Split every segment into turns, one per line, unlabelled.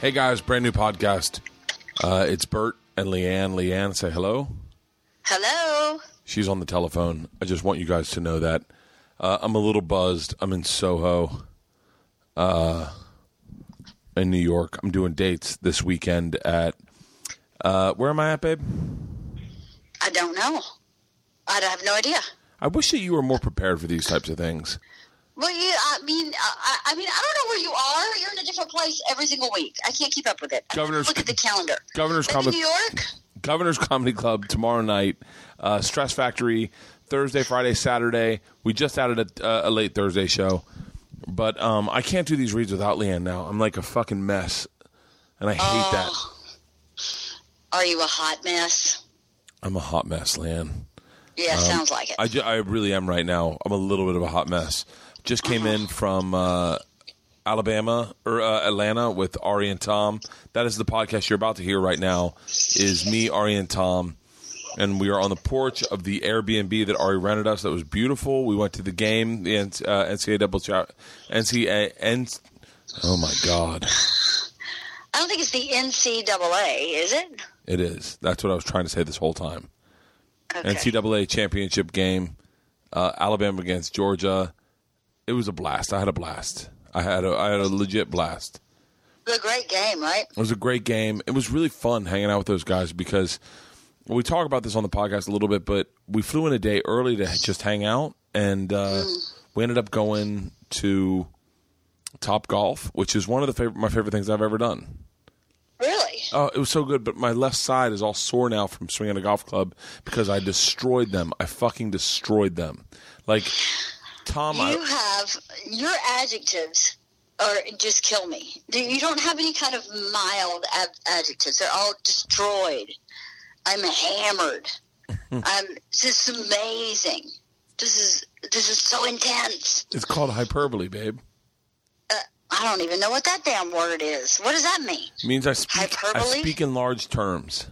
Hey guys, brand new podcast. Uh, it's Bert and Leanne. Leanne, say hello.
Hello.
She's on the telephone. I just want you guys to know that. Uh, I'm a little buzzed. I'm in Soho, uh, in New York. I'm doing dates this weekend at. Uh, where am I at, babe?
I don't know. I have no idea.
I wish that you were more prepared for these types of things.
Well, you, I mean, I, I mean, I don't know where you are. You're in a different place every single week. I can't keep up with it. I have to
Governor's-
look at the calendar.
Governor's
Maybe
Comet-
New York.
Governor's Comedy Club tomorrow night. Uh, Stress Factory Thursday, Friday, Saturday. We just added a, a late Thursday show, but um, I can't do these reads without Leanne now. I'm like a fucking mess, and I hate that.
Are you a hot mess?
I'm a hot mess, Leanne.
Yeah, sounds like it.
Um, I, ju- I really am right now. I'm a little bit of a hot mess. Just came in from uh, Alabama or uh, Atlanta with Ari and Tom. That is the podcast you're about to hear right now. Is me, Ari, and Tom, and we are on the porch of the Airbnb that Ari rented us. That was beautiful. We went to the game, the N- uh, NCAA double chat, NCAA. N- oh my God,
I don't think it's the NCAA, is it?
it is. That's what I was trying to say this whole time.
Okay.
NCAA championship game, uh, Alabama against Georgia. It was a blast. I had a blast. I had a, I had a legit blast.
the great game, right?
It was a great game. It was really fun hanging out with those guys because we talk about this on the podcast a little bit, but we flew in a day early to just hang out, and uh, we ended up going to Top Golf, which is one of the favorite, my favorite things I've ever done.
Really?
Oh, it was so good, but my left side is all sore now from swinging a golf club because I destroyed them. I fucking destroyed them. Like Tom,
You
I,
have your adjectives, or just kill me. Do- You don't have any kind of mild ad- adjectives. They're all destroyed. I'm hammered. I'm this is amazing. This is this is so intense.
it's called hyperbole, babe.
I don't even know what that damn word is. What does that mean?
It means I speak. I
Hyperbole?
speak in large terms.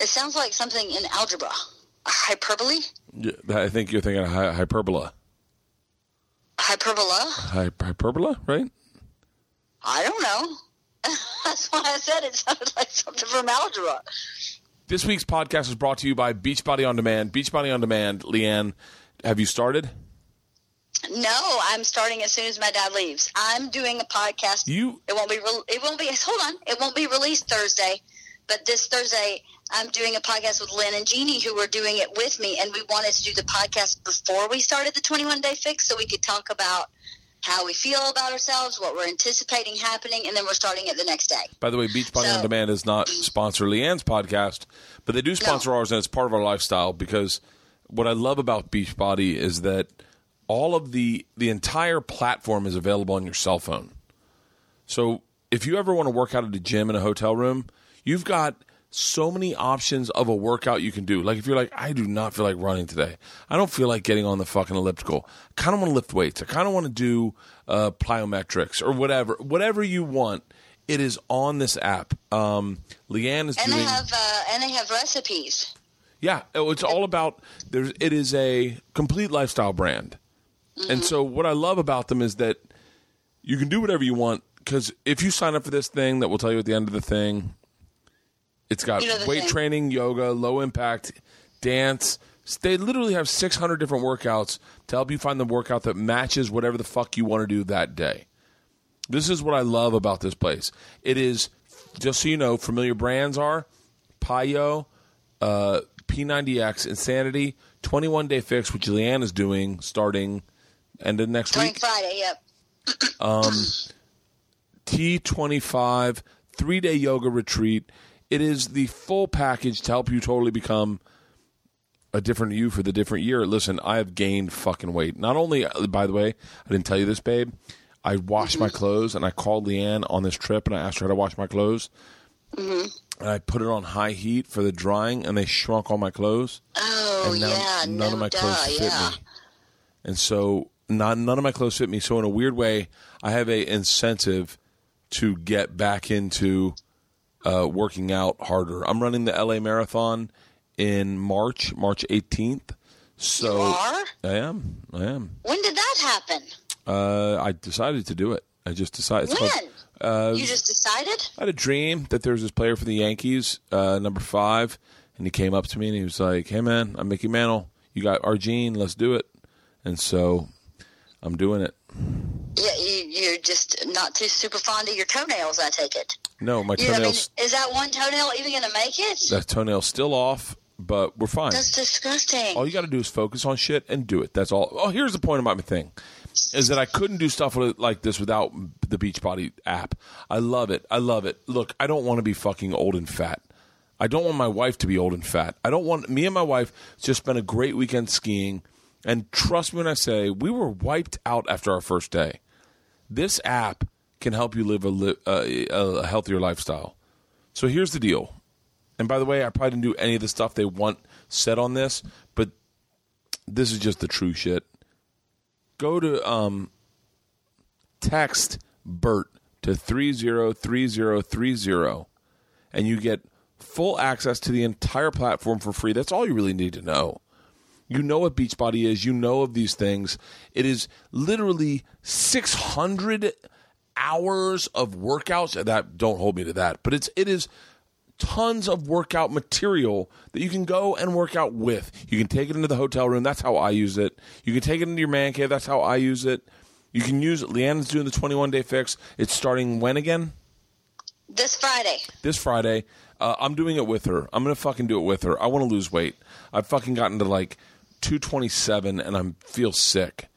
It sounds like something in algebra. Hyperbole?
Yeah, I think you're thinking of hy- hyperbola.
Hyperbola?
Hy- hyperbola, right?
I don't know. That's why I said it sounded like something from algebra.
This week's podcast is brought to you by Beachbody on Demand. Beachbody on Demand, Leanne, have you started?
No, I'm starting as soon as my dad leaves. I'm doing a podcast.
You
It won't be. Re- it won't be. Hold on. It won't be released Thursday, but this Thursday I'm doing a podcast with Lynn and Jeannie, who were doing it with me, and we wanted to do the podcast before we started the 21 Day Fix, so we could talk about how we feel about ourselves, what we're anticipating happening, and then we're starting it the next day.
By the way, Beachbody
So-
on Demand does not sponsor Leanne's podcast, but they do sponsor ours, and it's part of our lifestyle because what I love about Beachbody is that all of the the entire platform is available on your cell phone. So if you ever want to work out at a gym in a hotel room, you've got so many options of a workout you can do. Like if you're like, I do not feel like running today. I don't feel like getting on the fucking elliptical. I kind of want to lift weights. I kind of want to do uh, plyometrics or whatever. Whatever you want, it is on this app. Um, Leanne is
And
doing.
they have. Uh, and they have recipes.
Yeah, oh, it's all about there's it is a complete lifestyle brand.
Mm-hmm.
And so what I love about them is that you can do whatever you want cuz if you sign up for this thing that we'll tell you at the end of the thing, it's got
You know the
weight
thing.
training, yoga, low impact, dance. They literally have 600 different workouts to help you find the workout that matches whatever the fuck you want to do that day. This is what I love about this place. It is, just so you know, familiar brands are Payo, uh, P90X, Insanity, 21 Day Fix, which Leanne is doing starting end of next
Starting
week.
Friday. Yep.
T25, three day yoga retreat. It is the full package to help you totally become a different you for the different year. Listen, I have gained fucking weight. Not only, by the way, I didn't tell you this, babe. I washed my clothes and I called Leanne on this trip and I asked her how to wash my clothes. And I put it on high heat for the drying and they shrunk all my clothes.
Oh
and now
yeah.
none
no
of my
duh,
clothes fit
yeah.
me. And so not, none of my clothes fit me. So in a weird way, I have a incentive to get back into uh, working out harder. I'm running the LA Marathon in March, March 18th. So
You are?
I am. I am.
When did that happen?
Uh, I decided to do it. I just decided. It's called
When?
Uh,
You just decided?
I had a dream that there was this player for the Yankees, uh, number five, and he came up to me and he was like, "Hey man, I'm Mickey Mantle. You got Argene? Let's do it." And so I'm doing it.
Yeah, you, you're just not too super fond of your toenails, I take it.
No, my
You, I mean,
toenails.
is that one toenail even going to make it?
that toenail's still off, but we're fine.
That's disgusting.
all you got to do is focus on shit and do it. That's all. Oh, here's the point about my thing is that I couldn't do stuff with- like this without the Beachbody app. I love it. I love it. Look, I don't want to be fucking old and fat. I don't want my wife to be old and fat. I don't want me and my wife just spent a great weekend skiing. And trust me when I say we were wiped out after our first day. This app can help you live a, li- a, a healthier lifestyle. So here's the deal. And by the way, I probably didn't do any of the stuff they want said on this, but this is just the true shit. Go to um text Bert to 303030 and you get full access to the entire platform for free. That's all you really need to know. You know what Beachbody is, you know of these things. It is literally 600 hours of workouts that don't hold me to that, but it's it is tons of workout material that you can go and work out with. You can take it into the hotel room. That's how I use it. You can take it into your man cave. That's how I use it. You can use it. Leanne's doing the 21 day fix. It's starting when again?
This Friday.
This Friday. Uh, I'm doing it with her. I'm going to fucking do it with her. I want to lose weight. I've fucking gotten to like 227 and I feel sick.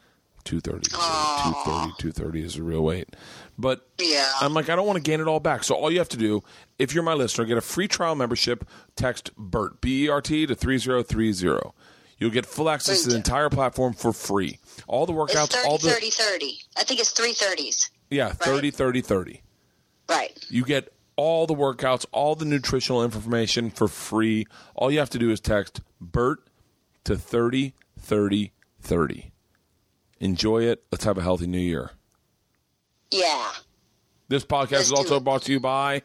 230. so 230. 230 is the real weight. But
Yeah.
I'm like, I don't want to gain it all back. So all you have to do, if you're my listener, get a free trial membership. Text BERT B E R T to three zero three zero. You'll get full access to the entire platform for free. All the
It's
workouts,
30,
all the
30, 30. I think it's 330s.
yeah, 30, 30, 30.
Right.
You get all the workouts, all the nutritional information for free. All you have to do is text BERT to 30, 30, 30. Enjoy it. Let's have a healthy new year.
Yeah.
This podcast
Let's
is
do
also
it.
brought to you by.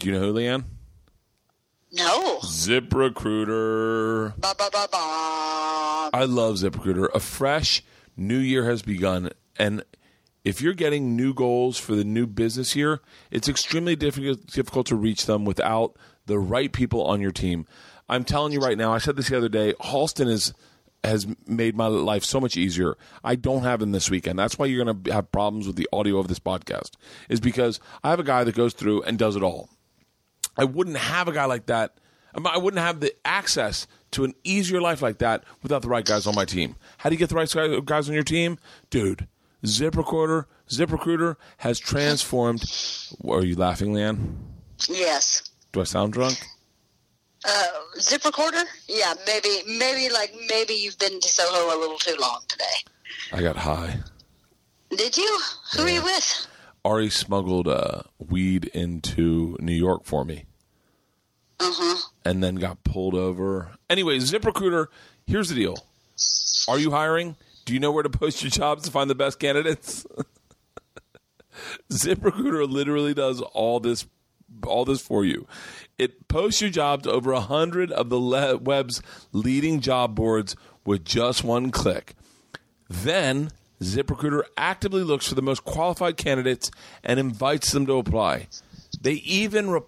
Do you know who, Leanne?
No.
ZipRecruiter.
Ba ba ba ba.
I love ZipRecruiter. A fresh new year has begun. And if you're getting new goals for the new business year, it's extremely difficult, difficult to reach them without the right people on your team. I'm telling you right now, I said this the other day, Halston is has made my life so much easier. I don't have him this weekend. That's why you're going to have problems with the audio of this podcast is because I have a guy that goes through and does it all. I wouldn't have a guy like that. I mean, I wouldn't have the access to an easier life like that without the right guys on my team. How do you get the right guy- guys on your team, dude? ZipRecruiter, ZipRecruiter has transformed. Are you laughing, Leanne?
Yes. Uh,
Do I sound drunk?
Zip recorder? Yeah, maybe, maybe like maybe you've been to Soho a little too long today.
I got high.
Did you? Who are you with?
Ari smuggled uh, weed into New York for me. And then got pulled over. Anyway, ZipRecruiter, here's the deal. Are you hiring? Do you know where to post your jobs to find the best candidates? ZipRecruiter literally does all this all this for you. It posts your job to over 100 of the le- web's leading job boards with just one click. Then ZipRecruiter actively looks for the most qualified candidates and invites them to apply. They even re-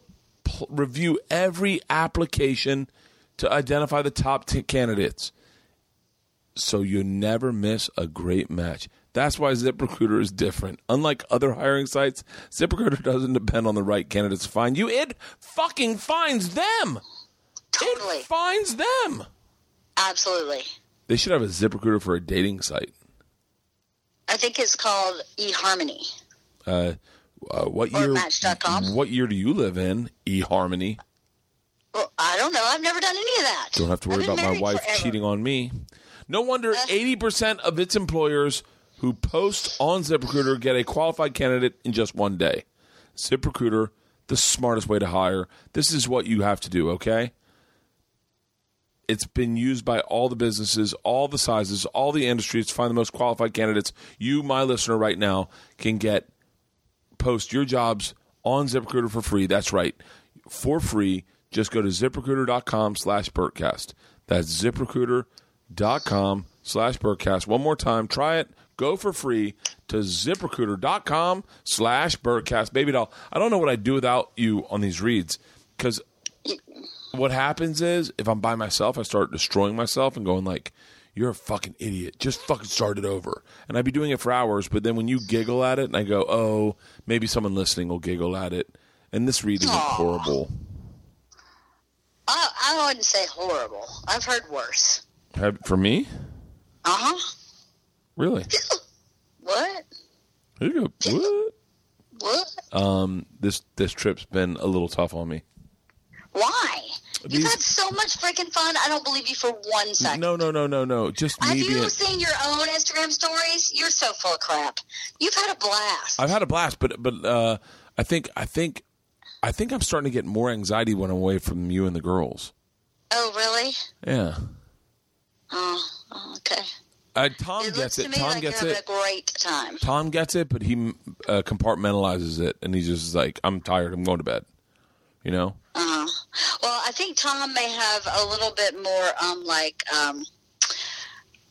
pl- review every application to identify the top 10 candidates. So you never miss a great match. That's why ZipRecruiter is different. Unlike other hiring sites, ZipRecruiter doesn't depend on the right candidates to find you. It fucking finds them.
Totally.
It finds them.
Absolutely.
They should have a ZipRecruiter for a dating site.
I think it's called eHarmony.
uh, uh, what
Or
year?
Match.com.
What year do you live in? eHarmony.
Well, I don't know. I've never done any of that.
Don't have to worry
I've been
about my
married
wife
forever. Uh.
cheating on me. No wonder eighty percent of its employers who post on ZipRecruiter get a qualified candidate in just one day. ZipRecruiter, the smartest way to hire. This is what you have to do. Okay. It's been used by all the businesses, all the sizes, all the industries to find the most qualified candidates. You, my listener, right now, can get post your jobs on ZipRecruiter for free. That's right, for free. Just go to ziprecruiter.com slash Burtcast. That's ziprecruiter.com slash Burtcast. One more time. Try it. Go for free to ziprecruiter.com slash birdcast. Baby doll, I don't know what I'd do without you on these reads because what happens is if I'm by myself, I start destroying myself and going like, "You're a fucking idiot. Just fucking start it over." And I'd be doing it for hours, but then when you giggle at it, and I go, "Oh, maybe someone listening will giggle at it," and this read isn't
Aw.
horrible.
I, I wouldn't say horrible. I've heard worse.
Have- For me,
Uh huh.
really?
What?
Here you go. What?
What?
Uh, This this trip's been a little tough on me.
Why? You've
These-
had so much freaking fun. I don't believe you for one second.
No, no, no, no, no. Just
Have
me
you
being.
seen your own Instagram stories? You're so full of crap. You've had a blast.
I've had a blast, but but uh, I think I think I think I'm starting to get more anxiety when I'm away from you and the girls.
oh, really?
Yeah.
Oh, oh, okay.
Uh, Tom
It looks
gets
to
it.
me
Tom
like uh, you're
gets
having
it.
a great time.
Tom gets it, but he uh, compartmentalizes it, and he's just like, "I'm tired. I'm going to bed." You know?
Uh, well, I think Tom may have a little bit more, um, like, um,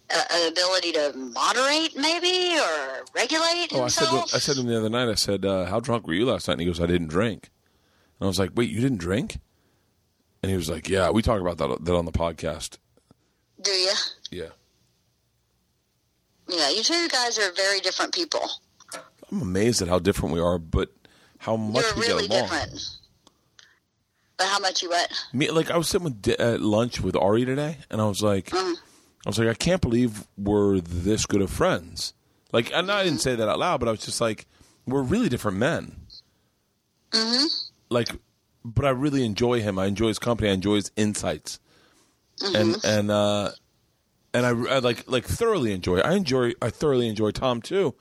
uh, ability to moderate, maybe, or regulate
Oh, I said.
himself.
to- I said to him the other night. I said, uh, "How drunk were you last night?" And he goes, "I didn't drink." And I was like, "Wait, you didn't drink?" And he was like, "Yeah, we talk about that that on the podcast."
Do you?
Yeah,
Yeah, you two guys are very different people.
I'm amazed at how different we are, but how much
You're
we
really
get along.
different. But how much you what?
Me, like I was sitting with, D- at lunch with Ari today, and I was like, I was like, I can't believe we're this good of friends. Like, and I didn't say that out loud, but I was just like, we're really different men. Mm-hmm. Like, but I really enjoy him. I enjoy his company. I enjoy his insights, and and uh, and I, I like like thoroughly enjoy. I enjoy. I thoroughly enjoy Tom too.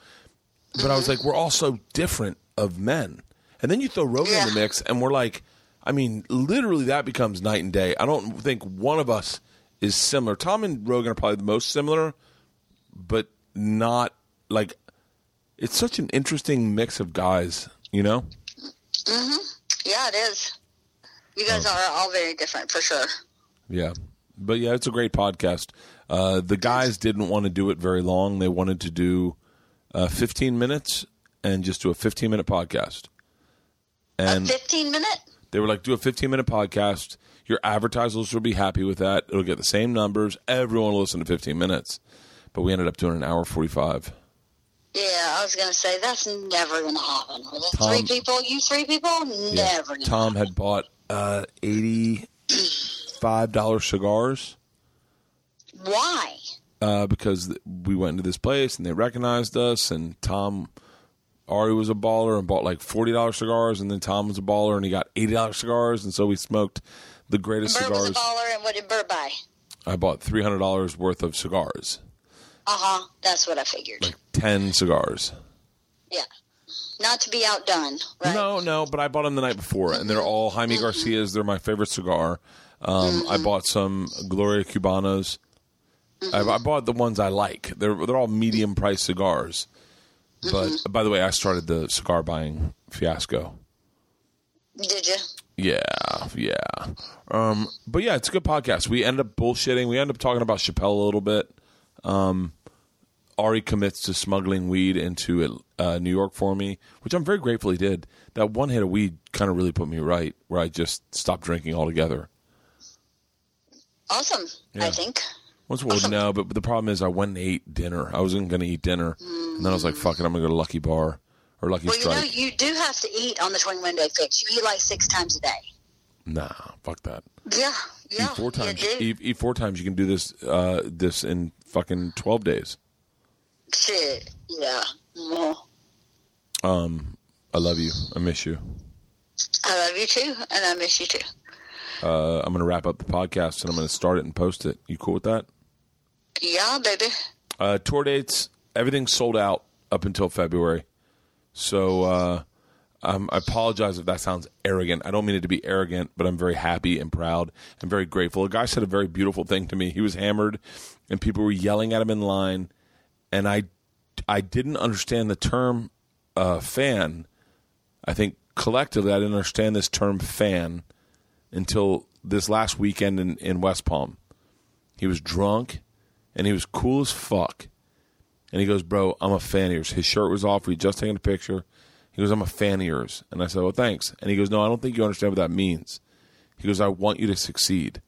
But I was like, we're all so different of men. And then you throw Rogan in the
Yeah.
mix, and we're like, I mean, literally that becomes night and day. I don't think one of us is similar. Tom and Rogan are probably the most similar, but not like it's such an interesting mix of guys, you know?
Yeah, it is. You
Oh.
guys are all very different for sure.
Yeah. But yeah, it's a great podcast. Uh, the guys didn't want to do it very long. They wanted to do uh, 15 minutes and just do a 15 minute podcast. And
Fifteen minute?
They were like, do a 15 minute podcast. Your advertisers will be happy with that. It'll get the same numbers. Everyone will listen to 15 minutes. But we ended up doing an hour 45.
Yeah, I was gonna say that's never gonna happen. With the three
Tom-
people, you three people, never. Gonna
Tom had bought uh, $85 cigars
Why?
uh, because th- we went into this place and they recognized us. And Tom, Ari was a baller and bought like $40 cigars. And then Tom was a baller and he got $80 cigars. And so we smoked the greatest
Burr was a
cigars.
baller, and what did Burr buy?
I bought $300 worth of cigars,
Uh huh. That's what I figured.
10 cigars.
yeah. Not to be outdone, right?
No, no, but I bought them the night before, and they're all Jaime Garcias. They're my favorite cigar. Um, I bought some Gloria Cubanos. I, I bought the ones I like. They're they're all medium priced cigars. But by the way, I started the cigar buying fiasco.
Did you?
Yeah, yeah. Um, but yeah, it's a good podcast. We end up bullshitting. We end up talking about Chappelle a little bit. Um, Ari commits to smuggling weed into uh, New York for me, which I'm very grateful he did. That one hit of weed kind of really put me right, where I just stopped drinking altogether.
Awesome. I think.
Once well, no, but the problem is I went and ate dinner. I wasn't going to eat dinner, and then I was like, "Fuck it, I'm going to go to Lucky Bar or Lucky
Well, you know,
Strike."
you do have to eat on the twenty-one day fix. You eat like six times a day.
nah, fuck that.
Yeah, yeah.
eat four times.
You do.
Eat, eat four times. You can do this. Uh, this in fucking twelve days.
Shit. Yeah. Well,
I love you. I miss you.
I love you too, and I miss you too.
Uh, I'm going to wrap up the podcast and I'm going to start it and post it. You cool with that?
Yeah, baby.
Uh, tour dates, everything's sold out up until February. So uh, um, I apologize if that sounds arrogant. I don't mean it to be arrogant, but I'm very happy and proud and very grateful. A guy said a very beautiful thing to me. He was hammered and people were yelling at him in line. And I, I didn't understand the term uh, fan. I think collectively, I didn't understand this term fan until this last weekend in, in West Palm. He was drunk and he was cool as fuck. And he goes, Bro, I'm a fan of yours. His shirt was off. We had just taken a picture. He goes, I'm a fan of yours. And I said, Well, thanks. And he goes, No, I don't think you understand what that means. He goes, I want you to succeed.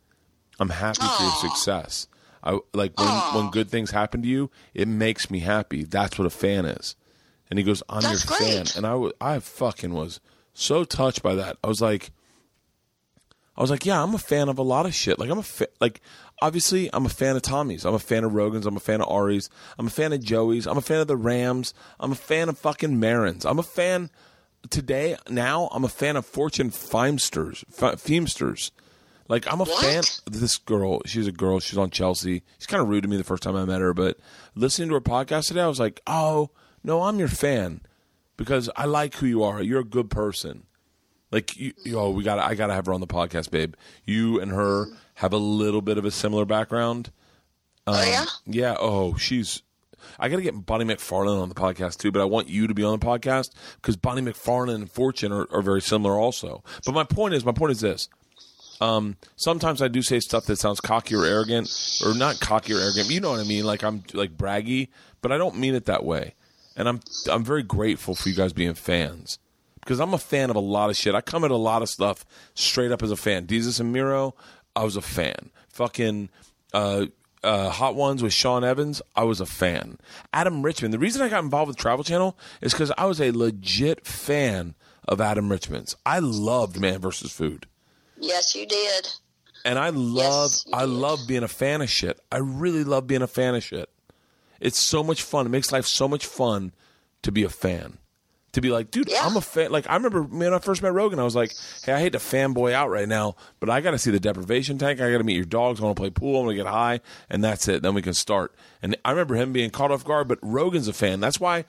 I'm happy for your success. I like when, when good things happen to you, it makes me happy. That's what a fan is. And he goes, I'm
That's
your fan.
great.
And I wa- I fucking was so touched by that. I was like, I was like, yeah, I'm a fan of a lot of shit. Like I'm a fa- like obviously I'm a fan of Tommy's. I'm a fan of Rogan's. I'm a fan of Ari's. I'm a fan of Joey's. I'm a fan of the Rams. I'm a fan of fucking Marin's. I'm a fan today now. I'm a fan of Fortune Feimsters. Fe- Feimsters. Like I'm a
What?
fan. This girl, she's a girl. She's on Chelsea. She's kind of rude to me the first time I met her, but listening to her podcast today, I was like, oh no, I'm your fan because I like who you are. You're a good person. Like you, you- oh, we got I gotta have her on the podcast, babe. You and her have a little bit of a similar background.
oh
Um,
yeah.
Yeah. Oh, she's. I gotta get Bonnie McFarlane on the podcast too, but I want you to be on the podcast because Bonnie McFarlane and Fortune are, are very similar also. But my point is, my point is this. Um, sometimes I do say stuff that sounds cocky or arrogant, or not cocky or arrogant. But you know what I mean? Like I'm like braggy, but I don't mean it that way. And I'm I'm very grateful for you guys being fans because I'm a fan of a lot of shit. I come at a lot of stuff straight up as a fan. Jesus and Miro, I was a fan. Fucking uh, uh, Hot Ones with Sean Evans, I was a fan. Adam Richmond. The reason I got involved with Travel Channel is because I was a legit fan of Adam Richmond's. I loved Man vs. Food
Yes, you did.
and I love
you
I
did.
love being a fan of shit. I really love being a fan of shit. It's so much fun. It makes life so much fun to be a fan. To be like, dude,
Yeah.
I'm a fan. Like I remember when I first met Rogan, I was like, hey, I hate to fanboy out right now, but I got to see the deprivation tank. I got to meet your dogs. I want to play pool. I want to get high, and that's it. Then we can start. And I remember him being caught off guard, but Rogan's a fan. That's why.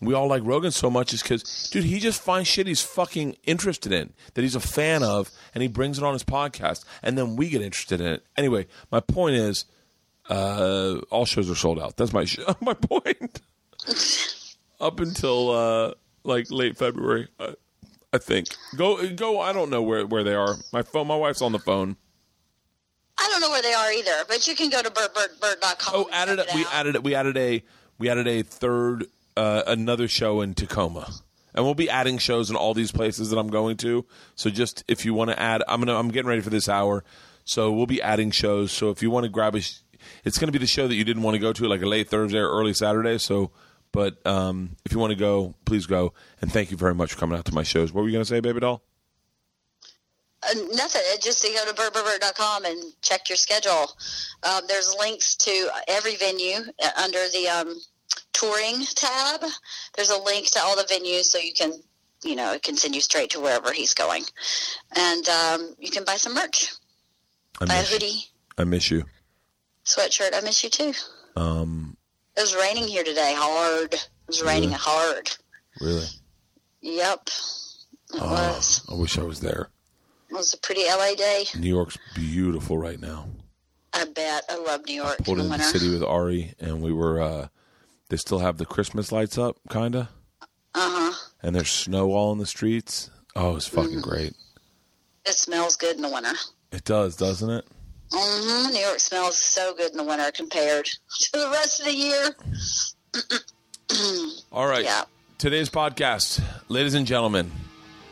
We all like Rogan so much is because, dude, he just finds shit he's fucking interested in that he's a fan of, and he brings it on his podcast, and then we get interested in it. Anyway, my point is, uh, all shows are sold out. That's my sh- my point. Up until uh, like late February, I, I think. Go go. I don't know where, where they are. My phone. My wife's on the phone.
I don't know where they are either, but you can go to bird bird bird.com.
Oh, added
it
we
out.
added we added a we added a third uh, another show in Tacoma, and we'll be adding shows in all these places that I'm going to. So just if you want to add, I'm gonna I'm getting ready for this hour, so we'll be adding shows. So if you want to grab a, sh- it's gonna be the show that you didn't want to go to, like a late Thursday or early Saturday. So, but um, if you want to go, please go. And thank you very much for coming out to my shows. What were you gonna say, baby doll?
Uh, nothing. It just you go to birdbirdbird.com and check your schedule. Um, there's links to every venue uh, under the um, touring tab. There's a link to all the venues, so you can, you know, it can send you straight to wherever he's going, and um, you can buy some merch.
I
Buy a
miss,
hoodie,
I miss you.
sweatshirt. I miss you too.
Um,
It was raining here today, hard. It was raining hard.
really, Oh,
Yep, it was.
I wish I was there.
It was a pretty LA day.
New York's beautiful right now.
I bet. I love New York in
pulled
the
into the
winter.
city with Ari, and we were. Uh, they still have the Christmas lights up, kinda,
Uh huh.
and there's snow all in the streets. Oh, it's
Mm-hmm.
fucking great.
It smells good in the winter.
It does, doesn't it?
hmm New York smells so good in the winter compared to the rest of the year.
All right.
Yeah.
Today's podcast, ladies and gentlemen,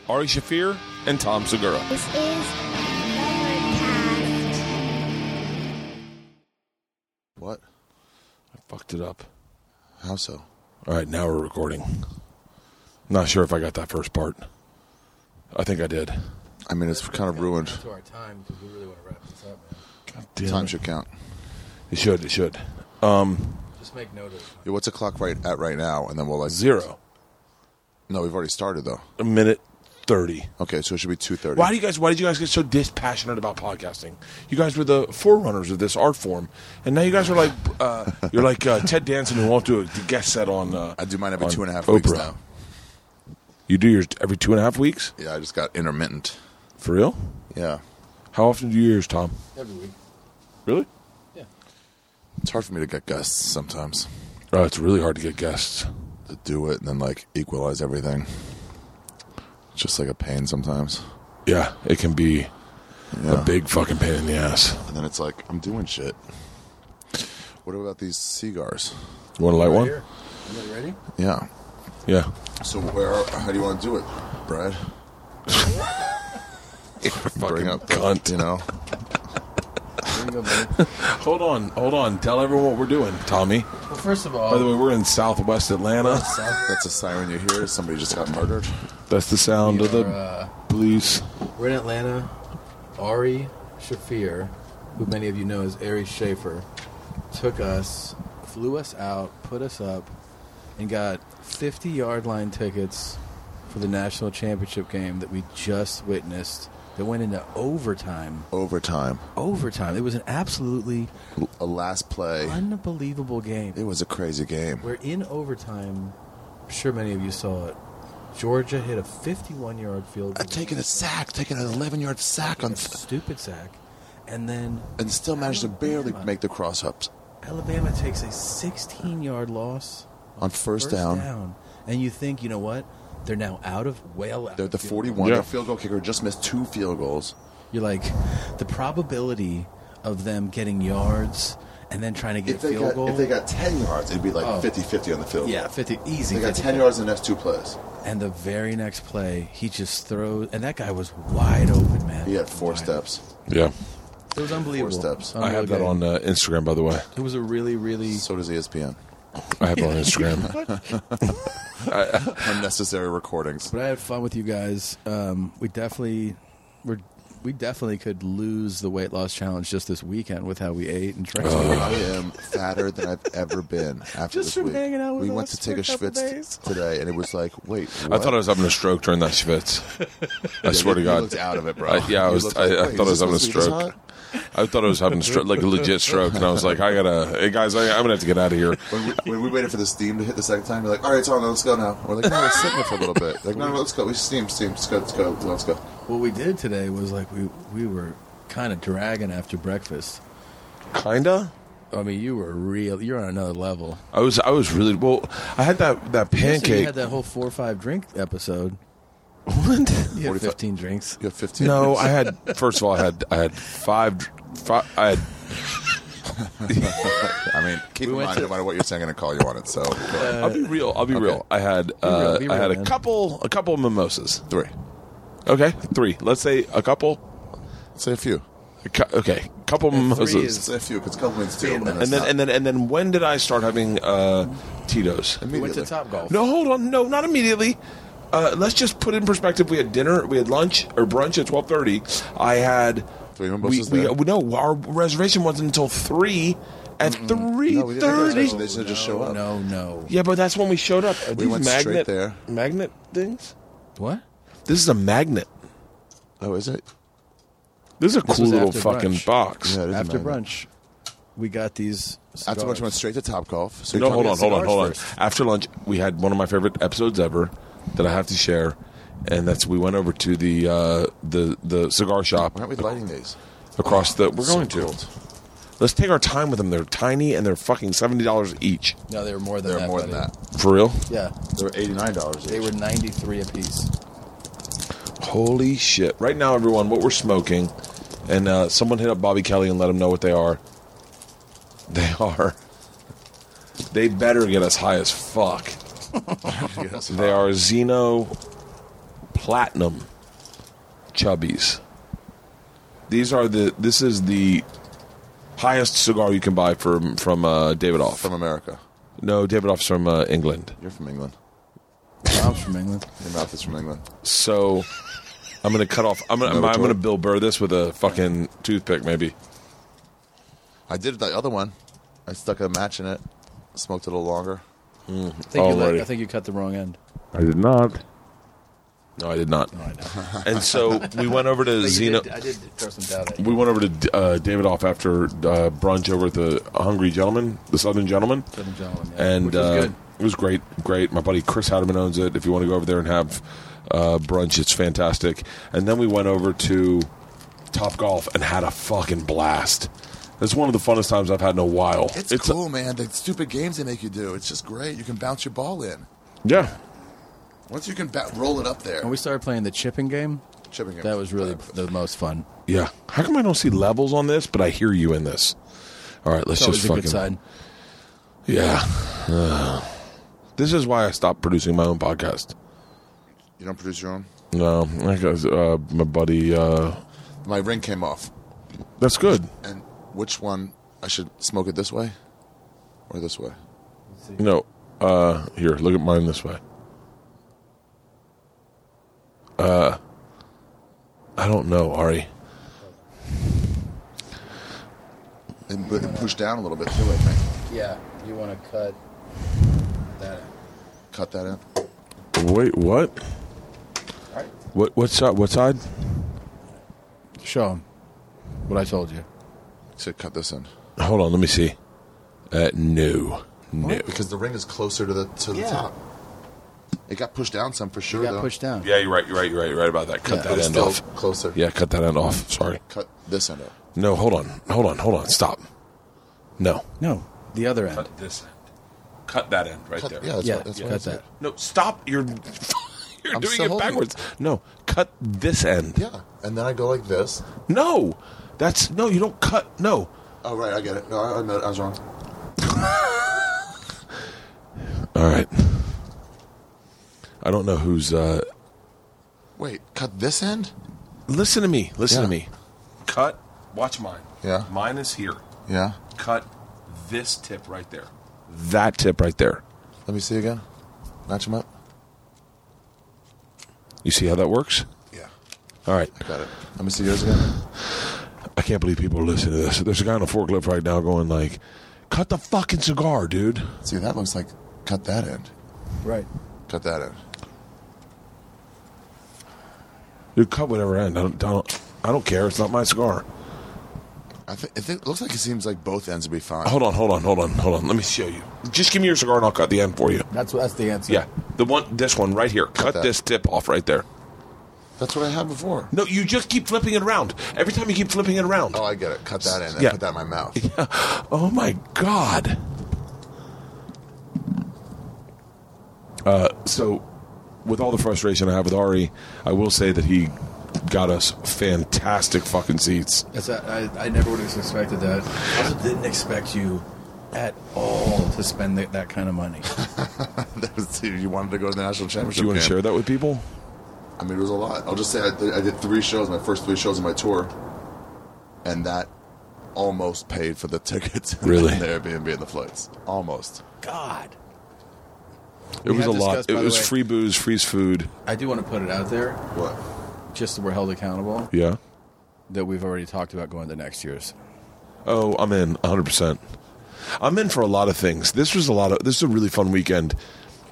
Ari Shafir and Tom Segura.
This is Birdcast.
What?
I fucked it up.
How so?
All right, now we're recording. Not sure if I got that first part. I think I did.
I mean, it's kind of ruined.
to our time because we really want to wrap this up, man.
Time should count.
It should. It should.
Just make note of it.
Yeah, what's the clock right at right now? And then we'll like
Zero.
No, we've already started though.
A minute thirty.
Okay, so it should be two thirty.
Why do you guys? Why did you guys get so dispassionate about podcasting? You guys were the forerunners of this art form, and now you guys are like, uh, you're like uh, Ted Danson who won't do a guest set on. Uh,
I do mine every
on
two and a half
Oprah.
weeks now.
You do yours every two and a half weeks
Yeah, I just got intermittent.
for real?
Yeah,
How often do you do yours, Tom?
Every week.
Really?
Yeah.
it's hard for me to get guests sometimes
Oh, it's really hard to get guests.
to do it and then like equalize everything. It's just like a pain sometimes.
Yeah, it can be
Yeah.
a big fucking pain in the ass.
and then it's like I'm doing shit. What about these cigars?
You want a light
Right
one?
here. You guys ready?
Yeah.
Yeah.
So where? How do you want to do it, Brad? Bring up the,
cunt.
you know.
Bring them in.
Hold on, hold on. Tell everyone what we're doing, Tommy.
Well, first of all,
By the way, we're in Southwest
Oh,
Atlanta.
That's a siren you hear. Somebody just got murdered.
That's the sound
we
of the
are, uh,
police.
we're in Atlanta. Ari Shafir, who many of you know as Ari Schaefer, took us, flew us out, put us up, and got 50 yard line tickets for the national championship game that we just witnessed that went into overtime.
Overtime.
Overtime. It was an absolutely
A last play.
unbelievable game.
It was a crazy game.
We're in overtime. I'm sure many of you saw it. Georgia hit a 51 yard field
Uh,
goal.
taking a sack, taking an 11 yard sack on,
A stupid sack. And then
and still managed to barely
Alabama-
make the cross ups
Alabama takes a 16 yard loss
on first, down.
And you think, you know what? They're now out of well. out
They're
of
the
field
41.
Yeah.
Their field goal kicker just missed two field goals.
goal. You're like, the probability of them getting yards and then trying to get
If
a
they,
field
got,
goal.
if they got 10 yards, it'd be
Oh.
like 50 50 on the field.
yeah, 50 easy.
They got
50.
10 yards in the next two plays.
And the very next play, he just throws, and that guy was wide open, man.
He had four
Wide
steps.
Yeah.
It was unbelievable.
steps.
Oh,
I have that on uh, Instagram, by the way.
It was a really, really.
So does E ESPN.
I have it on Instagram.
Unnecessary recordings.
But I had fun with you guys. Um, we definitely, we're, we definitely could lose the weight loss challenge just this weekend with how we ate and drank.
I am fatter than I've ever been after
Just
this
from
week.
hanging out with
we went to
us
take
for
a
a couple
schwitz t-
days.
today, and it was like, wait,
I
what?
thought I was having a stroke during that schwitz. I swear to
you
God.
looked out of it, bro.
I, yeah, I
You
was.
looked
I,
like,
I
wait,
thought I was
is this
having a
supposed to be this
stroke.
hot?
I thought I was having a stroke, like a legit stroke, and I was like, I gotta, hey guys, I, I'm gonna have to get out of here.
When we, when we waited for the steam to hit the second time, we're like, all right, it's on, let's go now. We're like, no, let's sit in it for a little bit. Like, no, no, let's go. We steam, steam, let's go, let's go, let's go.
what we did today was like we we were kind of dragging after breakfast.
Kinda.
I mean, you were real. You're on another level.
I was. I was really well. I had that that
So you
pancake.
had that whole four or five drink episode.
What?
You had
45
15 drinks.
You have 15
No,
minutes.
I had. First of all, I had. I had five. five I had.
I mean, keep
We
in
went
mind,
to-
no matter what you're saying, I'm going to call you on it. So,
I'll be real. I'll be real. I had.
real,
Uh,
Uh, be
I had
real,
a
man.
couple. A couple of mimosas.
three.
Okay, three. Let's say a couple.
Say a few.
a cou- okay, couple mimosas.
is-
Say a few, because couple means two.
Being the-
and then and then and then when did I start having uh, Tito's?
We went to Top Golf.
No, hold on. No, not immediately. Uh, let's just put it in perspective. We had dinner, we had lunch or brunch at twelve thirty. I had
Three
we,
mimosas
we, uh,
there.
no, our reservation wasn't until three at three
No, we didn't have a
thirty.
reservation. They said just show up.
No, no.
Yeah, but that's when we showed up. Are
We
these
went straight
magnet,
there.
Magnet things.
What?
This is a magnet.
Oh, is it?
This is a cool
was
little
after
fucking
brunch.
box.
Yeah, it is a
After
magnet.
brunch, we got these.
After
cigars.
lunch, went straight to Top Golf. So
no, hold on, hold on, hold on. After lunch, we had one of my favorite episodes ever that I have to share, and that's we went over to the uh, the the cigar shop
Why aren't we lighting these?
across the. We're
So
going to.
cold.
Let's take our time with them. They're tiny and they're fucking seventy dollars each.
No, they were more than
They're
that.
more than
buddy.
that.
For real?
Yeah.
They were eighty-nine dollars.
They were 93 apiece.
Holy shit! Right now, everyone, what we're smoking, and uh, someone hit up Bobby Kelly and let him know what they are. They are. They better get us high as fuck. They are Xeno Platinum Chubbies. These are the. This is the highest cigar you can buy from from uh, Davidoff.
from America.
no, Davidoff's from uh, England.
You're from England.
Tom's from England.
Your mouth is from England.
So I'm gonna cut off. I'm gonna
Another
I'm gonna
toy?
Bill Burr this with a fucking toothpick, maybe.
I did the other one. I stuck a match in it. Smoked it a little longer.
I think, you let-
Alrighty.
I think you cut the wrong end.
I did not. No, I did not.
I know.
And so we went over to Xeno.
I did throw some doubt at you.
We went over to uh, Davidoff after uh, brunch over at the Hungry Gentleman, the Southern Gentleman,
Southern gentleman, yeah.
and
Which was
uh,
good.
it was great. Great. My buddy Chris Hademan owns it. If you want to go over there and have uh, brunch, it's fantastic. And then we went over to Top Golf and had a fucking blast. It's one of the funnest times I've had in a while.
It's, cool, man. The stupid games they make you do. It's just great. You can bounce your ball in.
yeah.
Once you can ba- roll it up there.
When we started playing the chipping game,
Chipping games.
that was really the most fun.
Yeah. How come I don't see levels on this, but I hear you in this? All right, let's
It's always
just
a
fucking
good sign.
yeah. Ugh. this is why I stopped producing my own podcast.
You don't produce your own.
No, because uh, my buddy. Uh,
My ring came off,
that's good.
and which one I should smoke it this way, or this way?
No, uh, here, look at mine this way. Uh, Uh, I don't know, Ari.
And, bu- and push down a little bit too. I think.
Yeah, you want to cut that.
Cut that in.
Wait, what? What? What side? What side?
Show him what I told you.
So cut this in.
Hold on, let me see. Uh, no, no.
Because the ring is closer to the to the
Yeah.
top. It got pushed down some for sure.
You got
though.
pushed down.
Yeah, you're right. You're right. You're right. You're right about that. Cut
But
Yeah.
that
it's
end
still
off.
closer.
Yeah, cut that end off. Sorry.
Cut this end up.
No, hold on. Hold on. Hold on. Stop. No.
No, the other end.
this end. Cut that end right
Cut, yeah, that's
yeah,
what, that's what I
cut
said.
that.
No, stop. You're you're
I'm
doing
still
it
holding it.
backwards. No, cut this end.
Yeah, and then I go like this.
No, that's no. You don't cut. No.
Oh right, I get it. No, I, I know- I was wrong.
All right. I don't know who's. Uh,
Wait, cut this end?
listen to me. Listen to
Yeah.
me. Cut. Watch mine.
Yeah.
Mine is here.
Yeah.
Cut this tip right there. That tip right there.
Let me see again. Notch them up.
You see how that works?
Yeah.
All right.
Got it. Let me see yours again.
I can't believe people are listening to this. There's a guy on a forklift right now going like, "Cut the fucking cigar, dude."
See, that looks like cut that end.
Right.
Cut that end.
Dude, cut whatever end. I don't. I don't, I don't care. It's not my cigar.
I think it, think- looks like it seems like both ends would be fine.
Hold on. Hold on. Hold on. Hold on. Let me show you. Just give me your cigar and I'll cut the end for you.
That's that's the answer.
Yeah, the one, this one right here. Cut,
that.
this tip off right there.
That's what I had before.
No, you just keep flipping it around. Every time you keep flipping it around.
Oh, I get it. Cut that end. Then
Yeah.
Put that in my mouth.
Oh my god. Uh, so, with all the frustration I have with Ari, I will say that he got us fantastic fucking seats.
That's, I, I never would have expected that. I also didn't expect you at all to spend that that kind of money.
That was- you wanted to go to the national
Do
championship.
you want to
game.
share that with people?
I mean, it was a lot. I'll just say I did, I did three shows, my first three shows on my tour, and that almost paid for the tickets, and
Really?
the Airbnb and the flights, almost.
God.
It was
had
a lot.
discussed,
It
by the
was
way-
free booze, free food.
I do want to put it out there,
What?
just so we're held accountable,
Yeah.
that we've already talked about going to next year's.
Oh, I'm in 100%. I'm in for a lot of things. This was a lot of, this is a really fun weekend.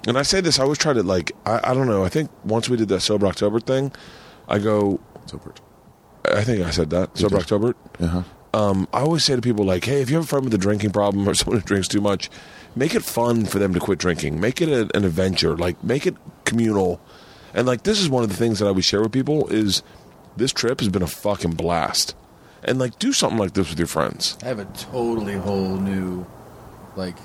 And I say this, I always try to, like, I, I don't know. I think once we did that Sober October thing, I go,
Tupert.
I think I said that, Sober October.
Uh huh.
Um, I always say to people, like, hey, if you have a friend with a drinking problem or someone who drinks too much, make it fun for them to quit drinking. Make it a, an adventure. Like, make it communal. And, like, this is one of the things that I would share with people is this trip has been a fucking blast. And, like, do something like this with your friends.
I have a totally whole new, like,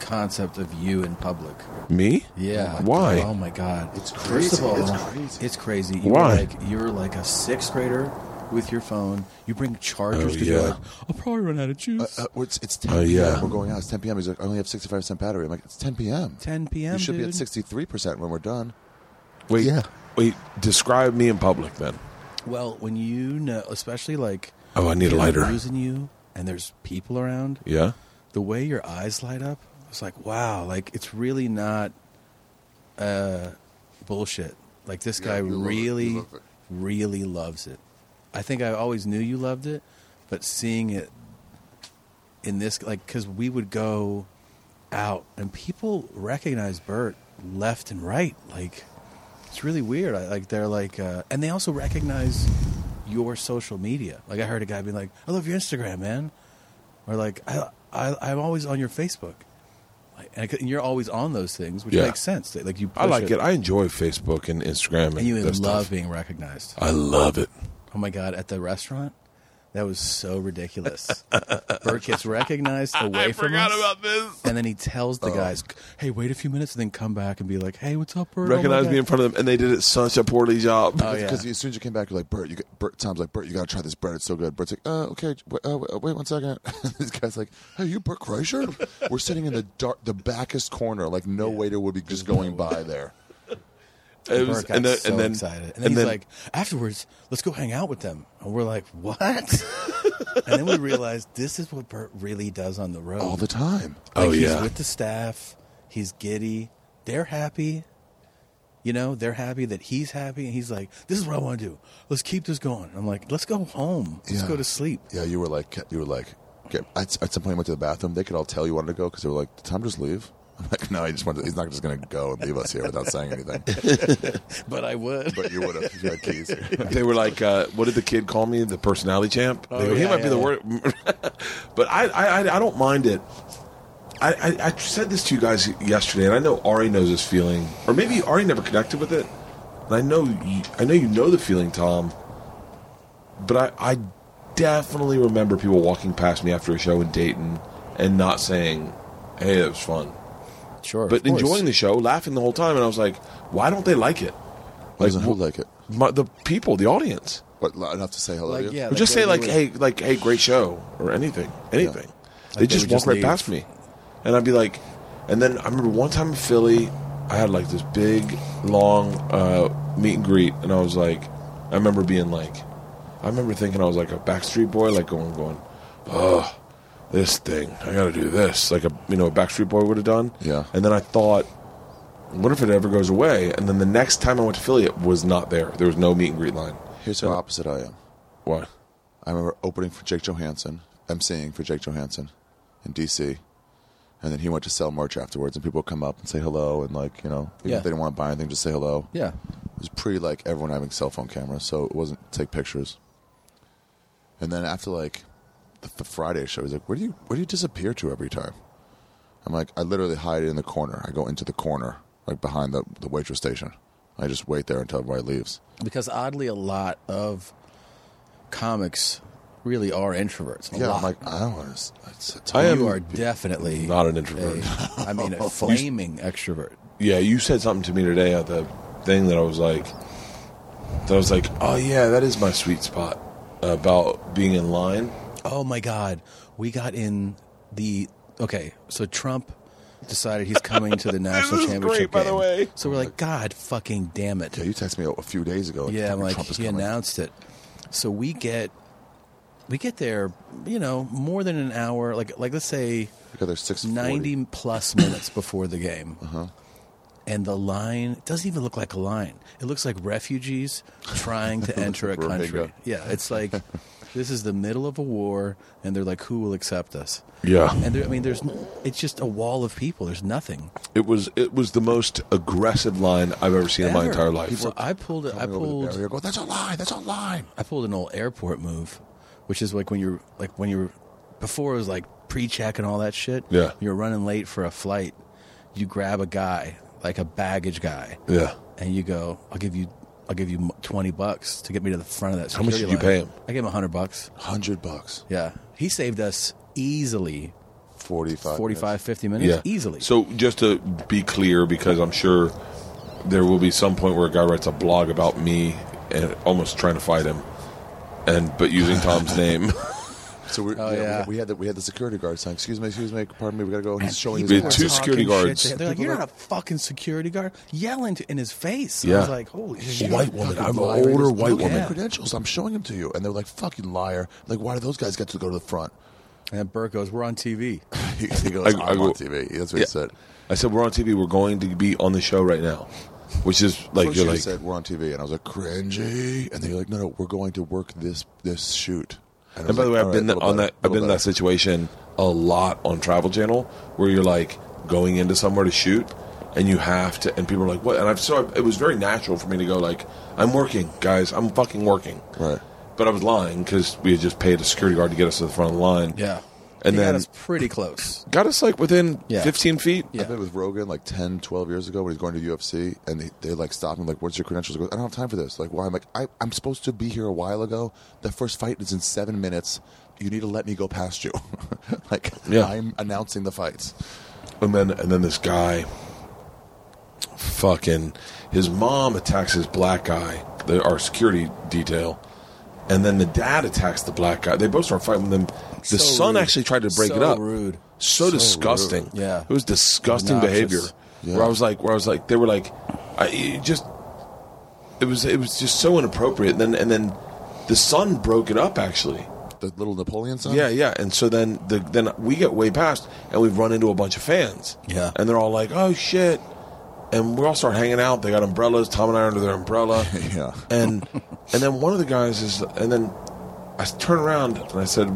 concept of you in public.
Me?
Yeah.
Why?
Oh my God. It's
crazy.
First of all,
It's crazy.
It's crazy. You're
Why?
Like, you're like a sixth grader with your phone. You bring chargers
Oh,
because you're
yeah.
like, I'll probably run out of juice.
Uh, uh, well, it's, it's 10
Oh, yeah.
p.m. We're going out. It's 10 p.m. He's like, I only have 65% battery. I'm like, it's 10 p.m.
10 p.m.
You should be
dude.
at 63% when we're done.
Wait,
Yeah.
wait. Describe me in public, then.
Well, when you know, especially like,
Oh, I need a
you're
lighter.
Losing you, and there's people around.
Yeah.
The way your eyes light up, it's like wow, like it's really not uh, bullshit. Like this
Yeah,
guy
you love it. You
really,
love it.
really loves it. I think I always knew you loved it, but seeing it in this, like, because we would go out and people recognize Bert left and right, like. It's really weird. I, like they're like, uh, and they also recognize your social media. Like I heard a guy being like, "I love your Instagram, man," or like, "I, I I'm always on your Facebook," like, and, I could- and you're always on those things, which
Yeah.
makes sense. They- Like you,
I
push
like it. I enjoy Facebook and Instagram, and,
and you
that
love
stuff.
being recognized.
I love it.
Oh my god, at the restaurant, That was so ridiculous. Bert gets recognized away
I
from
forgot
us,
about this.
and then he tells
Oh.
the guys, "Hey, wait a few minutes, and then come back and be like, hey, what's up, Bert? Oh my
Recognize
God."
me in front of them, and they did it such a poorly job.
Oh, yeah.
Because as soon as you came back, you're like, Bert, you got, Bert, Tom's like, Bert, you got to try this bread. It's so good. Bert's like, uh, okay, wait, uh, wait- wait one second. this guy's like, hey, you Bert Kreischer? We're sitting in the dark, the backest corner. Like, no waiter would be just going by there.
It
Bert
was,
got
and then,
so
and then,
excited. And then he's like, afterwards, let's go hang out with them. And we're like, what? and then we realized this is what Bert really does on the road.
All the time.
Like,
Oh,
he's
yeah.
with the staff. He's giddy. They're happy. You know, they're happy that he's happy. And he's like, this is what I want to do. Let's keep this going. I'm like, let's go home. Let's
Yeah.
go to sleep.
Yeah, you were like, you were like, okay. At, at some point, I went to the bathroom. They could all tell you wanted to go because they were like, did Tom just leave? I'm like, no, he just wanted. To, he's not just going to go and leave us here without saying anything.
But I would.
but you would have. You had keys here.
they were like, uh, "What did the kid call me? The personality champ?" They
Oh,
go, he
yeah,
might be
yeah,
the worst. but I, I, I- I don't mind it. I, I, I said this to you guys yesterday, and I know Ari knows this feeling, or maybe Ari never connected with it. And I know, you, I know you know the feeling, Tom. But I, I definitely remember people walking past me after a show in Dayton and not saying, "Hey, it was fun,"
sure.
but enjoying the show, laughing the whole time, and I was like, "Why don't they like it?"
Like, who like it?
My, the people, the audience.
What enough to say hello?
Like,
to you?
yeah.
Or just say
they
like,
would-
hey, like, hey, great show, or anything, anything. They
they
just
would
walk
just
right
leave.
past me, and I'd be like, and then I remember one time in Philly, I had like this big long uh, meet and greet, and I was like, I remember being like, I remember thinking I was like a Backstreet Boy, like going, going, oh, this thing, I got to do this, like a you know a Backstreet Boy would have done.
Yeah.
And then I thought, what if it ever goes away? And then the next time I went to Philly, it was not there. There was no meet and greet line.
Here's how opposite I am.
What?
I remember opening for Jake Johansson, emceeing for Jake Johansson in DC, and then he went to sell merch afterwards, and people would come up and say hello, and like you know, even
Yeah.
if they didn't want to buy anything, just say hello.
Yeah.
It was pretty like everyone having cell phone cameras, so it wasn't take pictures. And then after like the, the Friday show, he's like, "Where do you where do you disappear to every time?" I'm like, I literally hide in the corner. I go into the corner, like behind the the waitress station. I just wait there until everybody leaves.
Because oddly, a lot of comics really are introverts. A
yeah,
lot.
I'm like, I don't want to. It's a
I
ton
am-
you are definitely
Not an introvert.
a- I mean, a flaming extrovert.
Yeah, you said something to me today at the thing that I was like, that I was like, oh yeah, that is my sweet spot about being in line.
Oh my God, we got in the okay. So Trump decided he's coming to the national
is great,
championship
by the
game.
way.
So we're like, God, fucking damn it!
Yeah, you texted me a- a few days ago. and
Yeah, I'm
fucking
like
Trump is
he
coming.
announced it. So we get we get there, you know, more than an hour. Like like let's say
Because there's six
ninety plus minutes before the game.
Uh-huh.
And the line it doesn't even look like a line. It looks like refugees trying to enter a
Rohingya.
country. Yeah, it's like this is the middle of a war, and they're like, "Who will accept us?"
Yeah,
And there, I mean, there's it's just a wall of people. There's nothing.
it was it was the most aggressive line I've ever seen in my
ever.
entire life.
So I pulled a- I pulled
Go, that's a lie. That's a lie.
I pulled an old airport move, which is like when you're like when you're before it was like pre-check and all that shit.
Yeah.
you're running late for a flight. You grab a guy like a baggage guy,
yeah,
and you go, "I'll give you, I'll give you twenty bucks to get me to the front of that."
How much
security
did you
line."
pay him?
I gave him hundred bucks.
Hundred bucks.
Yeah, he saved us easily
Forty-five.
45, 50 minutes
yeah,
easily.
So just to be clear, because I'm sure there will be some point where a guy writes a blog about me and almost trying to fight him, and but using Tom's name.
minutes. So we're,
Oh,
yeah, we-
yeah.
We, had the we had the security guard saying, "Excuse me, excuse me, pardon me, we gotta go." He's showing
People
his
With
were
two
talking
security
shit
guards.
to him. They're like,
People
"You're
were-
not a fucking security guard," yelling to, in his face. I
Yeah.
was like, "Holy shit!"
White woman. I'm an
Liar.
older
Look
white
at my
woman.
Credentials. I'm showing them to you, and they're like, "Fucking liar!" Like, why do those guys get to go to the front?
And then Burke goes, "We're on TV."
he goes,
I-
I,
I
am
go-
on TV." That's what he said.
I said we're on TV. We're going to be on the show right now, which is like
First
you're
you
like
said we're on TV, and I was like, "Cringy," and they're like, "No, no, we're going to work this this shoot." I
And
was
by the
like,
way, I've
"All
been
right,
that,
little
on
better,
that. I've been
little
in
better."
that situation a lot on Travel Channel, where you're like going into somewhere to shoot, and you have to, and people are like, "What?" And I've so it was very natural for me to go like, "I'm working, guys. I'm fucking working."
Right.
But I was lying because we had just paid a security guard to get us to the front of the line.
Yeah.
and
he
then
got us pretty close.
got us like within
Yeah.
15 feet.
Yeah.
I did with Rogan like 10, 12 years ago when he's going to UFC, and they, they like stopped him like, "What's your credentials?" He goes, "I don't have time for this." Like, why? I'm like, I, I'm supposed to be here a while ago. The first fight is in seven minutes. You need to let me go past you. like,
Yeah.
I'm announcing the fights.
and then and then this guy fucking his mom attacks this black guy the, our security detail and then the dad attacks the black guy they both start fighting them the
So
son
rude.
actually tried to break
so
it up
Rude.
so, disgusting
rude. Yeah.
it was disgusting
Obnoxious.
behavior
Yeah.
where i was like where i was like they were like I, it just it was it was just so inappropriate and then and then the son broke it up actually
The little Napoleon son.
yeah, yeah. And so then the then we get way past and we run into a bunch of fans.
Yeah.
And they're all like, "Oh shit." And we all start hanging out. They got umbrellas. Tom and I are under their umbrella.
Yeah.
And and then one of the guys is and then I s- turn around and I said,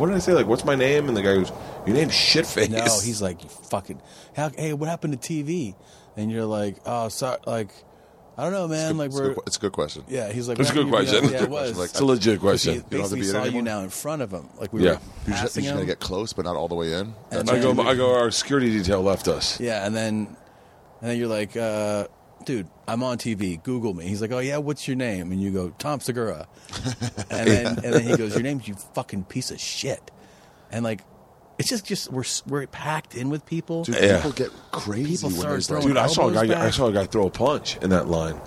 "What did I say? Like, what's my name?" And the guy goes, "Your name's Shitface."
No, he's like, you fucking, how, hey, what happened to TV? And you're like, oh, sorry, like, I don't know, man. Like,
it's, a
we're,
good, it's a good question.
yeah, he's like,
It's a
what
good
happened to you?
question.
Yeah, it was.
It's a legit question.
He
You don't have to
basically
be there
saw you
anymore.
now in front of him. Like, we
Yeah.
You're
were
just,
passing
you're just gonna
him.
get close, but not all the way in.
And
I go.
then-
I go. Our security detail left us.
Yeah, and then and then you're like, uh, dude, I'm on TV. Google me. He's like, oh yeah, what's your name? And you go, Tom Segura. and then and then he goes, your name's you fucking piece of shit. And like, it's just just we're s- we're packed in with people.
Dude,
Yeah.
people get crazy
People
when
start
there's like,
throwing
Dude, I saw a guy.
Elbows
Get, I
back.
saw a guy throw a punch in that line.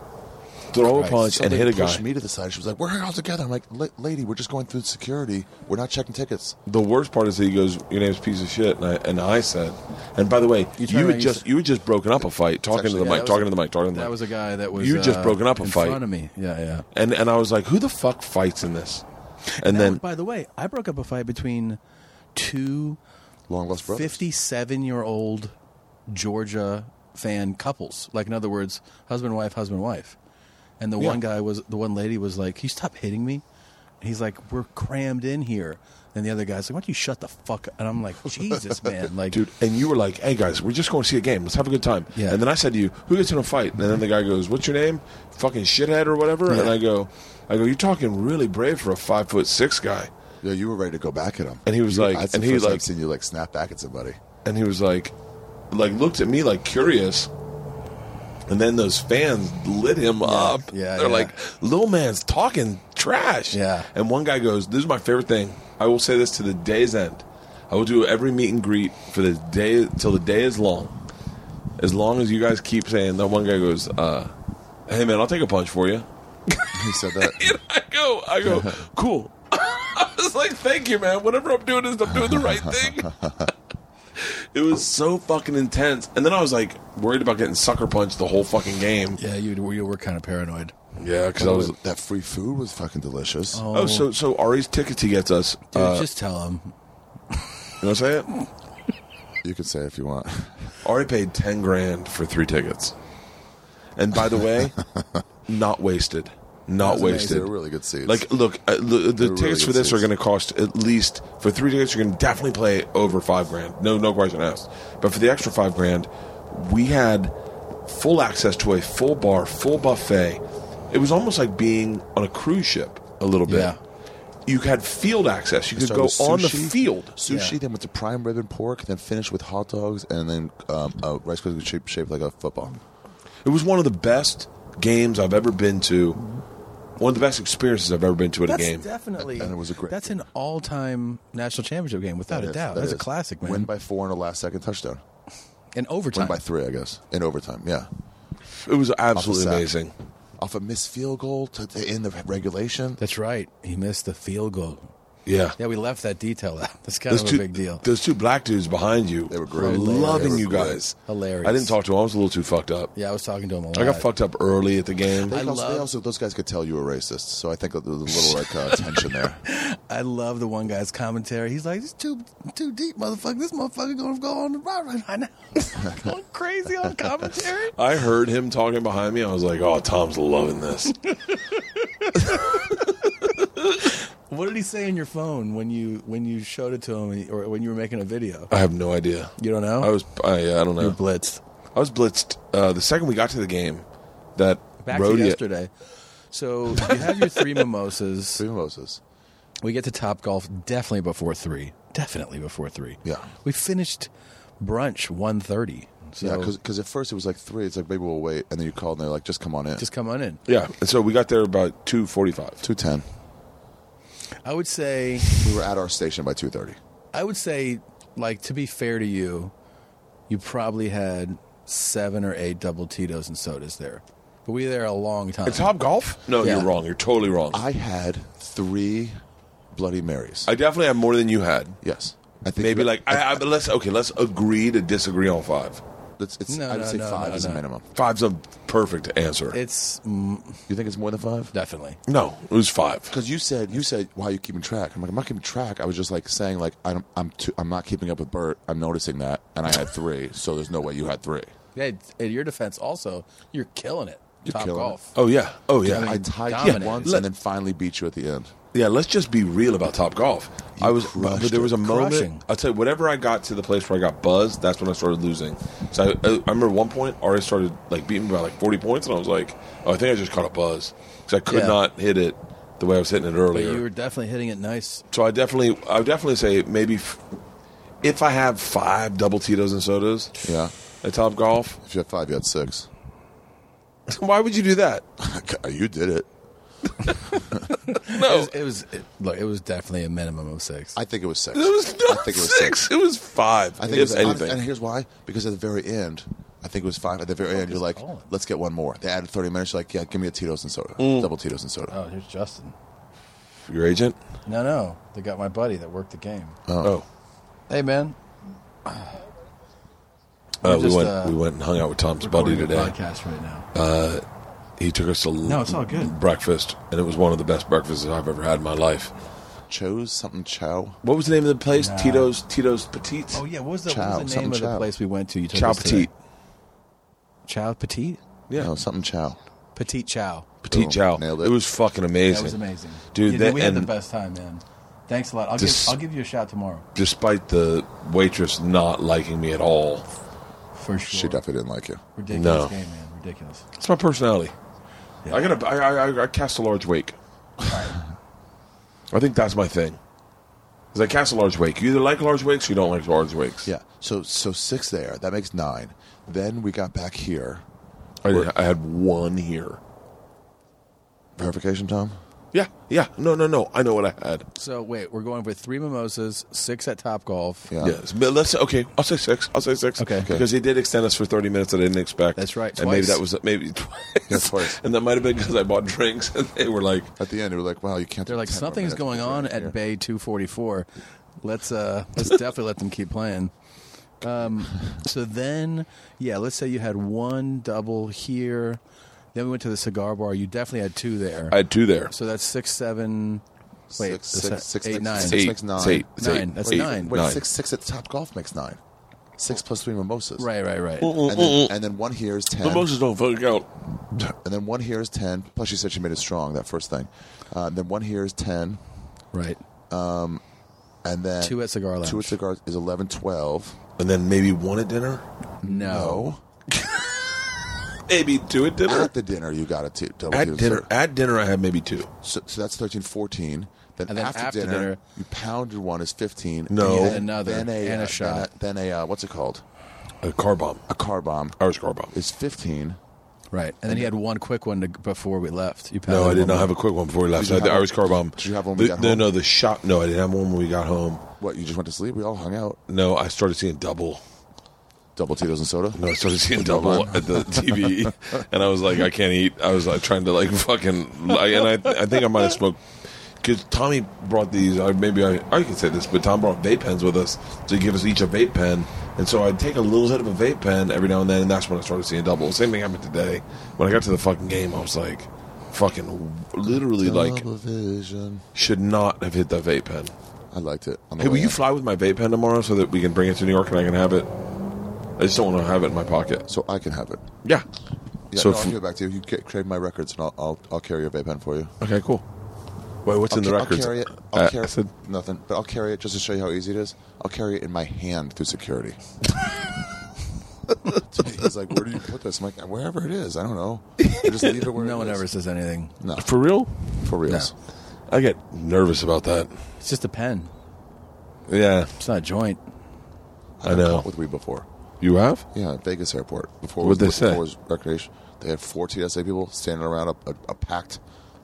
Throw a
Christ.
punch and
somebody
hit a guy.
pushed me to the side. She was like, "We're all together." I'm like, "La- "Lady, we're just going through security. We're not checking tickets."
The worst part is that he goes, "Your name's piece of shit," and I, and I said, and by the way,
You
you,
turn around,
had
you
just
said-
you had just broken up a fight, talking to
actually-
the
yeah,
mic,
that was
talking
a-
to the mic, talking to the mic.
That was a guy that was
You just
uh,
broken up a
in
fight.
front of me. Yeah, yeah.
and and I was like, "Who the fuck fights in this?" And
That
then
was- by the way, I broke up a fight between two
Long lost brothers.
57 year old Georgia fan couples. Like, in other words, husband, wife, husband, wife. And the one guy was, the one lady was like, Can you stop hitting me? And he's like, We're crammed in here. And the other guy's like, Why don't you shut the fuck up? And I'm like, Jesus, man. Like,
dude, and you were like, "Hey guys, we're just going to see a game. Let's have a good time."
Yeah.
And then I said to you, "Who gets in a fight?" And then the guy goes, "What's your name? Fucking shithead or whatever." And
Yeah.
I go, "I go, you're talking really brave for a five foot six guy."
Yeah, you were ready to go back at him,
And he was
You-
like-
"That's
and
the
he
first time
like-
I've seen you like snap back at somebody."
and he was like, like looked at me like curious, and then those fans lit him up.
yeah,
they're
yeah.
like, "Little man's talking trash."
Yeah.
and one guy goes, "This is my favorite thing. I will say this to the day's end. I will do every meet and greet for the day till the day is long, as long as you guys keep saying." That one guy goes, uh, "Hey man, I'll take a punch for you."
He said that.
And I go, I go, cool. I was like, thank you, man. Whatever I'm doing is I'm doing the right thing. it was so fucking intense. And then I was like worried about getting sucker punched the whole fucking game.
yeah, you, you were kind of paranoid.
Yeah, because
By
I
the
was.
way, that free food was fucking delicious.
Oh, so so Ari's tickets he gets us.
Dude,
uh,
just tell him.
you know what I'm saying?
You can say if you want.
Ari paid ten grand for three tickets. And by the way, not wasted. Not
That's amazing.
wasted.
They're really good seats.
Like, look, uh, the, the
They're really
tickets for
good
this are
seats.
going to cost at least for three tickets. You're going to definitely play over five grand. No, no question asked. But for the extra five grand, we had full access to a full bar, full buffet. It was almost like being on a cruise ship a little bit.
Yeah.
You had field access. You
They
could
started
go
with
on the
sushi-
field.
Sushi,
Yeah.
then went to prime rib and pork, then finished with hot dogs, and then um, uh, rice crispy shaped, shaped like a football.
It was one of the best games I've ever been to. One of the best experiences I've ever been to at
That's
a game.
definitely.
And it was a great
That's
game.
an all time national championship game, without a
Yes,
doubt.
that
that's a
is.
classic, man.
Win by four in a last second touchdown.
in
Win
overtime.
by three, I guess, in overtime. Yeah,
It was absolutely
Off a sack.
amazing.
off a missed field goal to, to in the regulation.
that's right. He missed the field goal.
Yeah.
Yeah, we left that detail out. That's kind
Those
of
two,
a big deal.
Those two black dudes behind you,
They were
Were
great.
loving
They were
you
great.
guys.
Hilarious.
I didn't talk to him. I was a little too fucked up.
yeah, I was talking to him a lot.
I got fucked up early at the game.
They,
I
also, they
love-
also- those guys could tell you were racist, so I think there's a little like uh, tension there.
I love the one guy's commentary. He's like, "It's too too deep, motherfucker. This motherfucker gonna go on the ride right now, going crazy on commentary."
I heard him talking behind me. I was like, "Oh, Tom's loving this."
What did he say in your phone when you when you showed it to him and- or when you were making a video?
I have no idea.
You don't know?
I was. I, yeah, I don't
You were
know.
blitzed.
I was blitzed uh, the second we got to the game. That
Back
rodeo.
to yesterday. So you have your three mimosas.
Three mimosas.
We get to Top Golf definitely before three. Definitely before three.
Yeah.
We finished brunch 1.30. So
yeah, because at first it was like three. It's like maybe we'll wait, and then you called and they're like, just come on in.
just come on in.
Yeah, and so we got there about two forty-five.
two ten.
I would say
We were at our station by two thirty.
I would say, like, to be fair to you, you probably had seven or eight double Tito's and sodas there. But we were there a long time.
At Top Golf?
No,
Yeah.
you're wrong. You're totally wrong. I,
I had three Bloody Marys.
definitely have more than you had.
yes, I think
Maybe
you-
like I, I, but let's okay. Let's agree to disagree on five.
it's, it's,
No,
I'd
no,
say
no,
five
no,
is a
no.
minimum.
Five's a perfect answer.
It's mm,
You think it's more than five?
definitely.
no, it was five.
Because you said you said why are you keeping track? I'm like I'm not keeping track. I was just like saying like I'm I'm too, I'm not keeping up with Bert. I'm noticing that, and I had three, so there's no way you had three.
Yeah, in your defense, also, you're killing it. Top
killing
golf.
Oh yeah. Oh yeah.
I,
mean,
tied you
dominated.
once
Let-
and then finally beat you at the end.
Yeah, let's just be real about Top Golf. I was,
crushed
but there was a
it.
moment.
Crushing.
I'll tell you, whenever I got to the place where I got buzzed, that's when I started losing. So I, I, I remember one point, Ari started like beating me by like forty points, and I was like, oh, I think I just caught a buzz because I could
Yeah. not
not hit it the way I was hitting it
But
earlier.
you were definitely hitting it nice.
so I definitely, I would definitely say maybe f- if I have five double Tito's and sodas
Yeah,
at Top Golf,
if you had five, you had six.
why would you do that?
you did it.
No, it was. It was it, look, it was definitely a minimum of six.
I think it was six.
It was not
I think it was
six. It was five.
I think it was,
anything.
and here's why: because at the very end, I think it was five. At the very end, you're like,
calling?
"Let's get one more." They added 30 minutes. You're like, "Yeah, give me a Tito's and soda,
Mm.
double Tito's and soda."
oh, here's Justin.
Your agent?
No, no, they got my buddy that worked the game.
Oh,
Hey, man,
Uh,
We're
we
just,
went.
uh,
we went and hung out with Tom's buddy
recording a
today.
podcast right now.
He took us to
No, it's all good.
breakfast, and it was one of the best breakfasts I've ever had in my life.
Oh.
Chose something Chow.
What was the name of the place?
Nah.
Tito's Tito's Petite.
oh yeah, what was the,
Chow,
what was
something
the name of the
chow.
place we went to? You took
Chow
us today?
Petite.
Chow Petite,
Yeah,
No, something Chow.
Petite Chow.
Petite
Boom.
Chow.
Nailed
it.
it.
was fucking amazing.
That was amazing,
dude.
Yeah,
that,
we had
and
the best time, man. Thanks a lot. I'll
Dis-
give I'll give you a shout tomorrow
despite the waitress not liking me at all,
for sure.
She definitely didn't like you.
Ridiculous
No.
game, man. Ridiculous.
it's my personality.
Yeah.
I gotta. I, I, I- I cast a large wake. I think that's my thing. Is I cast a large wake. You either like large wakes or you don't like large wakes.
Yeah. So so six there. That makes nine. Then we got back here.
I, did, I had one here.
Verification, Tom.
Yeah, yeah. No, no, no. I know what I had.
So wait, we're going with three mimosas, six at Top Golf.
Yeah.
Yes, but let's okay. I'll say six. I'll say six.
Okay. Okay.
Because he did extend us for thirty minutes that I didn't expect.
That's right,
And maybe
twice.
that was maybe twice.
Yeah, twice.
And that might have been because I bought drinks and they were like,
At the end, they were like, "Wow, you can't."
They're
do
like
10 more
something's
minutes
going
before
on
you're
at
here."
Bay 244. Let's uh let's definitely let them keep playing. Um so then yeah, let's say you had one double here. Then we went to the cigar bar. You definitely had two there.
"I had two there.
so that's six, seven, wait,
Six,
that's
six, six,
not- eight,
six,
nine.
six,
Eight.
makes nine.
It's eight. It's
Nine.
eight.
That's
Eight.
nine.
Wait,
Nine.
six six at Top Golf makes nine. Six plus three mimosas.
Right, right, right.
Mm,
And then, and then one here is ten.
Mimosas don't fucking count.
And then one here is 10. Plus, she said she made it strong, that first thing. Uh, then one here is 10.
Right.
And then
Two at Cigar Lounge.
Two at cigar is 11, 12.
And then maybe one at dinner. Oh.
No.
Maybe two at dinner.
Oh. At the dinner, you got a t- double
At
Tito's
dinner.
soda.
At dinner, I had maybe two.
So, so that's 13, 14. Then,
And then
after,
after
dinner,
dinner-
you pounded one is 15.
No.
And
And
another,
Then a,
and a
uh,
shot.
Then a, then a uh, what's it called?
A car bomb.
A car bomb
Irish car bomb.
is 15.
Right. And then you had one quick one to, before we left. You
No,
pounded
I did
one
not
more.
have a quick one before we left.
Did you
I had the
have
Irish car bomb.
Did you have one when we
The-
got
no,
home?
No, the shop. No, I didn't have one when we got home.
What, you just went to sleep? We all hung out.
No, I started seeing double.
Double Tito's and soda?
No, I started seeing double at the TV, and I was like, I can't eat. I was like trying to like fucking, like, and I, I think I might have smoked because Tommy brought these. I, maybe I, I could say this, but Tom brought vape pens with us to give us each a vape pen, and so I'd take a little hit of a vape pen every now and then, and that's when I started seeing double. Same thing happened today when I got to the fucking game. I was like, fucking, literally like,
Television.
should not have hit that vape pen.
I liked it. on the
Hey, will
way
you
in.
fly with my vape pen tomorrow so that we can bring it to New York and I can have it? I just don't want to have it in my pocket.
So I can have it.
Yeah.
Yeah,
So
no, I'll
if-
give it back to you. You ca- trade my records, and I'll I'll, I'll carry your vape pen for you.
Okay, cool. Wait, what's in the
I'll ca-
records?
I'll carry it. I'll
Uh,
carry
I said-
nothing, but I'll carry it just to show you how easy it is. I'll carry it in my hand through security. He's like, "Where do you put this?" I'm like, "Wherever it is. I don't know. I just leave it where."
No
it
one
is."
ever says anything.
No,
For real?
for reals.
I get nervous about that.
It's just a pen.
Yeah,
It's not a joint.
I
I've been
know.
caught with weed before.
You have?
Yeah, at Vegas airport before it
What'd
was-
they say?
before it was recreation. They had four TSA people standing around a, a, a packed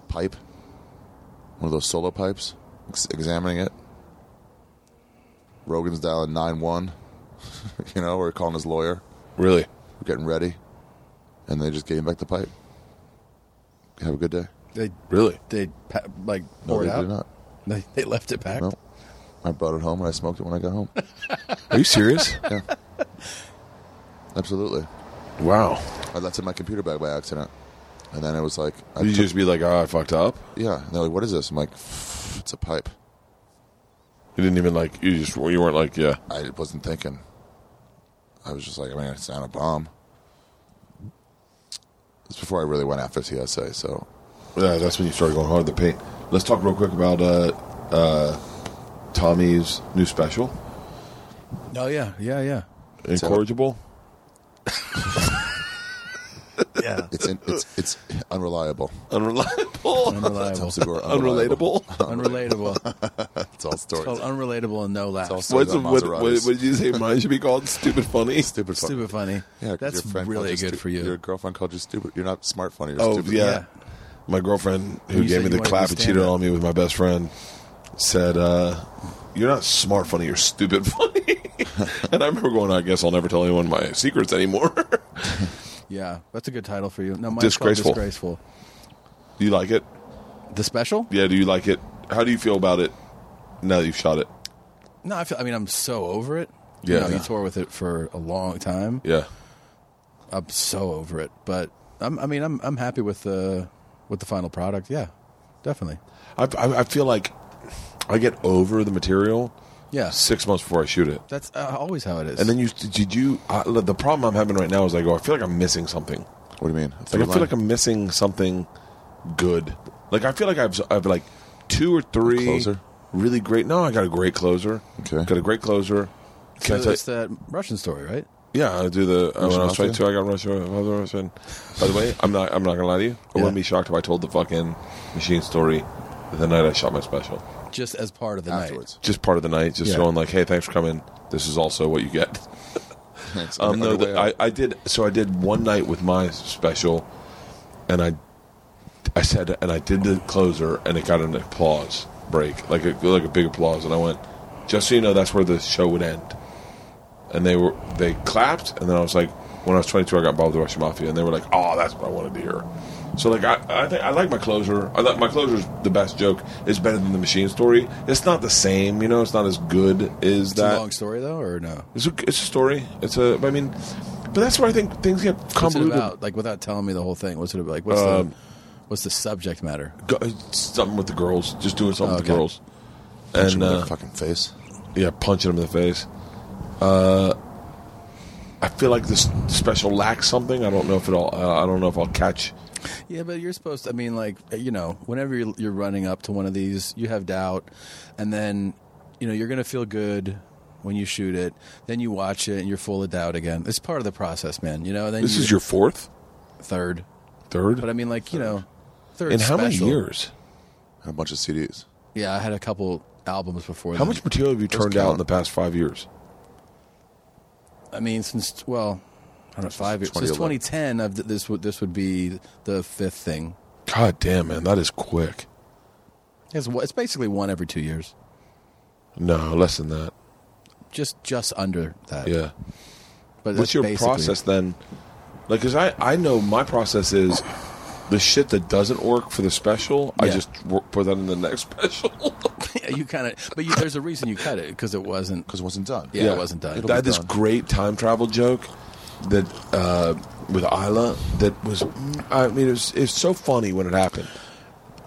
pipe, one of those solo pipes, ex- examining it. Rogan's dialing nine one, you know, or calling his lawyer.
Really?
We're getting ready, and they just gave him back the pipe. Have a good day.
They
Really?
they pa- like
No,
poured
they
out.
did not.
They, they left it packed.
No, I brought it home and I smoked it when I got home.
Are you serious?
yeah, absolutely.
wow.
I left it in my computer bag by accident, and then it was like I
Did you
took-
just be like, oh, I fucked up?
Yeah. And they're like, what is this? I'm like, it's a pipe.
You didn't even like. You just. You weren't like, yeah.
I wasn't thinking. I was just like, I mean, it's not a bomb. It's before I really went after TSA, so
Yeah, that's when you started going hard at the paint. Let's talk real quick about uh, uh, Tommy's new special,
No, Oh, yeah, yeah, yeah,
Incorrigible.
yeah.
it's in, it's it's unreliable.
Unreliable.
Tom
Unreliable,
Segura, unreliable.
Unrelatable.
unrelatable.
It's all
It's called
stories.
unrelatable and no laughs.
all-
What's,
Those are
what, what,
Maseratis.
what did you say? Mine should be called stupid funny.
Stupid. Fun.
Stupid funny.
Yeah, 'cause
that's
your friend called
really
you
good
stu-
for you.
Your girlfriend called you stupid. You're not smart funny. You're
Oh
stupid.
yeah.
Yeah.
my girlfriend
You
who
said
gave me
you
the
wanted
clap
to
and
stand
cheated
up.
on me with my best friend said, uh, "You're not smart funny. You're stupid funny." and I remember going, "I guess I'll never tell anyone my secrets anymore."
yeah, that's a good title for you. No, mine's
Disgraceful.
Called disgraceful.
do you like it?
The special?
Yeah. Do you like it? How do you feel about it now that you've shot it?
No, I feel. I mean, I'm so over it.
Yeah.
you, know, you
Yeah.
tore with it for a long time.
Yeah.
I'm so over it, but I'm, I mean, I'm I'm happy with the with the final product. Yeah, definitely.
I, I, I feel like I get over the material
Yeah,
six months before I shoot it.
that's uh, always how it is.
And then you did you? I, the problem I'm having right now is I go. I feel like I'm missing something.
What do you mean?
Like I feel like I'm missing something good. Like I feel like I've I've like two or three
Closer?
really great. No, I got a great closer.
Okay.
got a great closer.
so
Can I tell
it's that Russian story, right?
yeah, I do the uh, when I was trying
Russian
to. I got Russian. I was Russian. By the way, I'm not. I'm not gonna lie to you. I
Yeah.
wouldn't be shocked if I told the fucking machine story the night I shot my special.
Just as part of the
afterwards.
Just part of the night. Just
Yeah.
going like, hey, thanks for coming. This is also what you get.
Thanks.
Um,
On
no,
your
the,
way
I,
out.
I did. So I did one night with my special, and I, I said, and I did the closer, and it got an applause break, like a like a big applause, and I went, just so you know, that's where the show would end. And they were they clapped, and then I was like, when I was 22, I got involved with the Russian Mafia, and they were like, oh, that's what I wanted to hear. So like I, I think I like my closer. I like my closer's the best joke. It's better than the machine story. It's not the same, you know. It's not as good as
It's
that.
a long story though, or no?
It's a, it's a story. It's a. I mean, but that's where I think things get
What's it
convoluted.
about? Like without telling me the whole thing. What's it about? Like what's
Um,
the what's the subject matter?
Go- uh, something with the girls, just doing something with the
Okay.
girls,
Punch
and
him in
uh,
the fucking face.
yeah, punching them in the face. Uh, I feel like this special lacks something. I don't know if it all. Uh, I don't know if I'll catch.
Yeah, but you're supposed. I mean, like you know, whenever you're, you're running up to one of these, you have doubt, and then you know you're gonna feel good when you shoot it. Then you watch it, and you're full of doubt again. It's part of the process, man. You know. And then
This
you-
is your fourth,
third,
third,
but I mean, like you know, third.
in how many
special.
years?
And a bunch of CDs.
Yeah, I had a couple albums before.
How
then.
much material have you turned out in the past five years?
I mean, since well, I don't know, five years. Since
2011.
2010, I've, this would this would be the fifth thing.
God damn, man, that is quick.
It's, it's basically one every two years,
No, less than that.
just just under that.
Yeah.
But
What's
that's
your
basically-
process then? Like, because I, I know my process is the shit that doesn't work for the special, I
Yeah.
just work, put that in the next special.
Yeah, you kind of, but you, there's a reason you cut it because it wasn't.
Because it wasn't done.
Yeah, it wasn't done.
I had this
done.
great time travel joke that uh, with Isla that was, mm, I mean, it was, it was so funny when it happened,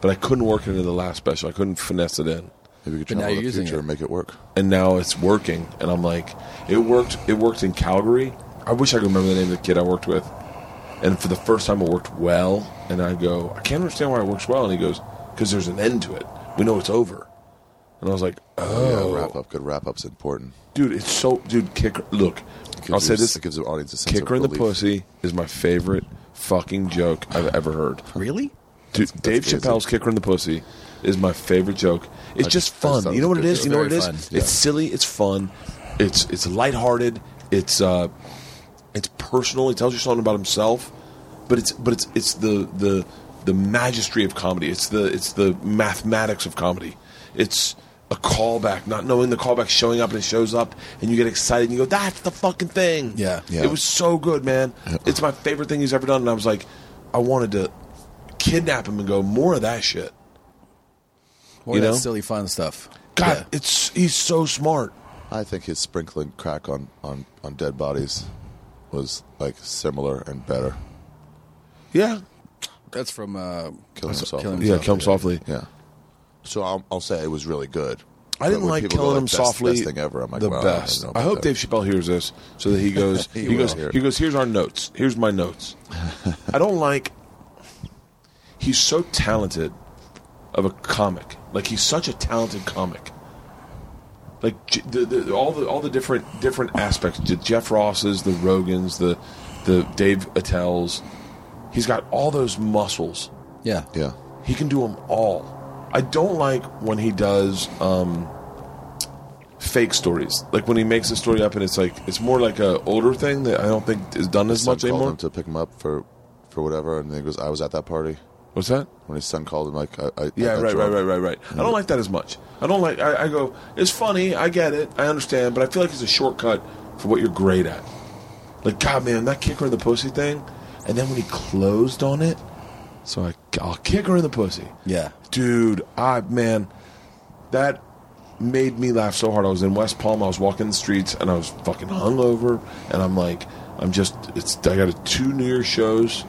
but I couldn't work it into the last special. I couldn't finesse it in.
Maybe we could
But now
travel
you're
to the
using
future
it.
and make it work.
and now it's working. And I'm like, it worked. It worked in Calgary. I wish I could remember the name of the kid I worked with. And for the first time, it worked well. And I go, I can't understand why it works well. And he goes, because there's an end to it. We know it's over. And I was like, oh,
Yeah, wrap up. Good wrap up's important.
dude, it's so, dude, kicker. Look,
It
I'll
gives
say
you-
this:
It gives the audience a sense
kicker in
of
the
relief.
pussy is my favorite fucking joke I've ever heard.
Really?
Dude,
that's
Dave
crazy.
Chappelle's "Kicker in the Pussy" is my favorite joke. It's just fun.
sounds
You know what it
good.
is.
It's
You know what
very
it is.
fun, yeah.
It's silly. It's fun. It's it's lighthearted. It's uh, it's personal. He tells you something about himself, but it's but it's it's the the the magistry of comedy. It's the it's the mathematics of comedy. It's a callback, not knowing the callback, showing up and it shows up, and you get excited and you go, "That's the fucking thing."
Yeah.
Yeah.
It was so good, man. It's my favorite thing he's ever done, and I was like, I wanted to kidnap him and go more of that shit.
More
You
of that
know?
silly fun stuff.
God,
Yeah.
it's he's so smart.
I think his sprinkling crack on, on, on dead bodies was like similar and better.
Yeah,
that's from uh,
Killing himself.
Killing
yeah.
Himself.
Kill him softly.
Yeah. So I'll, I'll say it was really good.
I didn't
But when
like
people go,
killing him
"Best-
softly.
Best thing ever. I'm like,
the
well, I don't
best.
know
I,
about
hope
that.
Dave Chappelle hears this so that he goes. he
He
goes.
will.
He goes. Here's our notes. Here's my notes. I don't like. He's so talented, of a comic. Like he's such a talented comic. Like J- the, the, all the all the different different aspects. The Jeff Rosses, the Rogans, the the Dave Attell's. He's got all those muscles.
Yeah.
Yeah.
He can do them all. I don't like when he does um, fake stories. Like when he makes a story up and it's like it's more like a older thing that I don't think is done as
Son
much
called
anymore.
him to pick him up for, for whatever, and then he goes, I was at that party.
What's that?
When his son called him, like, I, I
Yeah,
I got
right, right,
drunk.
right, right, right. I don't like that as much. I don't like. I, I go. It's funny. I get it. I understand. But I feel like it's a shortcut for what you're great at. Like God, man, that kicker in the pussy thing. And then when he closed on it, so I, I'll kick her in the pussy.
Yeah.
dude i man that made me laugh so hard i was in west palm i was walking the streets and i was fucking hungover and i'm like i'm just it's i got a two new year's shows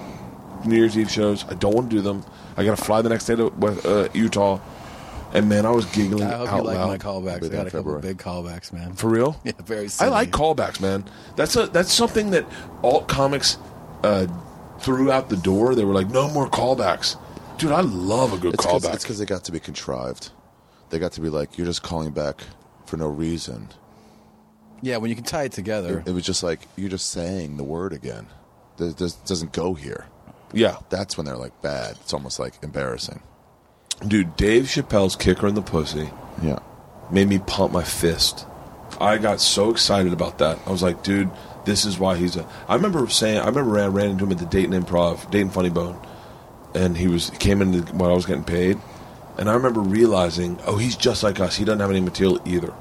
new year's eve shows i don't want to do them i gotta fly the next day to uh, utah and man i was giggling
I hope
out
you like
loud
my
I'll
callbacks.
be there
I got
in
a couple
February.
of big callbacks, man.
for real
yeah, very.
I
Silly.
like callbacks, man. That's a that's something that alt comics uh, threw out the door. They were like, "No more callbacks, dude." I love a good
It's
callback.
because they got to be contrived. They got to be like, you're just calling back for no reason.
Yeah, when you can tie it together.
It was just like, you're just saying the word again. This, this doesn't go here.
yeah,
That's when they're like bad. It's almost like embarrassing.
Dude, Dave Chappelle's kicker in the pussy
Yeah.
made me pump my fist. I got so excited about that. I was like, dude, this is why he's a. I remember saying, I remember I ran into him at the Dayton Improv, Dayton Funny Bone, and he was he came in when I was getting paid, and I remember realizing, oh, he's just like us. He doesn't have any material either.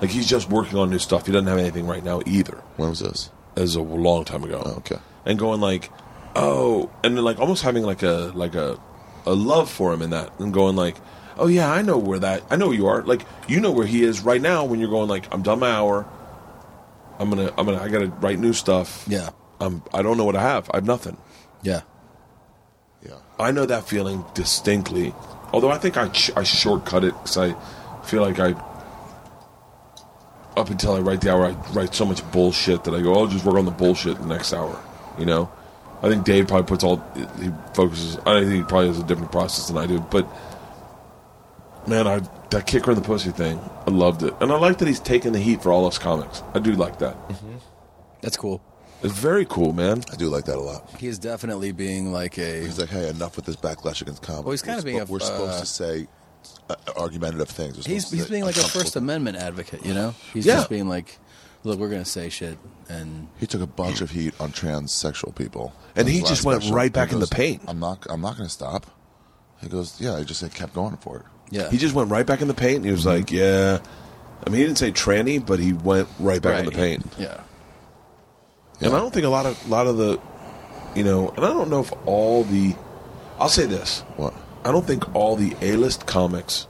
Like he's just working on new stuff. He doesn't have anything right now either.
When was this?
As a long time ago.
Oh, okay.
And going like, oh, and then like almost having like a like a a love for him in that, and going like, oh yeah, I know where that, I know where you are. Like you know where he is right now when you're going like, I'm done my hour. I'm gonna I'm gonna I gotta write new stuff.
Yeah.
I'm I don't know what I have. I have nothing.
yeah.
Yeah.
I know that feeling distinctly. Although I think I ch- I shortcut it because I feel like I up until I write the hour I write so much bullshit that I go I'll just work on the bullshit the next hour. You know, I think Dave probably puts all he focuses. I think he probably has a different process than I do, but man, I that kicker in the pussy thing, I loved it, and I like that he's taking the heat for all us comics. I do like that.
That's cool.
It's very cool, man.
I do like that a lot.
He is definitely being like a.
He's like, hey, enough with this backlash against comedy.
Well, he's kinda
we're
being a-
we're supposed
uh,
to say uh, argumentative things. We're
He's
supposed to
he's
say
being like a
uncomfortable
First Amendment advocate. You know. He's
Yeah.
just being like, look, we're gonna say shit and.
He took a bunch of heat on transsexual people,
And
On
he
his
just
last
went right
He
back in the
goes,
paint.
I'm not. I'm not going to stop. He goes, yeah. I just I kept going for it.
Yeah.
He just went right back in the paint and he was like, yeah. I mean, he didn't say tranny, but he went right back in the paint.
Yeah.
And I don't think a lot of lot of the, you know, and I don't know if all the, I'll say this,
What?
I don't think all the A-list comics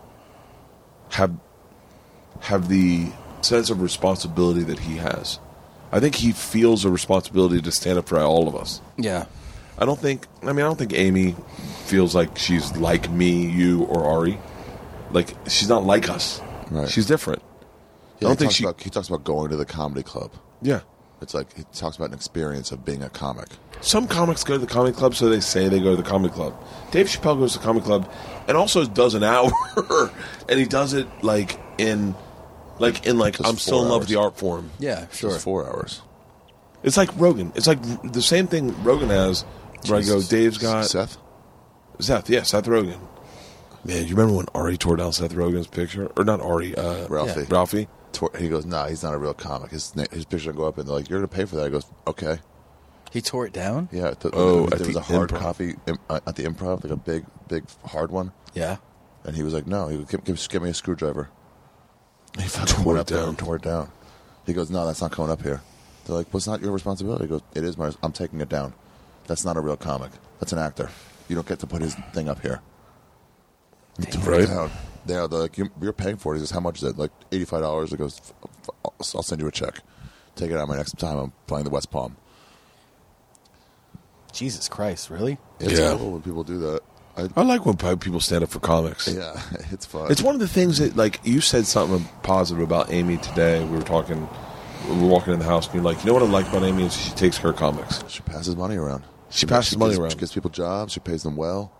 have have the sense of responsibility that he has. I think he feels a responsibility to stand up for all of us.
Yeah.
I don't think. I mean, I don't think Amy feels like she's like me, you, or Ari. Like she's not like us.
Right.
She's different.
Yeah,
don't
he
think
talks
she-
About, he talks about going to the comedy club.
Yeah.
It's like he talks about an experience of being a comic.
Some comics go to the comedy club, so they say they go to the comedy club. Dave Chappelle goes to the comedy club, and also does an hour, and he does it like in, like in like
Just
I'm still
four
in love with
hours.
the art form.
Yeah. Sure.
It's four hours.
It's like Rogan. It's like the same thing Rogan has. Where I go, Dave's got
Seth.
Seth, yeah, Seth Rogen. Man, you remember when Ari tore down Seth Rogen's picture? Or not Ari, uh,
Ralphie.
Yeah.
Ralphie?
Tor- he goes, "Nah, he's not a real comic. His na- his picture will go up, and they're like, you're gonna pay for that." I goes, "Okay,
He tore it down.
yeah." th-
Oh,
there
at
was
the
a hard
improv.
copy im- uh, at the improv, like a big, big hard one,
Yeah.
and he was like, "No, he goes, give, give, give me a screwdriver." He fucking
Tore
went
it
up there
down.
and tore it down. He goes, "No, that's not coming up here." They're like, "What's it's not your responsibility?" He goes, "It is my. I'm taking it down. That's not a real comic. That's an actor. You don't get to put his thing up here." He tore
Right.
it down. They are, they're like, "You- "You're paying for it." He goes, "How much is it?" Like eighty-five dollars. He goes, "F- f- I'll- "I'll send you a check. Take it out my next time I'm playing the West Palm."
Jesus Christ, really?
It's
Yeah.
cool when people do that. I,
I like when pi- people stand up for comics.
yeah, it's fun.
It's one of the things that, like, you said something positive about Amy today. We were talking, we were walking in the house, and you're like, you know what I like about Amy is she takes her comics.
she passes money around.
She passes
gives-
money around.
She gives people jobs. She pays them well.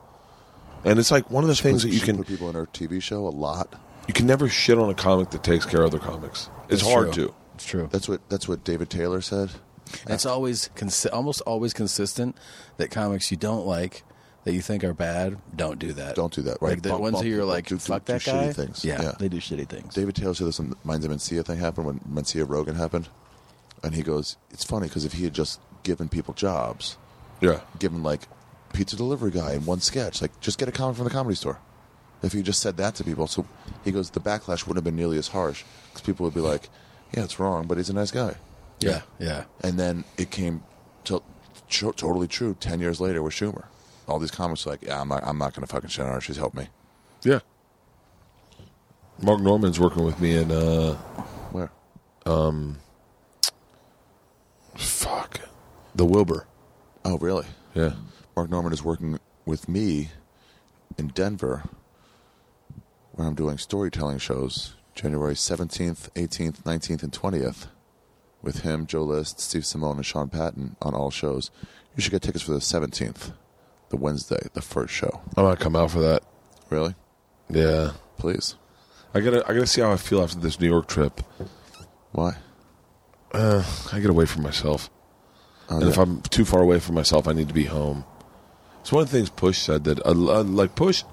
And it's like one of the things
Puts-
that you
she
can
put people in her TV show a lot.
you can never shit on a comic that takes care of other comics. It's
That's
hard
true.
to.
It's true.
That's what that's what David Taylor said.
It's always consi- almost always consistent that comics you don't like that you think are bad don't do that.
Don't do that, right?
Like the
Bump-
ones
bump
who you're
people,
like,
do- do-
fuck
do
that
shitty
guy.
things.
Yeah,
Yeah.
they do shitty things.
David Taylor said this when the Minds of Mencia thing happened when Mencia Rogan happened, and he goes, "It's funny because if he had just given people jobs,
Yeah.
given like pizza delivery guy in one sketch, like just get a comic from the comedy store." If he just said that to people, so he goes, the backlash wouldn't have been nearly as harsh because people would be like, "Yeah, it's wrong, but he's a nice guy."
yeah, yeah.
And then it came to, to- totally true ten years later with Schumer. All these comics were like, yeah, I'm not, I'm not going to fucking shit on her. She's helped me.
Yeah. Mark Norman's working with me in uh
Where?
fuck. The Wilbur.
Oh, really?
Yeah.
Mark Norman is working with me in Denver, where I'm doing storytelling shows January 17th, 18th, 19th, and 20th with him, Joe List, Steve Simone, and Sean Patton on all shows. You should get tickets for the 17th, the Wednesday, the first show.
I'm gonna come out for that.
Really?
Yeah.
Please.
I gotta I gotta see how I feel after this New York trip.
Why?
I get away from myself.
Oh,
and if
yeah.
I'm too far away from myself, I need to be home. It's one of the things Push said that I, lo- like Push,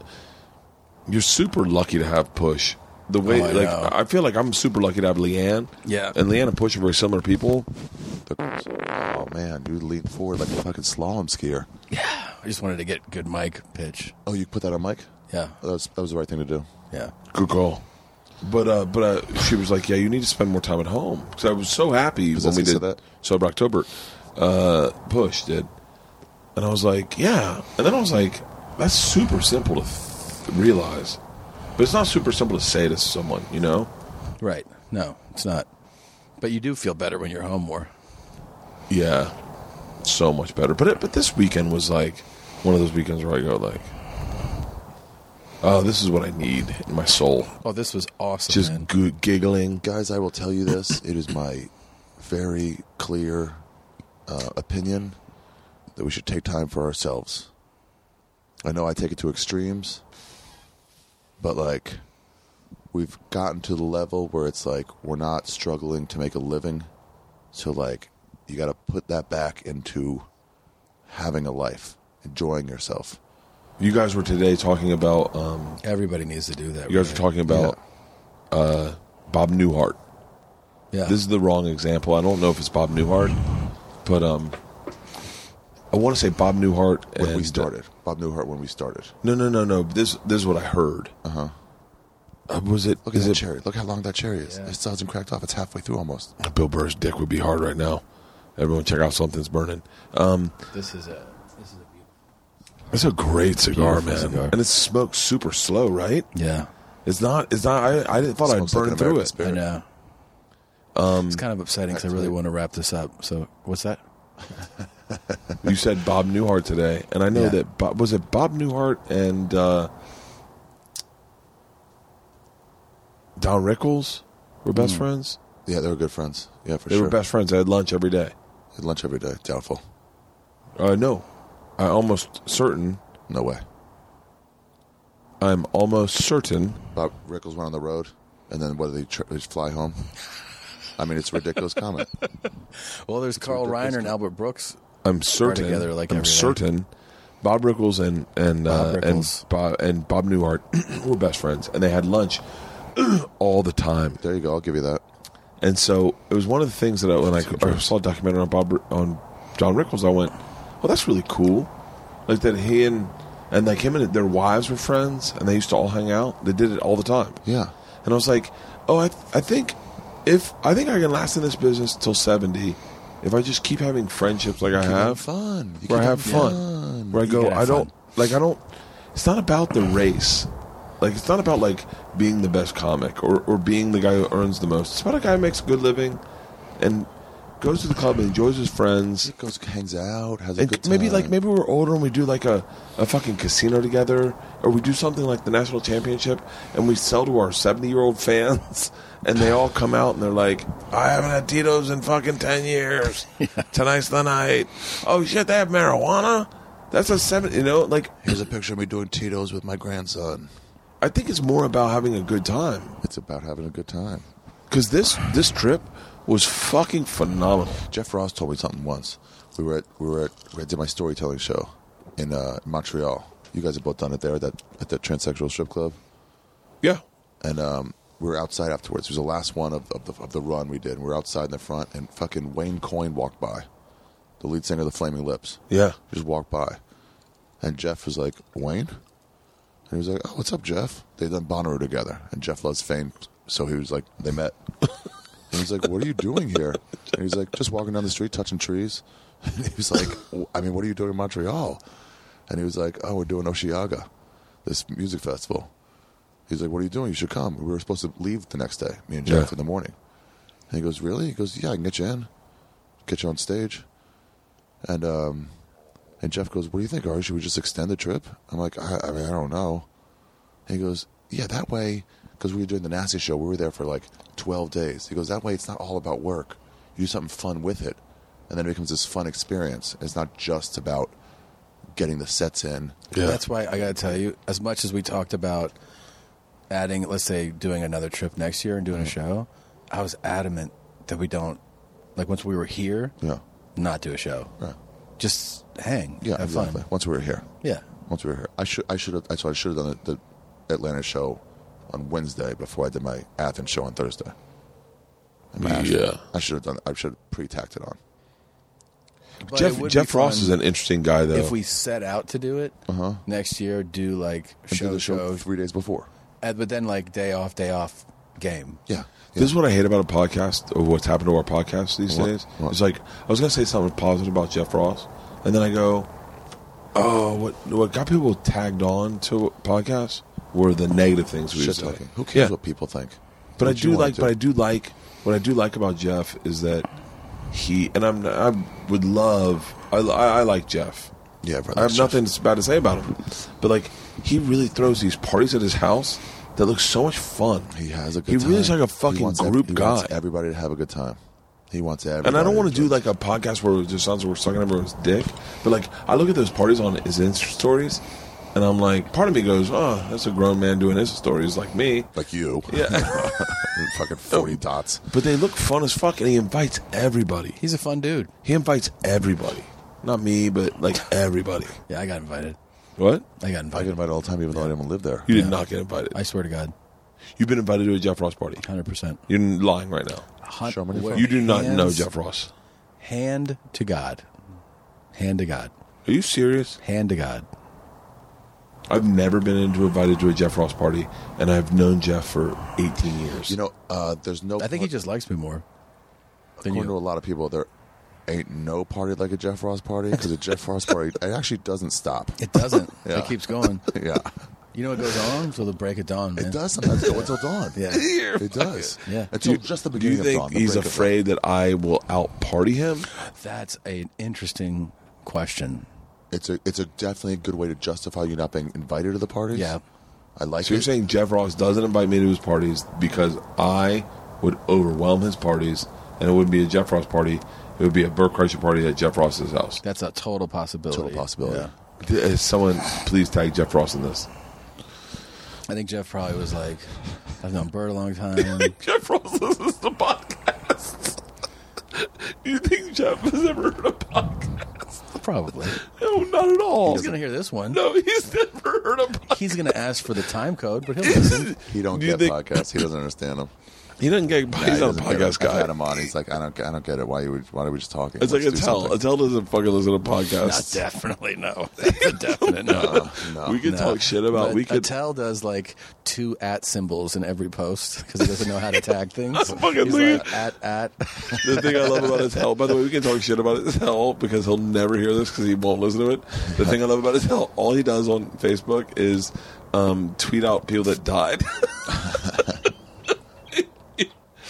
you're super lucky to have Push. The way
Oh, I
like
know.
I feel like I'm super lucky to have Leanne.
Yeah.
and Leanne and Push are very similar people.
Oh man, you lean forward like a fucking slalom skier.
I just wanted to get good mic pitch.
Oh, you put that on mic?
Yeah,
That was, that was the right thing to do.
yeah.
Good call. But uh, but uh, she was like, yeah, you need to spend more time at home because I was so happy when we
Possessive
did
said that?
sober October. Uh, Push did, and I was like, yeah, and then I was like, that's super simple to th- realize, but it's not super simple to say to someone, you know.
Right. No, it's not. But you do feel better when you're home more.
Yeah, so much better. But it, but this weekend was like one of those weekends where I go like, oh, this is what I need in my soul.
Oh, this was awesome.
Just
man.
goo giggling.
Guys, I will tell you this. It is my very clear uh, opinion that we should take time for ourselves. I know I take it to extremes, but like, we've gotten to the level where it's like we're not struggling to make a living. So, like, you got to put that back into having a life, enjoying yourself.
You guys were today talking about. Um,
Everybody needs to do that.
you guys
right?
were talking about uh, Bob Newhart.
Yeah.
This is the wrong example. I don't know if it's Bob Newhart, but um, I want to say Bob Newhart.
When we
and-
started, Bob Newhart, when we started.
No, no, no, no. This this is what I heard. Uh-huh. Was it?
Look at
is
that
it
cherry. Look how long that cherry is. It still hasn't cracked off. It's halfway through almost.
Bill Burr's dick would be hard right now. Everyone, check out something's burning. Um,
This is a. This is a beautiful.
it's a great cigar,
Beautiful
man,
cigar.
and it's smoked super slow, right?
Yeah,
It's not. It's not. I, I didn't- thought I'd
Smokes like
burn
an
through
American
it.
spirit.
I know. it's kind of upsetting because I really want to wrap this up. So what's that?
You said Bob Newhart today, and I know
Yeah.
that Bob, was it Bob Newhart and uh, Don Rickles were
Mm.
best friends.
Yeah, they were good friends. Yeah, for
They
sure.
were best friends. I had lunch every day.
Had lunch every day. Doubtful.
Uh, no, I almost certain.
No way.
I'm almost certain.
Bob Rickles went on the road, and then what did they tr- they fly home? I mean, it's a ridiculous comment.
Well, there's Carl
ridiculous.
Reiner and Albert Brooks.
I'm certain.
together like
I'm
every day.
certain Bob Rickles and and
Bob
uh,
Rickles.
and Bob and Bob Newhart were best friends, and they had lunch all the time.
There you go. I'll give you that.
And so it was one of the things that I, when I, I saw a documentary on Bob on John Rickles, I went, "Well, that's really cool." Like that he and and like him and their wives were friends, and they used to all hang out. They did it all the time.
Yeah.
And I was like, "Oh, I I think if I think I can last in this business till seventy, if I just keep having friendships like I have,
fun. You
where I
keep
have
having
fun, where I
You
go,
can have
I don't
fun.
like I don't. It's not about the race. Like it's not about like being the best comic or, or being the guy who earns the most. It's about a guy who makes a good living, and goes to the club and enjoys his friends.
Goes hangs out, has a
And
good time.
maybe like maybe we're older and we do like a, a fucking casino together, or we do something like the national championship, and we sell to our seventy year old fans, and they all come out and they're like, "I haven't had Tito's in fucking ten years. Tonight's the night. Oh shit, they have marijuana. That's a seven. You know, like
Here's a picture of me doing Tito's with my grandson.
I think it's more about having a good time
It's about having a good time.
because this this trip was fucking phenomenal.
Jeff Ross told me something once. We were at we were at we did my storytelling show in uh, Montreal. You guys have both done it there at that at that transsexual strip club.
Yeah,
and um, we were outside afterwards. It was the last one of, of, the, of the run we did. And we were outside in the front, and fucking Wayne Coyne walked by, the lead singer of the Flaming Lips.
yeah.
Just walked by. And Jeff was like, Wayne? And he was like, oh, what's up, Jeff? They've done Bonnaroo together. And Jeff loves fame. So he was like, they met. And he's like, what are you doing here? And he's like, just walking down the street, touching trees. And he was like, "W- I mean, what are you doing in Montreal? And he was like, oh, we're doing Oshiaga, this music festival. He's like, what are you doing? You should come. We were supposed to leave the next day, me and Jeff,
Yeah.
in the morning. And he goes, really? He goes, yeah, I can get you in, get you on stage. And um, and Jeff goes, "What do you think, Ari? Should we just extend the trip?" I'm like, "I, I mean, I don't know." And he goes, "Yeah, that way, because we were doing the nasty show. We were there for like 12 days." He goes, "That way, it's not all about work. You do something fun with it, and then it becomes this fun experience. It's not just about getting the sets in."
That's why I got to tell you, as much as we talked about adding, let's say, doing another trip next year and doing a show, I was adamant that we don't, like, once we were here,
Yeah,
not do a show.
Right.
Just hang.
yeah,
have
exactly.
fun.
Once we were here,
Yeah.
once we were here, I should, I should have, I so I should have done the, the Atlanta show on Wednesday before I did my Athens show on Thursday. I mean, I should-
Yeah.
I should have done. I should have pre-tacked it on.
But it
Jeff
would be
Jeff Ross
fun
is an interesting guy though.
If we set out to do it next year, do like
and
show,
do the show
show,
three days before.
and- but then like day off, day off game.
Yeah.
This is what I hate about a podcast, or what's happened to our podcast these
What?
days.
What?
It's like I was going to say something positive about Jeff Ross, and then I go, "Oh, what what got people tagged on to podcasts were the negative things we
Shit
used to
talking. Who cares
Yeah.
what people think?
But I
What you
do
wanna
like, but I do like what I do like about Jeff is that he and I'm I would love I I, I like Jeff.
Yeah, everyone
I have
likes
nothing bad to say about him, but like he really throws these parties at his house that look so much fun.
He has a good
He
time.
really is like a
He
fucking
wants ev-
group
he
guy.
wants everybody to have a good time. He wants everybody.
And I don't want to
to
do like a podcast where it just sounds like we're sucking everyone's dick. But like, I look at those parties on his Insta stories, and I'm like, part of me goes, "Oh, that's a grown man doing Insta stories like me."
Like you.
Yeah,
fucking 40 dots.
but they look fun as fuck, and he invites everybody.
He's a fun dude.
He invites everybody, not me, but like everybody.
Yeah, I got invited.
What?
I got
I
invited.
get invited all the time, even though I didn't live there.
You did not get invited.
I swear to God,
You've been invited to a Jeff Ross party.
hundred percent.
You're lying right now.
Show me your phone.
You do not know Jeff Ross.
Hand to God, hand to God,
Are you serious?
hand to God.
I've never been into, invited to a Jeff Ross party, and I've known Jeff for 18 years.
You know, uh, there's no.
I think he just likes me more. than
According
you.
to a lot of people, there ain't no party like a Jeff Ross party because a Jeff Ross party, it actually doesn't stop.
It doesn't.
Yeah.
It keeps going.
Yeah.
You know what goes on until the break of dawn, man.
It does sometimes go until dawn.
Yeah.
It does.
Yeah.
Until just the
Do you
beginning
think
of dawn. the
he's
break of dawn.
afraid that I will out party him?
That's an interesting question.
It's a it's a definitely a good way to justify you not being invited to the parties.
Yeah.
I like
So you're
it.
saying Jeff Ross doesn't invite me to his parties because I would overwhelm his parties, and it wouldn't be a Jeff Ross party; it would be a Burke Kreischer party at Jeff Ross's house.
That's a total possibility.
total possibility.
Yeah.
Uh, Someone, please tag Jeff Ross in this.
I think Jeff probably was like, I've known Bert a long time.
Jeff Ross listens to podcasts. Do you think Jeff has ever heard a podcast?
Probably.
No, not at all.
He's going to hear this one.
no, he's never heard of.
He's going to ask for the time code, but he'll listen.
He don't
Do you
get
think-
podcasts. He doesn't understand them.
He doesn't get.
Yeah,
he's
he
not a
doesn't get it.
podcast
I've had
guy.
him on. He's like, I don't, I don't get it. Why you? would- Why are we just talking?
It's like
Let's do
Attell.
something."
Attell doesn't fucking listen to
Not
podcasts.
definitely no. That's a definite no.
No,
we could
No.
talk shit about.
But
we could.
Attell does like two at symbols in every post because he doesn't know how to tag things.
fucking
He's
look
like, at at.
the thing I love about Attell. By the way, we can talk shit about Attell because he'll never hear this because he won't listen to it. The thing I love about Attell, all he does on Facebook is um, tweet out people that died.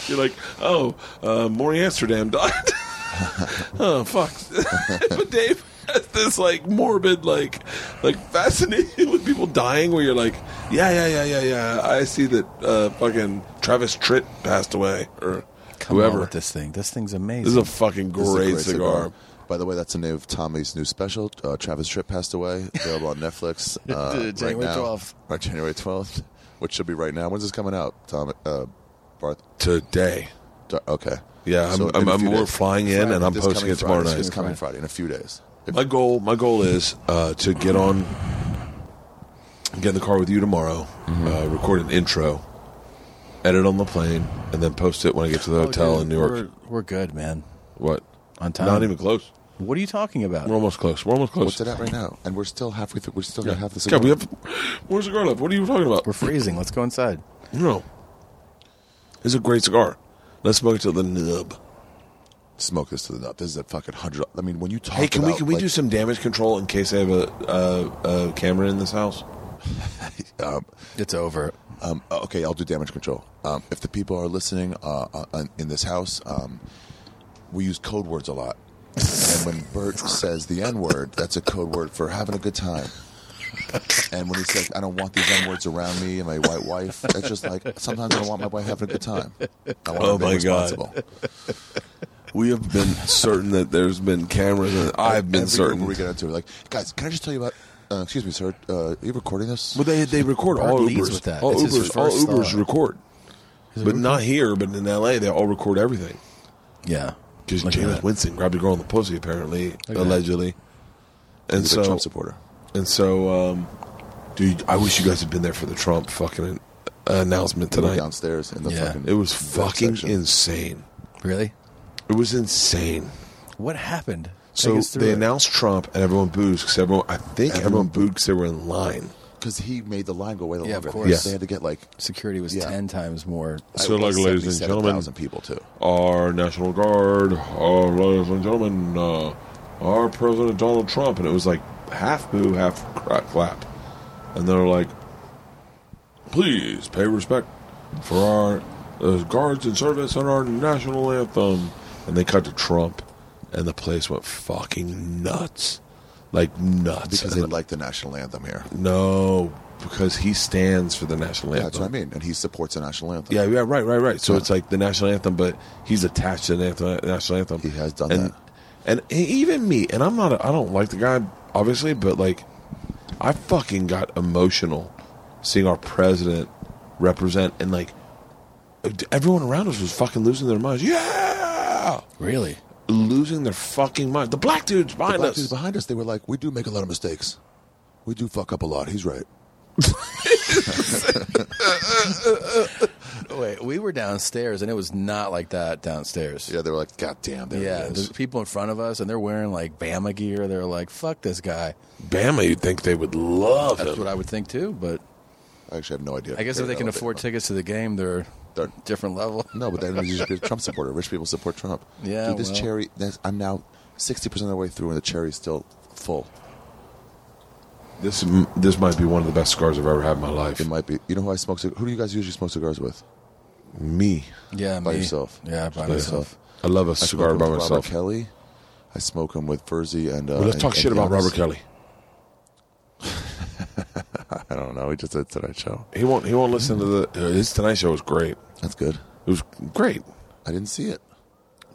You're like, oh, uh, Maury Amsterdam died. oh fuck! but Dave has this like morbid, like, like fascination with people dying. Where you're like, yeah, yeah, yeah, yeah, yeah. I see that uh, fucking Travis Tritt passed away, or
Come on
whoever.
with this thing. This thing's amazing.
This is a fucking
This
great,
is a
cigar.
By the way, that's the name of Tommy's new special. Uh, Travis Tripp passed away. Available on Netflix. Uh,
Dude, January
right now.
12th.
Right, January 12th, which should be right now. When's this coming out, Tom? Uh, Barth?
Today.
Dar- Okay.
Yeah, I'm,
So in
I'm,
a
I'm,
few
we're
days.
flying in, and I'm
This
posting
coming
it tomorrow
Friday.
night.
It's coming Friday in a few days. If-
My goal, my goal is uh, to get on, get in the car with you tomorrow, uh, record an intro, edit on the plane, and then post it when I get to the
Oh,
hotel
dude,
in New York.
We're, we're good, man.
What?
On time.
Not even close.
What are you talking about?
We're almost close. We're almost close.
What's it at right now? And we're still halfway through. We're still
Yeah,
gonna have this.
God, we have more cigar left. What are you talking about?
We're freezing. Let's go inside.
No, it's a great cigar. Let's smoke it to the nub.
smoke this to the nut. This is a fucking hundred. I mean, when you talk.
Hey, can we
about,
can we
like,
do some damage control in case I have a, uh, a, a camera in this house?
Um,
It's over.
um, okay, I'll do damage control. Um, if the people are listening uh, on, in this house, um, we use code words a lot. And when Bert says the N word, that's a code word for having a good time. And when he says, I don't want these N words around me and my white wife, it's just like sometimes I don't want my wife having a good time. I want
Oh
her to be
my God.
responsible.
We have been certain that there's been cameras, and I've been
Every
certain.
Uber we get into it, like, guys, can I just tell you about? Uh, excuse me, sir. Uh, are you recording this?
Well, they they record
Bert
all
leads
Ubers.
with that.
All
It's his
Ubers, all
first
Ubers
thought.
record, but not here. But in L.A., they all record everything.
Yeah.
Because
Look at
James
that.
Winston grabbed a girl in the pussy, apparently,
that.
allegedly, and
He's
so
a Trump supporter.
and so, um, dude, I wish you guys had been there for the Trump fucking announcement
We were
tonight.
downstairs in the
Yeah.
fucking.
It was
that
fucking
section.
insane.
Really?
It was insane.
What happened? Take
So
us through
they
it.
announced Trump, and everyone booed because everyone. I think everyone,
Everyone
booed because they were in line.
because he made the line go way longer.
Yeah, of
than-
course.
They had to get like
security was
Yeah.
10 times more.
So,
like,
like, ladies and gentlemen-
people too.
our National Guard, our ladies and gentlemen, uh, our President Donald Trump, and it was like half boo, half cra- clap, and they're like, please pay respect for our uh, guards in service and our national anthem, and they cut to Trump, and the place went fucking nuts, like nuts,
Because they like the national anthem here.
no, because he stands for the national anthem.
That's what I mean. And he supports the national anthem.
Yeah, yeah, right, right, right. So
Yeah.
it's like the national anthem, but he's attached to the anthem, national anthem.
He has done
and,
that.
and and even me. And I'm not. A, I don't like the guy, obviously, but like, I fucking got emotional seeing our president represent, and like, everyone around us was fucking losing their minds. Yeah,
Really?
losing their fucking minds. The black dude's
The
behind
black
us.
dudes behind us, they were like, "We do make a lot of mistakes. We do fuck up a lot." He's right.
Wait, we were downstairs and it was not like that downstairs.
Yeah, they were like, "God damn, there
Yeah,
he
there's
is."
people in front of us and they're wearing like Bama gear. They're like, fuck this guy.
Bama, you'd think they would love
That's
him.
what I would think too, but
I actually have no idea.
I guess if they can afford
to.
tickets to the game, they're
They're-
different level.
No, but then you just be a Trump supporter. Rich people support Trump.
Yeah,
Dude, this
well.
cherry. That's, I'm now sixty percent of the way through, and the cherry's still full.
This this might be one of the best scars I've ever had in my life.
It might be. You know who I smoke? cig- Who do you guys usually smoke cigars with?
Me,
Yeah,
By
me.
yourself.
Yeah, by
By
myself.
yourself.
I love a
I smoke
cigar
them
by
with
myself.
Robert Kelly. I smoke him with Verzi and. Uh,
Well, let's
and-
talk
and
shit about
Giannis.
Robert Kelly.
I don't know. He just did Tonight Show.
He won't. He won't listen to the. uh, His Tonight Show was great.
That's good.
It was great.
I didn't see it.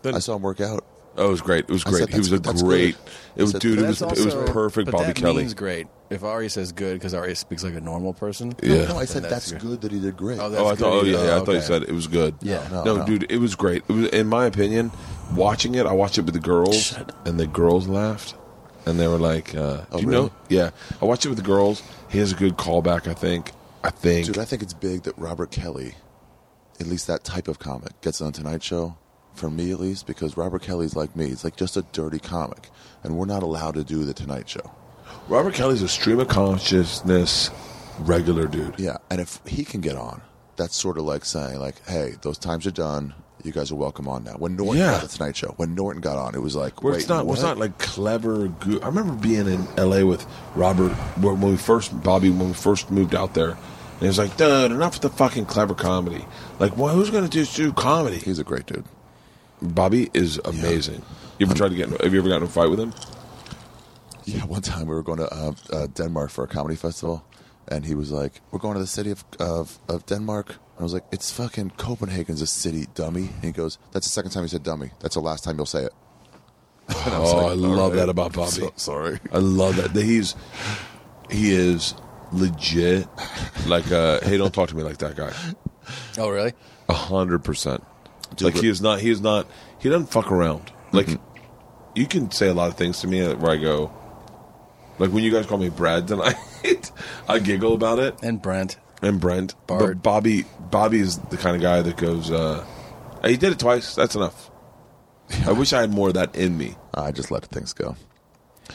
Then-
I saw him work out.
Oh, it was great. It was
I said
great. He was a
that's- that's
great.
good.
It was
I said
dude. It
But
was
That's
it was
also-
perfect.
but
Bobby
that
Kelly.
means great. If Ari says good, because Ari speaks like a normal person.
Yeah.
No, I said
Then
that's,
that's
good that he did great.
Oh, that-
Oh, I
That's
thought.
good.
Oh, yeah. yeah, I thought you
Okay.
said it was good.
Yeah.
No,
No, no.
dude. It was great. It was, in my opinion, watching it. I watched it with the girls, and the girls laughed. and they were like, uh,
Oh,
do you
really?
know? Yeah, I watched it with the girls. He has a good callback, I think. I think.
Dude, I think it's big that Robert Kelly, at least that type of comic, gets on Tonight Show. For me, at least, because Robert Kelly's like me. He's like just a dirty comic, and we're not allowed to do the Tonight Show.
Robert Kelly's a stream of consciousness regular dude.
Yeah, and if he can get on, that's sort of like saying, like, hey, those times are done. You guys are welcome on now. When Norton
Yeah.
got the Tonight Show, when Norton got on, it was like,
Where
wait,
it's not,
what?
it's not like clever. Goo- I remember being in L.A. with Robert when when we first Bobby when we first moved out there, and he was like, "Dude, enough with the fucking clever comedy. Like, well, who's going to just do comedy?"
he's a great dude.
Bobby is amazing. Oh, You ever tried to get? in- Have you ever gotten in a fight with him?
Yeah, one time we were going to uh, uh, Denmark for a comedy festival, and he was like, "We're going to the city of, of of Denmark." And I was like, "It's fucking Copenhagen's a city, dummy." And he goes, "That's the second time you said dummy. That's the last time you'll say it." And was
oh,
like,
I
"All
love
right.
that about Bobby.
So- sorry.
I love that. That He's he is legit. Like, uh, hey, don't talk to me like that guy.
Oh, really?
A hundred percent.
Dude,
Like
but-
he is not. He is not. He doesn't fuck around. Like you can say a lot of things to me where I go. Like when you guys call me Brad tonight, I giggle about it.
And Brent.
And Brent,
Bard.
but Bobby, Bobby is the kind of guy that goes. uh "Hey, He did it twice. That's enough. I wish I had more of that in me.
I just let things go.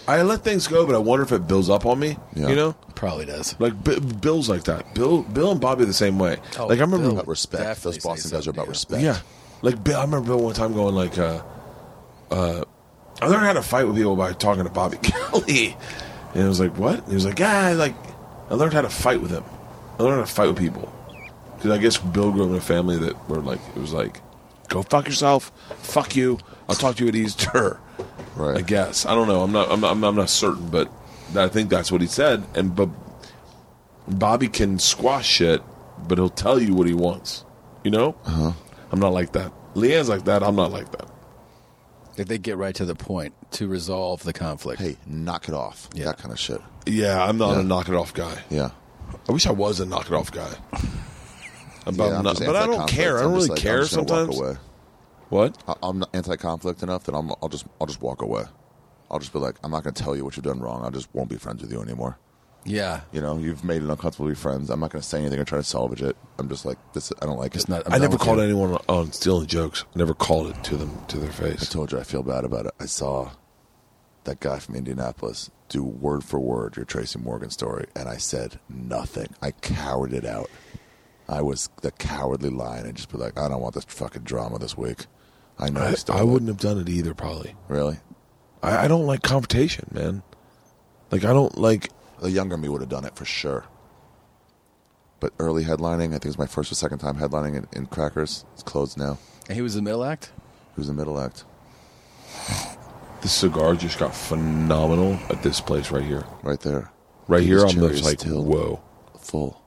I let things go, but I wonder if it builds up on me.
Yeah.
You know,
Probably does.
like B- Bill's like that. Bill, Bill and Bobby the same way.
Oh,
like I remember,
Bill.
About respect.
Definitely
Those Boston
say
guys are about respect.
something,
yeah, like Bill. I remember Bill one time going like, uh, uh, I learned how to fight with people by talking to Bobby Kelly, and I was like, what? And he was like, yeah, I like I learned how to fight with him. I learned how to fight with people because I guess Bill grew up in a family that were like it was like, go fuck yourself, fuck you. I'll talk to you at Easter.
Right.
I guess I don't know. I'm not. I'm not. I'm not, I'm not certain, but I think that's what he said. And but Bobby can squash shit, but he'll tell you what he wants. You know. Uh-huh. I'm not like that. Leanne's like that. I'm not like that.
If they get right to the point to resolve the conflict.
Hey, knock it off.
Yeah.
That kind of shit.
Yeah, I'm not a knock it off guy.
Yeah.
I wish I was a knock it off guy. About
Yeah, I'm
not-
just
but I don't
anti-conflict.
care. I
I'm
don't really
just like, I'm
care
just gonna walk
sometimes.
away.
What?
I- I'm not anti-conflict enough that I'm, I'll just I'll just walk away. I'll just be like, I'm not going to tell you what you've done wrong. I just won't be friends with you anymore.
Yeah.
You know, you've made it uncomfortable to be friends. I'm not going to say anything or try to salvage it. I'm just like, this. I don't like
Just
it.
not. I'm
i
done
never
with
called
you.
anyone on stealing jokes. I never called it to them to their
I
face.
told you I feel bad about it. I saw that guy from Indianapolis do word for word your Tracy Morgan story, and I said nothing. I cowered it out. I was the cowardly lion and just be like, I don't want this fucking drama this week. I know.
I,
he stole
I
it.
wouldn't have done it either, probably.
really.
I, I don't like confrontation, man. Like I don't like.
The younger me would have done it for sure. But early headlining, I think it's my first or second time headlining in, in Crackers. It's closed now.
And he was the middle act?
Who's the middle act?
The cigar just got phenomenal at this place right here.
Right there.
Right here,
These
I'm
chairs
just like,
still
whoa.
Full.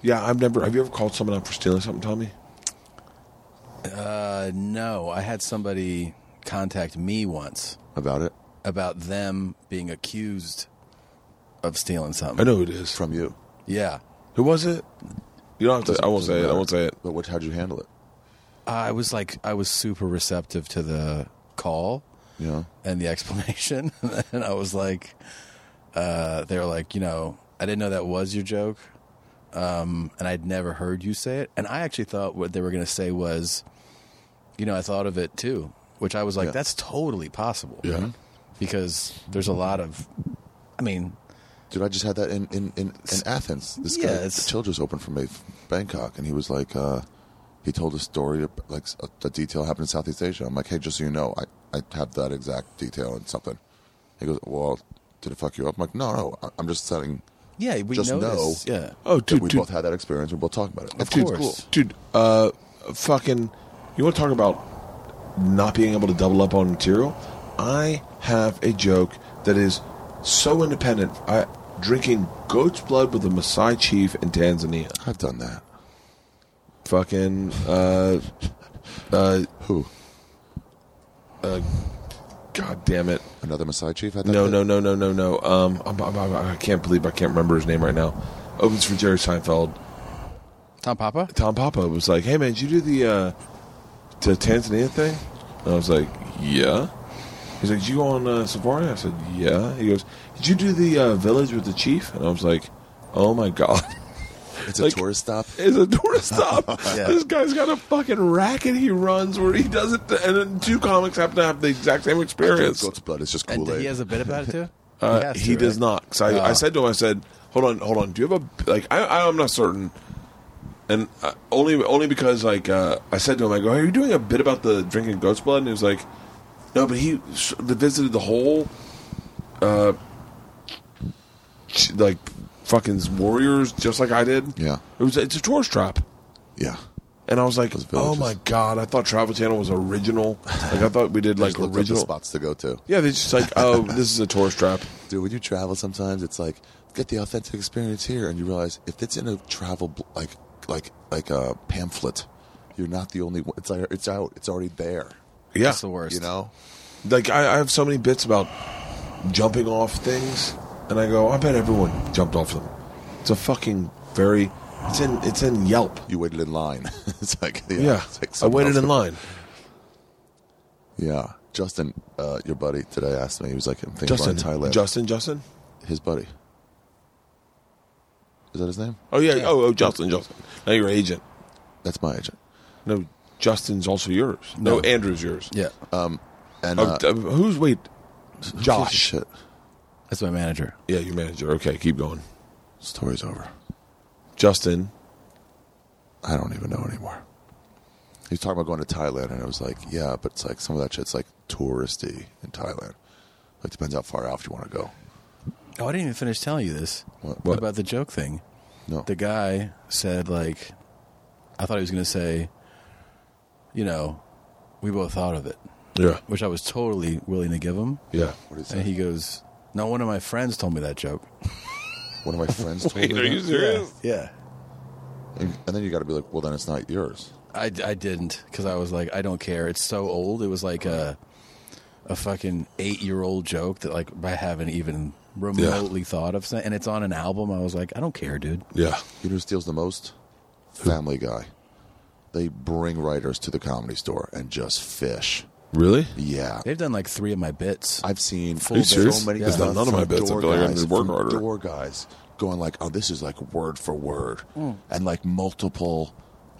Yeah, I've never. Have you ever called someone out for stealing something, Tommy?
Uh, no. I had somebody contact me once
About it?
about them being accused of stealing
I
something.
know who it is.
From you.
Yeah.
Who was it? You don't have to. I won't
Doesn't
say it. I
matter.
won't say it.
But what, how'd you handle it?
I was like, I was super receptive to the call
You know?
and the explanation. and I was like, uh, they were like, you know, I didn't know that was your joke. Um, and I'd never heard you say it. And I actually thought what they were going to say was, you know, I thought of it too, which I was like,
Yeah.
that's totally possible.
Yeah.
Because there's a lot of, I mean,
Dude, I just had that in, in, in, in Athens. This
Yeah,
guy,
it's-
the Childress opened for me f- Bangkok, and he was like, uh, he told a story, ab- like s- a, a detail happened in Southeast Asia. I'm like, hey, just so you know, I, I have that exact detail and something. He goes, well, did it fuck you up? I'm like, no, no, I- I'm just saying
yeah, we
Just
know.
know.
this. Yeah.
Oh,
that
dude,
we
dude,
both had that experience. We're both talking about it. Of
dude,
course.
cool. dude. Uh, fucking. You want to talk about not being able to double up on material? I have a joke that is so independent. I drinking goat's blood with a Maasai chief in Tanzania.
I've done that.
Fucking. Uh, uh,
Who?
God damn it.
Another Maasai chief had that?
No,
bit?
no, no, no, no, no. Um, I'm, I'm, I'm, I can't believe I can't remember his name right now. Opens for Jerry Seinfeld.
Tom Papa?
Tom Papa was like, "Hey man, did you do the uh, the Tanzania thing?" And I was like, "Yeah." He's like, "Did you go on uh, safari?" I said, "Yeah." He goes, "Did you do the uh, village with the chief?" And I was like, "Oh my god."
It's a
Like-
tourist stop.
It's a tourist stop.
Yeah.
This guy's got a fucking racket he runs where he doesn't, and then two comics happen to have the exact same experience.
Goat's blood. It's just
And
Kool Aid.
he has a bit about it too.
Uh,
has
he
to,
does
right?
not. 'Cause I, I said to him, I said, "Hold on, hold on. Do you have a like?" I, I I'm not certain, and uh, only only because like uh, I said to him, I go, "Are you doing a bit about the drinking goat's blood?" And he was like, "No, but he s- visited the whole, uh, ch- like fucking warriors just like I did."
Yeah.
it was. It's a tourist trap.
yeah.
And I was like,
Those
"Oh
villages.
my god!" I thought Travel Channel was original. Like I thought we did
I
like
just looked up the
original.
spots to go to.
Yeah, they just like, "Oh, this is a tourist trap."
Dude, when you travel, sometimes it's like get the authentic experience here, and you realize if it's in a travel bl- like like like a pamphlet, you're not the only one. It's like, it's out. It's already there.
Yeah,
That's the worst.
You know.
like I, I have so many bits about jumping off things, and I go, I bet everyone jumped off them. It's a fucking very. It's in it's in Yelp.
You waited in line. it's like yeah.
Yeah,
it's like
I
someone
waited
else-
in line.
Yeah, Justin, uh, your buddy today asked me. He was like, "I'm thinking
Justin,
about Thailand."
Justin, Justin.
his buddy. Is that his name?
Oh yeah. Oh, oh, Justin, Justin. Now your agent.
That's my agent.
No, Justin's also yours. No,
No.
Andrew's yours.
Yeah,
And
Oh,
uh,
d- who's wait? Josh.
Shit.
that's my manager.
Yeah, your manager. Okay, keep going.
Story's over.
Justin.
I don't even know anymore. He was talking about going to Thailand, and I was like, yeah, but it's like some of that shit's like touristy in Thailand. Like, depends how far out you want to go.
Oh, I didn't even finish telling you this
What?
What?
about the joke thing.
No.
The guy said, like, I thought he was going to say, you know, we both thought of it,
Yeah.
which I was totally willing to give him.
Yeah.
what is
And
that?
he goes, No, one of my friends told me that joke.
One of my friends told me.
Wait, are
that.
you serious?
Yeah.
And, and then you got to be like, well, then it's not yours.
I, I didn't because I was like, I don't care. It's so old. It was like a, a fucking eight year old joke that, like, I haven't even remotely thought of. And it's on an album. I was like, I don't care, dude.
Yeah.
You know who steals the most? Family Guy. They bring writers to the comedy store and just fish.
Really?
Yeah.
They've done like three of my bits.
I've seen
Are you
so
serious?
many
It's not
guys
none of
from
my bits. I
Door
feel like I'm
guys,
in work
from
order.
Door guys going like, oh, this is like word for word,
Hmm.
and like multiple.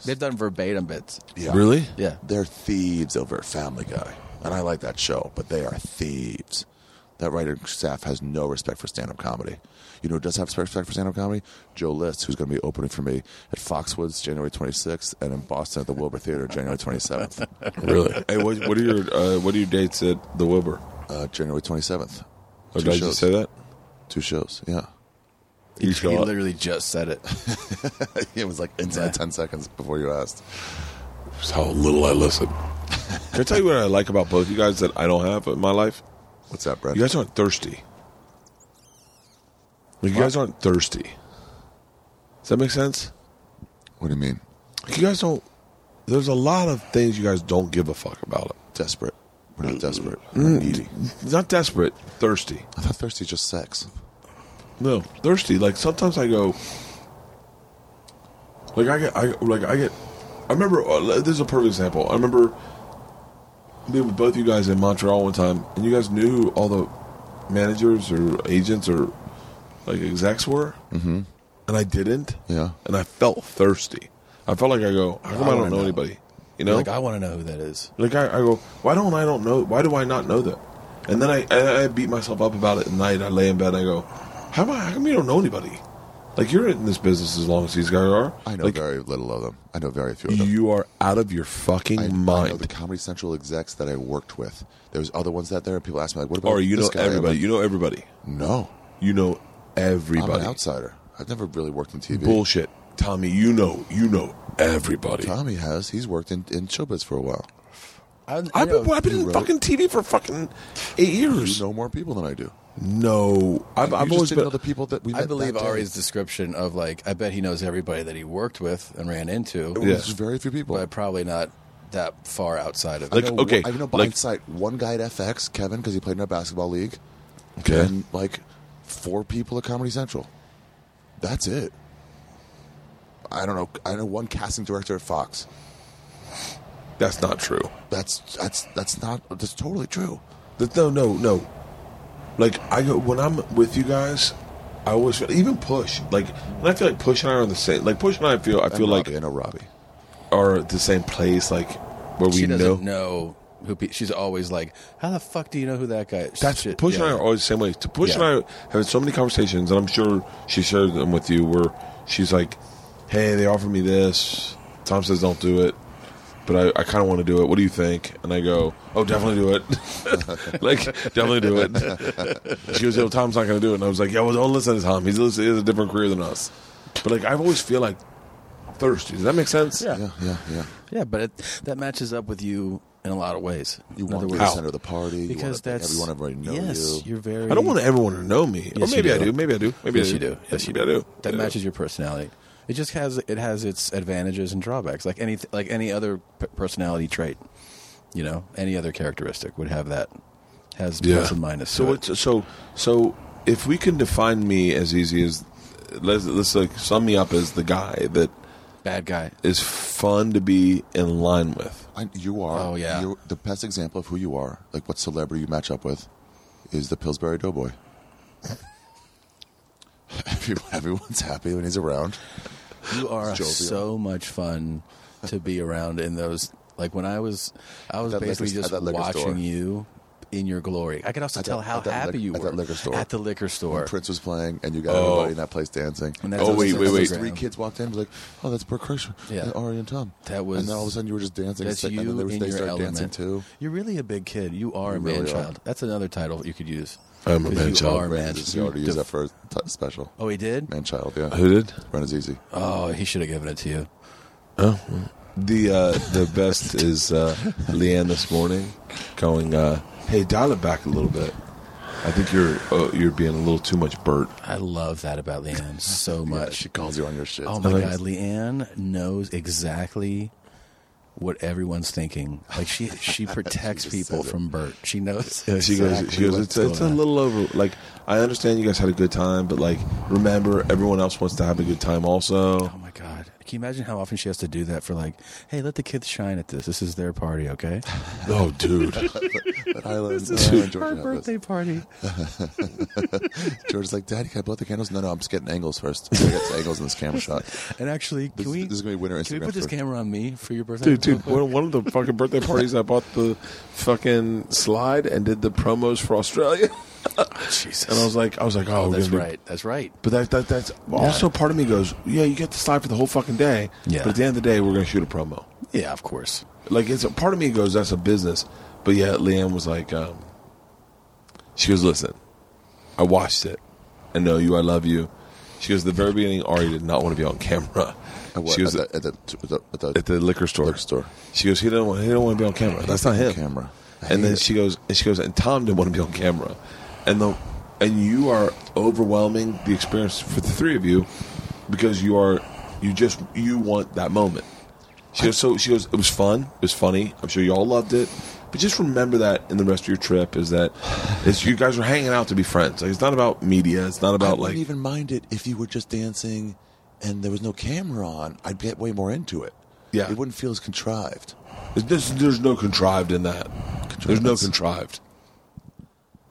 They've done verbatim bits.
Yeah.
Really?
Yeah.
They're thieves over at Family Guy, and I like that show, but they are thieves. That writing staff has no respect for stand-up comedy. You know who does have respect for stand-up comedy? Joe List, who's going to be opening for me at Foxwoods January 26th and in Boston at the Wilbur Theater January 27th.
Really? hey, what, what are your uh, what are your dates at the Wilbur?
Uh, January 27th.
Oh,
Two
did I
shows.
just say that?
Two shows, yeah.
You
he
show up.
literally just said it.
it was like inside
Yeah.
10 seconds before you asked.
That's how little I listen. Can I tell you what I like about both you guys that I don't have in my life?
What's that, Brett?
You guys aren't thirsty. Like, you guys aren't thirsty. Does that make sense?
what do you mean?
Like, you guys don't. There's a lot of things you guys don't give a fuck about.
Desperate. We're
Mm.
not desperate. We're not needy.
Not desperate, thirsty.
I thought thirsty is just sex.
No, thirsty. Like sometimes I go. Like I get, I like I get. I remember uh, this is a perfect example. I remember being with both you guys in Montreal one time, and you guys knew who all the managers or agents or like execs were, mm-hmm. and I didn't.
Yeah.
and I felt thirsty. I felt like I go, how come I,
I
don't
wanna
know,
know.
anybody? You know,
Like, I want to know who that is.
like I, I go, why don't I don't know? Why do I not know that? And then I, I, I beat myself up about it at night. I lay in bed. and I go, how am I? How come you don't know anybody? Like you're in this business as long as these guys are.
I know
Like,
very little of them. I know very few of them.
you are out of your
I,
fucking
I know the
mind.
Comedy Central execs that I worked with. There was other ones out there, and people asked me like, "What about?"
Or you
this
know
guy? I'm
everybody.
like,
You know everybody.
no,
You know everybody.
I'm an outsider. I've never really worked in TV.
Bullshit, Tommy. You know. You know everybody.
Tommy has. He's worked in, in showbiz for a while.
I,
I've been, I've been
you
in
wrote-
fucking TV for fucking eight years.
You know more people than I do.
No, I've,
You
I've
just
always
didn't
been.
know the people that we. Met
I believe
that day.
Ari's description of like, I bet he knows everybody that he worked with and ran into,
It was
Yeah.
just very few people.
but probably not that far outside of it.
Like,
I know,
okay,
I know by
like-
sight one guy at FX, Kevin, because he played in a basketball league,
Okay.
and like four people at Comedy Central. That's it. I don't know. I know one casting director at Fox.
That's not true.
That's that's that's not that's totally true.
That no, no, no. Like I go when I'm with you guys, I always feel, even push. Like and I feel like push and I are on the same. Like push and I feel I
I
feel like
I know Robbie.
are at the same place. Like where
She
we
doesn't know,
know.
who. Pe- she's always like, "How the fuck do you know who that guy?" is?
That's
Shit,
Push
yeah.
and I are always the same way. To Push
Yeah.
and I having so many conversations, and I'm sure she shared them with you. Where she's like, "Hey, they offered me this. Tom says don't do it, but I, I kind of want to do it. What do you think?" And I go, "Oh, definitely do it. like, definitely do it." she goes, "Yo, Tom's not going to do it." And I was like, "Yeah, well, don't listen to Tom. He's he has a different career than us." But like, I always feel like thirsty. Does that make sense?
Yeah, yeah, yeah.
Yeah, but it, that matches up with you in a lot of ways.
You
In
want
other
to be
words-
the center of the party. you
because
want to
that's
everyone, everybody know
yes,
you.
are very.
I don't want everyone to know me.
Yes,
or
you
maybe I
do.
do. Maybe I do. Maybe
yes,
I
you
do.
do. Yes, you
Maybe
do.
I do.
That
Yeah.
matches your personality. It just has it has its advantages and drawbacks, like any like any other p- personality trait. You know, any other characteristic would have that has plus and minus.
So
to it.
it's, so so if we can define me as easy as let's, let's like sum me up as the guy that
bad guy.
is fun to be in line with.
I, you are.
Oh, yeah.
You're, the best example of who you are, like what celebrity you match up with, is the Pillsbury Doughboy. Everyone, everyone's happy when he's around.
You are
Jovial.
so much fun to be around in those. Like when I was, I was
At that
basically
liquor- at
just
that liquor
watching
store.
you in your glory. I could also
At
tell
that-
how
at that
happy
lic-
you
at
were
that liquor store.
At the liquor store.
Prince was playing, and you got
Oh.
everybody in that place dancing.
And that's
Oh,
on
wait,
Instagram.
wait, wait.
Three kids walked in, and was like, "Oh, that's Brooke Kreischer,
Yeah.
and Ari and Tom."
That was-
and then all of a sudden you were just dancing.
That's
and
you
then they, were-
in
they
your
started
element.
dancing too.
You're really a big kid. You are a
You really
man
are.
child. That's another title you could use.
I'm a
'Cause
man
you
child.
are a man.
Just- you already
You
used
def-
that for a t- special.
Oh, he did.
Man, child, yeah.
Who did?
Run is easy.
Oh, he should have given it to you.
The uh, the best is uh, Leanne this morning going, uh, "Hey, dial it back a little bit. I think you're uh, you're being a little too much Bert."
I love that about Leanne so
Yeah,
much.
she calls you on your shit.
Oh my god, Leanne knows exactly what everyone's thinking. Like she she protects
just
people
says it.
from Bert. She knows.
Yeah, she goes. She
exactly
goes.
what's
It's, it's a
going on."
little over. Like I understand you guys had a good time, but like remember, everyone else wants to have a good time also.
Oh my god. Can you imagine how often she has to do that for like, hey, let the kids shine at this. This is their party, okay?
Oh, dude.
But I love
Our birthday party.
George's like, Daddy, can I blow out the candles? No, no, I'm just getting angles first. I got angles in this camera shot.
And actually, can
This-
we
this is gonna be winter
Can we
Instagram
put this
first.
camera on me for your birthday?
dude, dude. One, one of the fucking birthday parties, I bought the fucking slide and did the promos for Australia,
Jesus.
and I was like, I was like, oh, we're
that's
gonna do-
right. That's right.
But that, that that's also part of me goes, yeah, you get the slide for the whole fucking day.
Yeah.
But at the end of the day, we're gonna shoot a promo.
Yeah, of course.
like it's a part of me goes that's a business but yeah leanne was like um, she goes listen i watched it i know you i love you she goes at the very beginning ari did not want to be on camera
At what?
she
At
goes
the,
at,
at, the, at, the, at, the,
the liquor store
liquor store.
she goes he didn't want he didn't want to be on camera that's not him
Camera. I hate
and then
it.
she goes and she goes and tom didn't want to be on camera and the and you are overwhelming the experience for the three of you because you are you just you want that moment she goes, so she goes, it was fun. It was funny. I'm sure you all loved it. But just remember that in the rest of your trip is that is you guys are hanging out to be friends. Like it's not about media. It's not
I
about
wouldn't
like
even mind it if you were just dancing and there was no camera on. I'd get way more into it.
Yeah.
It wouldn't feel as contrived.
there's, there's no contrived in that. There's no
Contrivance.
contrived.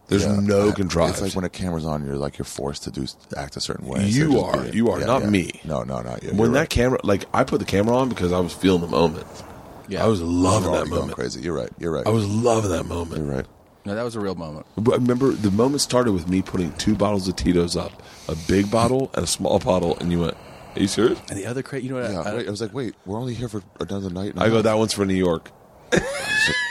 There's
Yeah.
no
Uh,
contrived.
It's like when a camera's on, you're like you're forced to do act a certain way.
You
instead of just
are. You are, not me.
No, no, not you.
when
You're
that
right.
camera, like I put the camera on because I was feeling the moment.
Yeah.
I was loving
you're
that
already going
moment.
crazy. You're right. You're right.
I was loving that moment.
You're right.
No, that was a real moment.
But I remember the moment started with me putting two bottles of Tito's up, a big bottle and a small bottle, and you went, "Are you serious?"
And the other crate, you know what?
Yeah,
I,
I, wait, I was like, wait, we're only here for another night. and a
I go,
half.
"That one's for New York."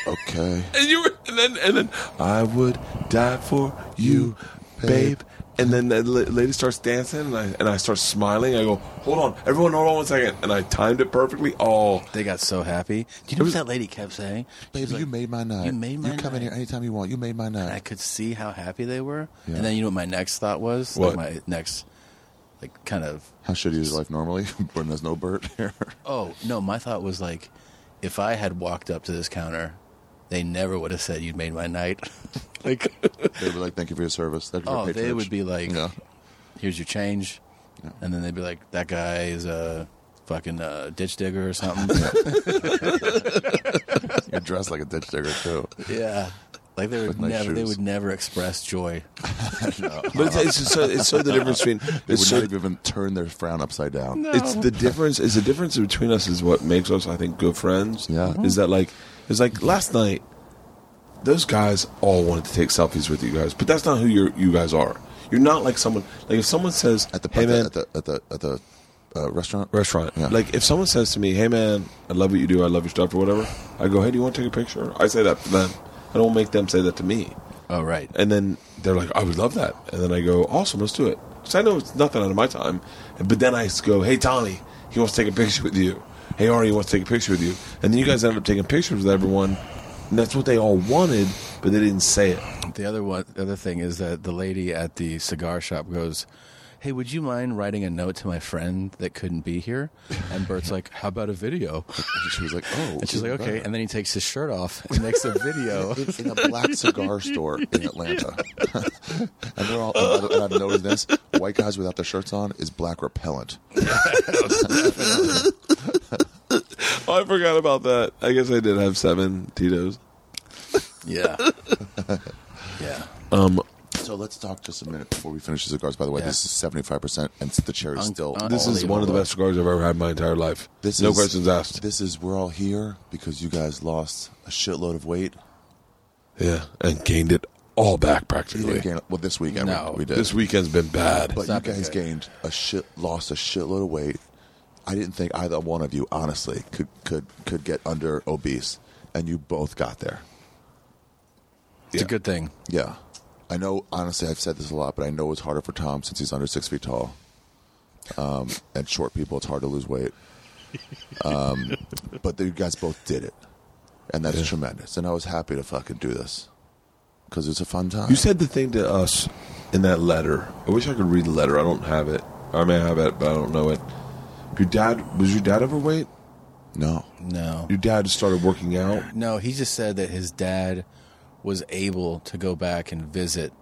Okay.
and you were, and then and then I would die for you, babe.
babe.
And then the la- lady starts dancing, and I and I start smiling. I go, "Hold on, everyone, hold on one second. And I timed it perfectly. Oh,
they got so happy. Do you know what that lady kept saying? She
Baby,
was like-
you made my night.
You made my
You come
night.
in here anytime you want. You made my
I
night.
could see how happy they were.
Yeah.
And then you know what my next thought was?
What?
Like my next, like, kind of.
How should you use life normally when there's no Bert here?
Oh no, my thought was like, if I had walked up to this counter, they never would have said you'd made my night. like,
They'd be like, thank you for your service. Thank you for
oh,
your
they
patronage.
would be like,
yeah.
"Here's your change," and then they'd be like, "That guy is a fucking uh, ditch digger or something."
You're dressed like a ditch digger, too.
yeah. Like they would
With my
never, they
shoes.
would never express joy.
But it's, it's, so, it's so the difference between
They would
it's so
not even turn their frown upside down.
it's the difference is the difference between us is what makes us I think good friends.
Yeah.
Is that like it's like last night those guys all wanted to take selfies with you guys, but that's not who you you guys are. You're not like someone like if someone says
At the
hey
at the
man
at the at the, at the uh, restaurant.
restaurant
Yeah.
like if someone says to me hey man I love what you do I love your stuff or whatever I go hey do you want to take a picture I say that to them I don't make them say that to me
Oh right.
and then they're like, I would love that. And then I go, awesome, let's do it. Because I know it's nothing out of my time. But then I go, hey, Tommy, he wants to take a picture with you. Hey, Ari, he wants to take a picture with you. And then you guys end up taking pictures with everyone. And that's what they all wanted, but they didn't say it.
The other one, the other thing is that the lady at the cigar shop goes, "Hey, would you mind writing a note to my friend that couldn't be here?" And Bert's like, "How about a video?"
And she was like, "Oh,"
And she's like,
even
"Okay."
better.
And then he takes his shirt off and makes a video.
in a black cigar store in Atlanta. and they're all, and I- and I've noticed this white guys without their shirts on is black repellent.
Oh, I forgot about that. I guess I did have seven Tito's.
yeah. Yeah.
Um,
So let's talk just a minute before we finish the cigars. By the way,
Yeah.
this is 75%, and the cherry is
Un-
still.
un-
This
All
is
the
one of the
above.
best cigars I've ever had in my entire life.
This
no
is-
questions asked.
This is we're all here because you guys lost a shitload of weight.
yeah, and gained it all back
You didn't
practically.
gain- well, this weekend
No.
we, we did.
This weekend's been bad.
but you guys gained a shit, lost a shitload of weight. I didn't think either one of you, honestly, could could could get under obese, and you both got there.
It's
Yeah.
a good thing.
Yeah, I know. Honestly, I've said this a lot, but I know it's harder for Tom since he's under six feet tall, um, and short people. It's hard to lose weight. Um, but you guys both did it, and that's tremendous. And I was happy to fucking do this because it's a fun time.
You said the thing to us in that letter. I wish I could read the letter. I don't have it. I may have it, but I don't know it. Your dad was your dad overweight?
no.
No.
Your dad started working out.
No, he just said that his dad was able to go back and visit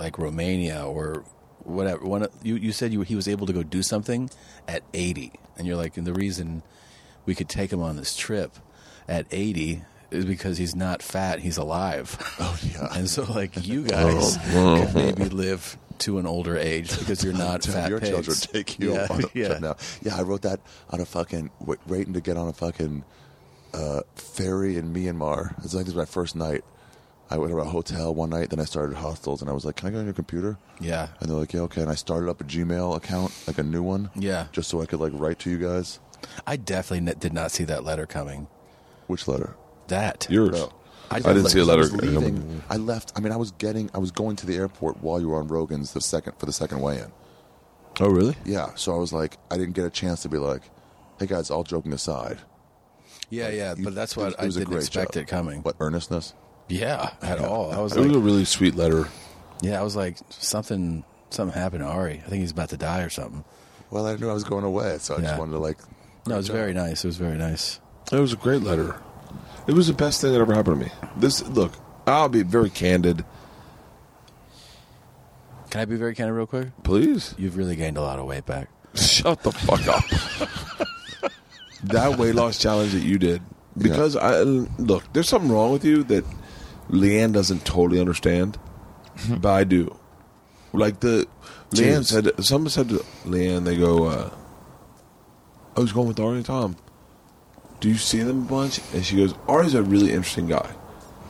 like Romania or whatever. One of- you you said you, he was able to go do something at 80. And you're like and the reason we could take him on this trip at 80 is because he's not fat, he's alive. Oh
yeah. Oh,
And so like you guys could maybe live to an older age because you're not
Tim,
fat
your
pigs.
children take you
yeah,
on a
yeah.
trip now. Yeah, I wrote that on a fucking wait, waiting to get on a fucking uh, ferry in Myanmar. It's like this was my first night. I went to a hotel one night, then I started hostels, and I was like, "Can I get on your computer?"
Yeah.
And they're like, "Yeah, okay." And I started up a Gmail account, like a new one,
Yeah.
just so I could like write to you guys.
I definitely n- did not see that letter coming.
Which letter?
That.
Yours. I, didn't see a
I
letter.
was leaving. I left. I mean, I was getting. I was going to the airport while you were on Rogan's the second for the second weigh-in.
Oh, really?
Yeah. So I was like, I didn't get a chance to be like, "Hey guys, all joking aside."
Yeah, yeah,
You-
but that's
it
what
was- it
I
was a
didn't
great
expect
job.
it coming.
What earnestness?
Yeah, at all. I was
It was a
like,
really sweet letter.
yeah, I was like, something, something happened to Ari. I think he's about to die or something.
Well, I knew I was going away, so I
Yeah.
just wanted to like.
No, it was
job.
very nice. It was very nice.
It was a great letter. It was the best thing that ever happened to me. This look, I'll be very candid.
Can I be very candid real quick?
Please
You've really gained a lot of weight back.
shut the fuck up. that weight loss challenge that you did, because I look, there's something wrong with you that Leanne doesn't totally understand, but I do. Like the Leanne
Cheers.
said, someone said to Leanne, they go, uh, "I was going with Ari and Tom. Do you see them a bunch?" And she goes, "Ari's a really interesting guy.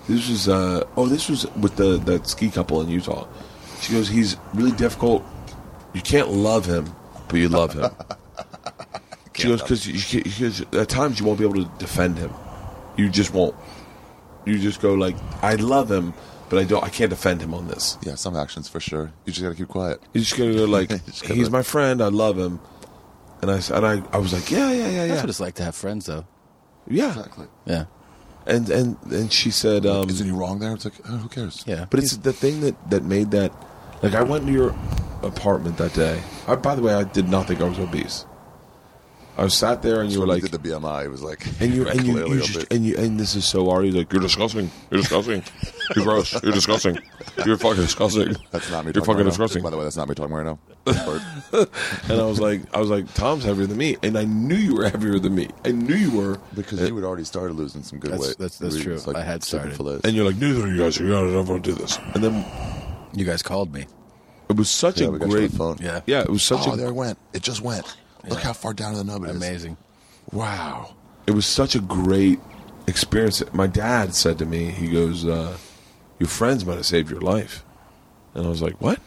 This was uh, oh, this was with the that ski couple in Utah." She goes, "He's really difficult. You can't love him, but you love him." she goes, "Because at times you won't be able to defend him. You just won't. You just go like, I love him, but I don't. I can't defend him on this."
Yeah, some actions for sure. You just gotta keep quiet.
He's just gonna go like,
Just gotta-
he's my friend. I love him. And I s- and I, I was like, yeah, yeah, yeah,
That's
yeah,
what it's like to have friends, though.
yeah.
Exactly.
Yeah,
And and and she said, um,
Isn't he wrong there? It's like, oh, who cares?
yeah.
but it's the thing that that made that. Like I went to your apartment that day. I, by the way, I did not think I was obese. I was sat there, and you were
When
like,
we did the BMI, it was like
and you and you,
clearly
you
a
just
bit-
and you and this is so Ari. Like you're disgusting. You're disgusting. You're gross. You're disgusting. You're fucking disgusting.
that's not me.
You're
talking
fucking
right now.
disgusting.
By the way, that's not me talking right now. Bird.
And I was like, I was like, Tom's heavier than me, and I knew you were heavier than me. I knew you were.
because you had already started losing some good
That's-
weight.
that's- that's
We-
true.
it's like
I had
chicken
started.
fillets.
And you're like, neither of you guys are going to want to do this. And then
You guys called me.
it was such
yeah,
a
we got you on
great
the phone.
Yeah.
Yeah, it was such
oh,
a
there it went. It just went. Look how far down the nub it is.
Amazing.
wow. It was such a great experience. My dad said to me, he goes, uh, "Your friends might have saved your life," and I was like, "What?"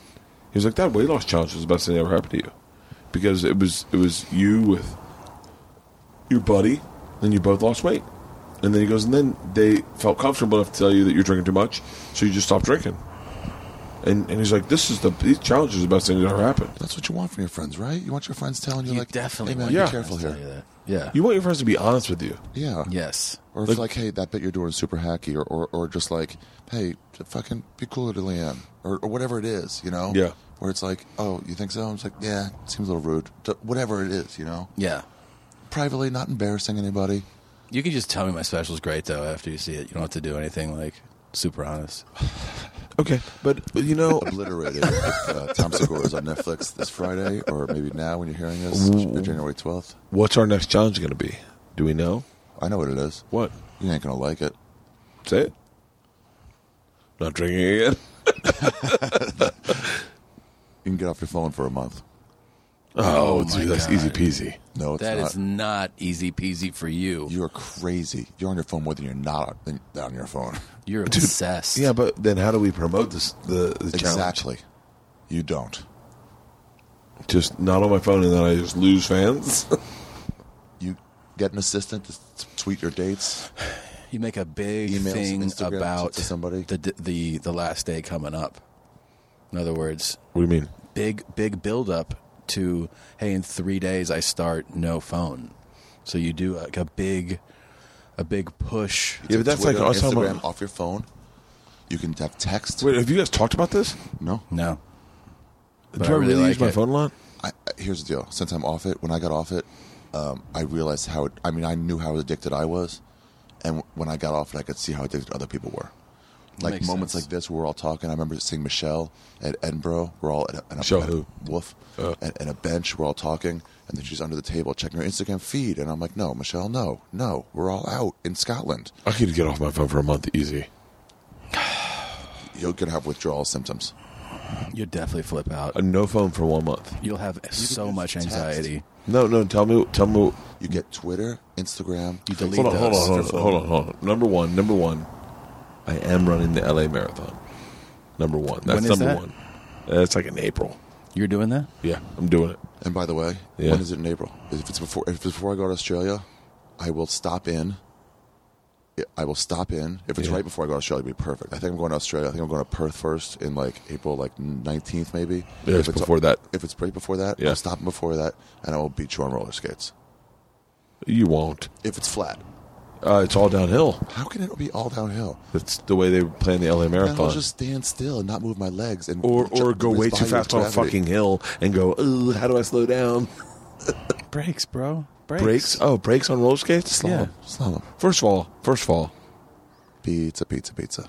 He was like, "That weight loss challenge was the best thing that ever happened to you," because it was it was you with your buddy, and you both lost weight. And then he goes, and then they felt comfortable enough to tell you that you're drinking too much, so you just stopped drinking. And and he's like, "This is the these challenges the best thing that ever happened."
That's what you want from your friends, right? You want your friends telling you,
You
like,
definitely
hey man,
want
be
your
careful
I'll tell you
here.
that. Yeah.
You want your friends to be honest with you.
Yeah,
yes.
Or it's like, hey, that bit you're doing is super hacky, or, or, or just like, hey, j- fucking be cooler to Leanne, or, or whatever it is, you know?
Yeah.
Where it's like, oh, you think so? I'm just like, yeah, seems a little rude. D- Whatever it is, you know?
Yeah.
Privately, not embarrassing anybody.
You can just tell me my special's great though after you see it. You don't have to do anything like super honest.
Okay, but you know,
Obliterated. with, uh, Tom Segura is on Netflix this Friday, or maybe now when you're hearing this, uh, January 12th.
what's our next challenge going to be? Do we know?
I know what it is.
What?
You ain't gonna like it.
Say it. Not drinking again.
You can get off your phone for a month.
Oh,
Oh,
dude,
my
that's
God.
easy peasy.
No, it's
That
not.
is not easy peasy for you.
You are crazy. You're on your phone more than you're not on, on your phone.
You're obsessed.
Yeah, but then how do we promote this the, the challenge?
Exactly. You don't.
Just not on my phone, and then I just lose fans.
You get an assistant to t- tweet your dates.
You make a big
Emails,
thing
Instagrams
about
to somebody.
The, the the last day coming up. In other words,
what do you mean?
big big build up to hey, in three days I start no phone. So you do like a big, a big push.
Yeah, but that's
Twitter,
like us talking
Instagram
about-
off your phone. You can have text.
Wait, have you guys talked about this?
No.
No, But
do I
I really
really, use my
like it.
phone a lot?
I, I- here's the deal. Since I'm off it, when I got off it, um, I realized how. It, I mean, I knew how addicted I was, and w- when I got off it, I could see how addicted other people were. Like
Makes
moments
sense.
like this, where we're all talking. I remember seeing Michelle at Edinburgh. We're all at a, at a,
Michelle
at a-
who?
Wolf at, at a bench. We're all talking, and then she's under the table checking her Instagram feed, and I'm like, "No, Michelle, no, no. We're all out in Scotland.
I could get off my phone for a month easy.
You're gonna have withdrawal symptoms."
you definitely flip out.
Uh, no phone for one month.
You'll have so
just
much
text.
anxiety.
No, no. Tell me. Tell me.
You get Twitter, Instagram.
You delete
Hold on,
those.
hold on, hold on, hold on, hold on. Number one, number one. I am running the LA Marathon. Number one. That's
When is
number
that?
one. That's like in April.
You're doing that?
Yeah, I'm doing it.
And by the way,
Yeah.
when is it in April? If it's before, if it's before I go to Australia, I will stop in. I will stop in. If it's
Yeah.
right before I go to Australia, it'd be perfect. I think I'm going to Australia. I think I'm going to Perth first in like April, like 19th maybe.
Yeah, it's
if
before that.
If it's right before that,
Yeah.
I'll stop in before that, and I will beat you on roller skates.
You won't.
If it's flat,
Uh, it's all downhill.
how can it be all downhill?
That's the way they plan the LA
Then I'll
Marathon.
just stand still and not move my legs, and
or
ju-
or go way too
respond to
fast on a
gravity.
fucking hill and go, ooh, how do I slow down?
Breaks, bro.
Brakes? Oh, brakes on roller skates?
Yeah.
slalom. Slalom.
First of all, first of all,
Pizza, pizza, pizza.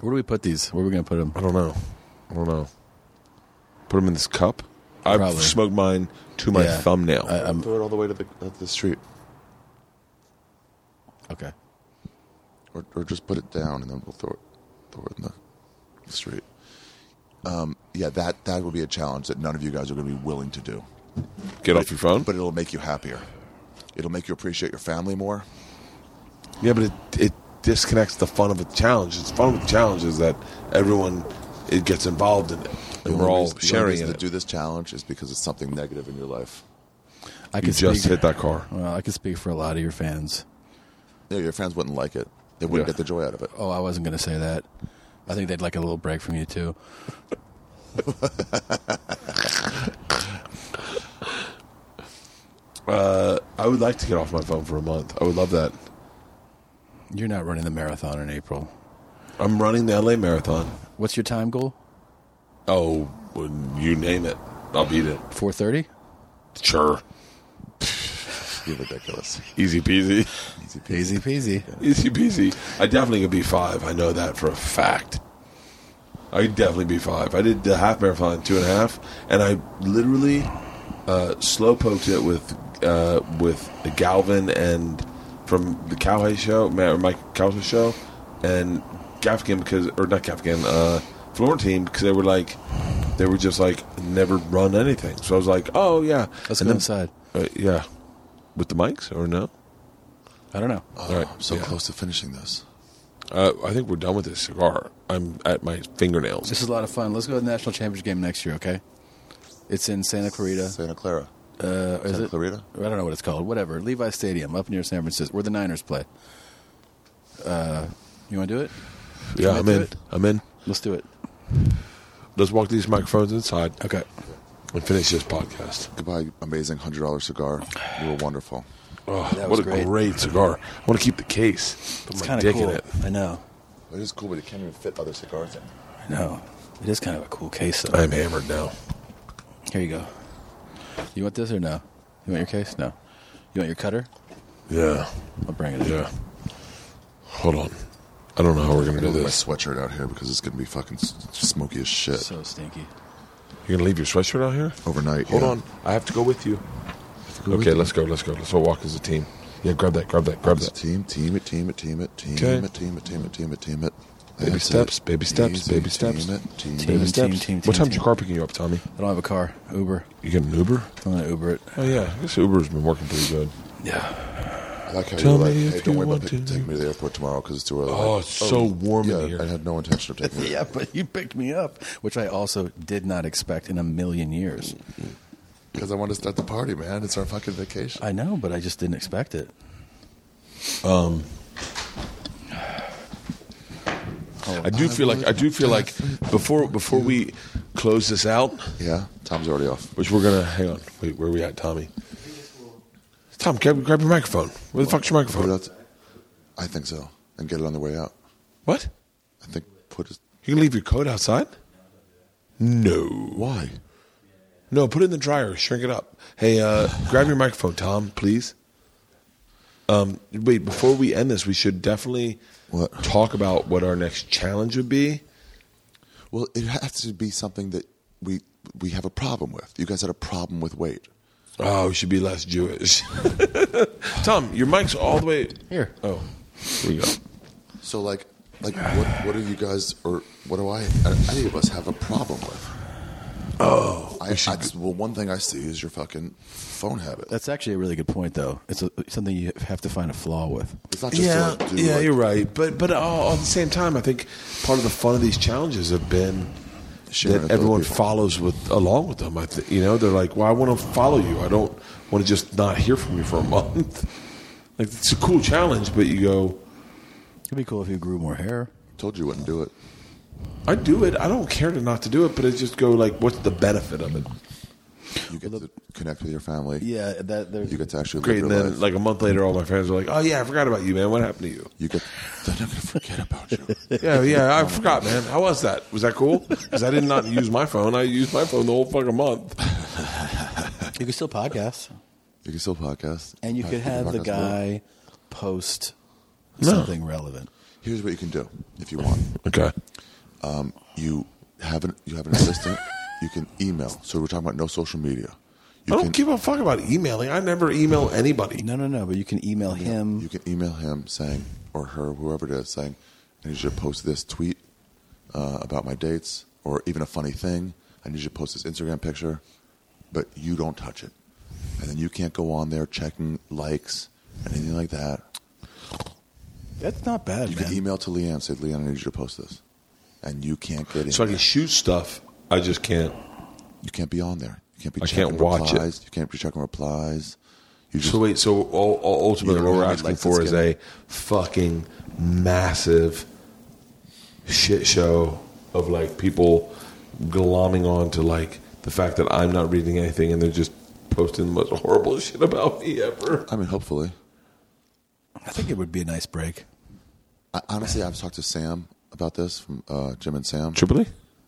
Where do we put these? Where are we going to put them?
I don't know. I don't know. Put them in this cup. Uh, I
Probably.
smoked mine to my
Yeah.
thumbnail.
I- I'm-
Throw it all the way to the, uh, the street.
Okay.
or, or just put it down and then we'll throw it, throw it in the street. Um, yeah, that that would be a challenge that none of you guys are going to be willing to do,
Get off your phone.
but it'll make you happier. It'll make you appreciate your family more.
yeah, but it, it disconnects the fun of the challenge. It's fun with the challenge is that everyone it gets involved in it.
The
And
only
we're all
reason- the only
sharing
reason
in
to
it.
do this challenge is because it's something negative in your life.
I
You
could
just
speak-
hit that car.
Well, I could speak for a lot of your fans.
Yeah, your friends wouldn't like it. They wouldn't
Yeah.
get the joy out of it.
Oh, I wasn't going to say that. I think they'd like a little break from you too.
Uh, I would like to get off my phone for a month. I would love that.
You're not running the marathon in April.
I'm running the LA Marathon.
What's your time goal?
Oh, well, you name it, I'll beat it.
Four thirty.
Sure.
You're ridiculous.
Easy peasy.
Easy peasy.
Easy peasy.
Easy peasy. I definitely could be five. I know that for a fact. I could definitely be five. I did the half marathon in two and a half, and I literally uh, slow poked it with uh, with Galvin and from the Cowhay show, Ma- or Mike Cowhay show, and Gaffigan because or not Gaffigan, uh, Florentine because they were like they were just like never run anything. So I was like, oh yeah,
Let's
And
go
then-
inside.
uh, yeah, with the mics or no?
I don't know.
Oh,
All right.
I'm so
Yeah.
close to finishing this.
Uh, I think we're done with this cigar. I'm at my fingernails.
This is a lot of fun. Let's go to the national championship game next year, okay? It's in Santa Clarita.
Santa Clara.
Uh, is
Santa
it?
Clarita?
I don't know what it's called. Whatever. Levi Stadium up near San Francisco, where the Niners play. Uh, you want to do it?
yeah,
I
I'm
do
in.
it?
I'm in.
Let's do it.
Let's walk these microphones inside
Okay.
and finish this podcast.
Goodbye, amazing hundred dollar cigar. You were wonderful.
Oh,
That
what
was
a
great.
great. cigar! I want to keep the case. Put
It's
my
kind of
dick
cool.
in it.
I know.
It is cool, but it can't even fit other cigars in.
I know. It is kind of a cool case, though.
I'm hammered now.
Here you go. You want this or no? You want your case? No. You want your cutter?
Yeah,
I'll bring it. in.
yeah. Hold on. I don't know how we're gonna
I'm
do
gonna leave my
this.
sweatshirt out here because it's gonna be fucking s- smoky as shit
So stinky.
You're gonna leave your sweatshirt out here?
overnight.
Hold
yeah.
on. I have to go with you. Okay, let's go. Let's go. Let's all walk as a team. Yeah, grab that. Grab that. Grab
It's
that.
Team, team it, team it, team it, team
Okay.
it, team it, team it, team it, team it.
Baby
That's
steps, baby steps,
Easy,
baby steps.
Team it, team
Team.
it.
steps.
team, team,
what time's
team.
your car picking you up, Tommy?
I don't have a car. Uber.
You get an Uber?
I'm gonna Uber it.
Oh yeah, I guess Uber's been working pretty good.
Yeah.
I like how
Tell
you're like,
me if
hey, don't
you
worry about
want
pick,
to.
taking me to the airport tomorrow because it's too early.
Oh,
Like,
it's so warm
yeah,
in here.
I had no intention of taking it.
Yeah, but you picked me up, which I also did not expect in a million years.
Because I want to start the party, man. It's our fucking vacation.
I know, but I just didn't expect it.
I do feel like I do feel like before before we close this out,
yeah, Tom's already off.
which we're gonna hang on. Wait, where are we at, Tommy? Tom, grab, grab your microphone. Where the fuck's your
Put it
microphone?
out. I think so. And get it on the way out.
What?
I think put it.
You can leave your coat outside? No.
Why?
No, put it in the dryer. Shrink it up. Hey, uh, grab your microphone, Tom, please. Um, wait, before we end this, we should definitely
What?
talk about what our next challenge would be.
Well, it has to be something that we we have a problem with. You guys had a problem with weight.
Oh, we should be less Jewish. Tom, your mic's all the way
Here.
Oh, here we go.
So like like what what do you guys or what do I any of us have a problem with? Oh, I, I, well, one thing I see is your fucking phone habit.
That's actually a really good point, though. It's a, something you have to find a flaw with.
It's not just
Yeah,
like, dude,
yeah,
like,
you're right. But but all, all at the same time, I think part of the fun of these challenges have been
Sharing it with
that
other
everyone
people.
follows with along with them. I th- you know they're like, well, I want to follow you. I don't want to just not hear from you for a month. like it's a cool challenge, but you go,
It'd be cool if you grew more hair.
Told you wouldn't do it.
I do it. I don't care to not to do it, but I just go like, what's the benefit of it?
You get to connect with your family.
Yeah, that there's.
You get to actually
Great.
live
And
your
then
life.
like a month later, all my friends are like, oh yeah, I forgot about you, man. What happened to you?
you get. They're not gonna forget about you.
Yeah, yeah, I forgot, man. How was that? Was that cool? Because I did not use my phone. I used my phone the whole fucking month.
You could still podcast,
You can still podcast,
and you
Pod-
could
can
have the
podcast more.
guy post
No.
something relevant.
Here's what you can do if you want.
Okay.
You have an you have an assistant. you can email. So we're talking about no social media. You
I don't
can,
give a fuck about emailing. I never email anybody.
No, no, no. But you can email him.
You can email him saying, or her, whoever it is, saying, I need you to post this tweet uh, about my dates, or even a funny thing. I need you to post this Instagram picture, but you don't touch it. And then you can't go on there checking likes, anything like that.
That's not bad,
You
man.
can email to Leanne, say, Leanne, I need you to post this. And you can't get in.
So I can shoot stuff. I just can't.
you can't be on there. You can't be
I
checking
can't watch it.
replies. You can't be checking replies. You just
So wait. So all, all ultimately, what
You don't
we're
really
asking
like
for
this
is
game.
a fucking massive shit show of like people glomming on to like the fact that I'm not reading anything and they're just posting the most horrible shit about me ever.
I mean, hopefully.
I think it would be a nice break.
I, honestly, I've talked to Sam about this from uh, Jim and Sam.
Triple E?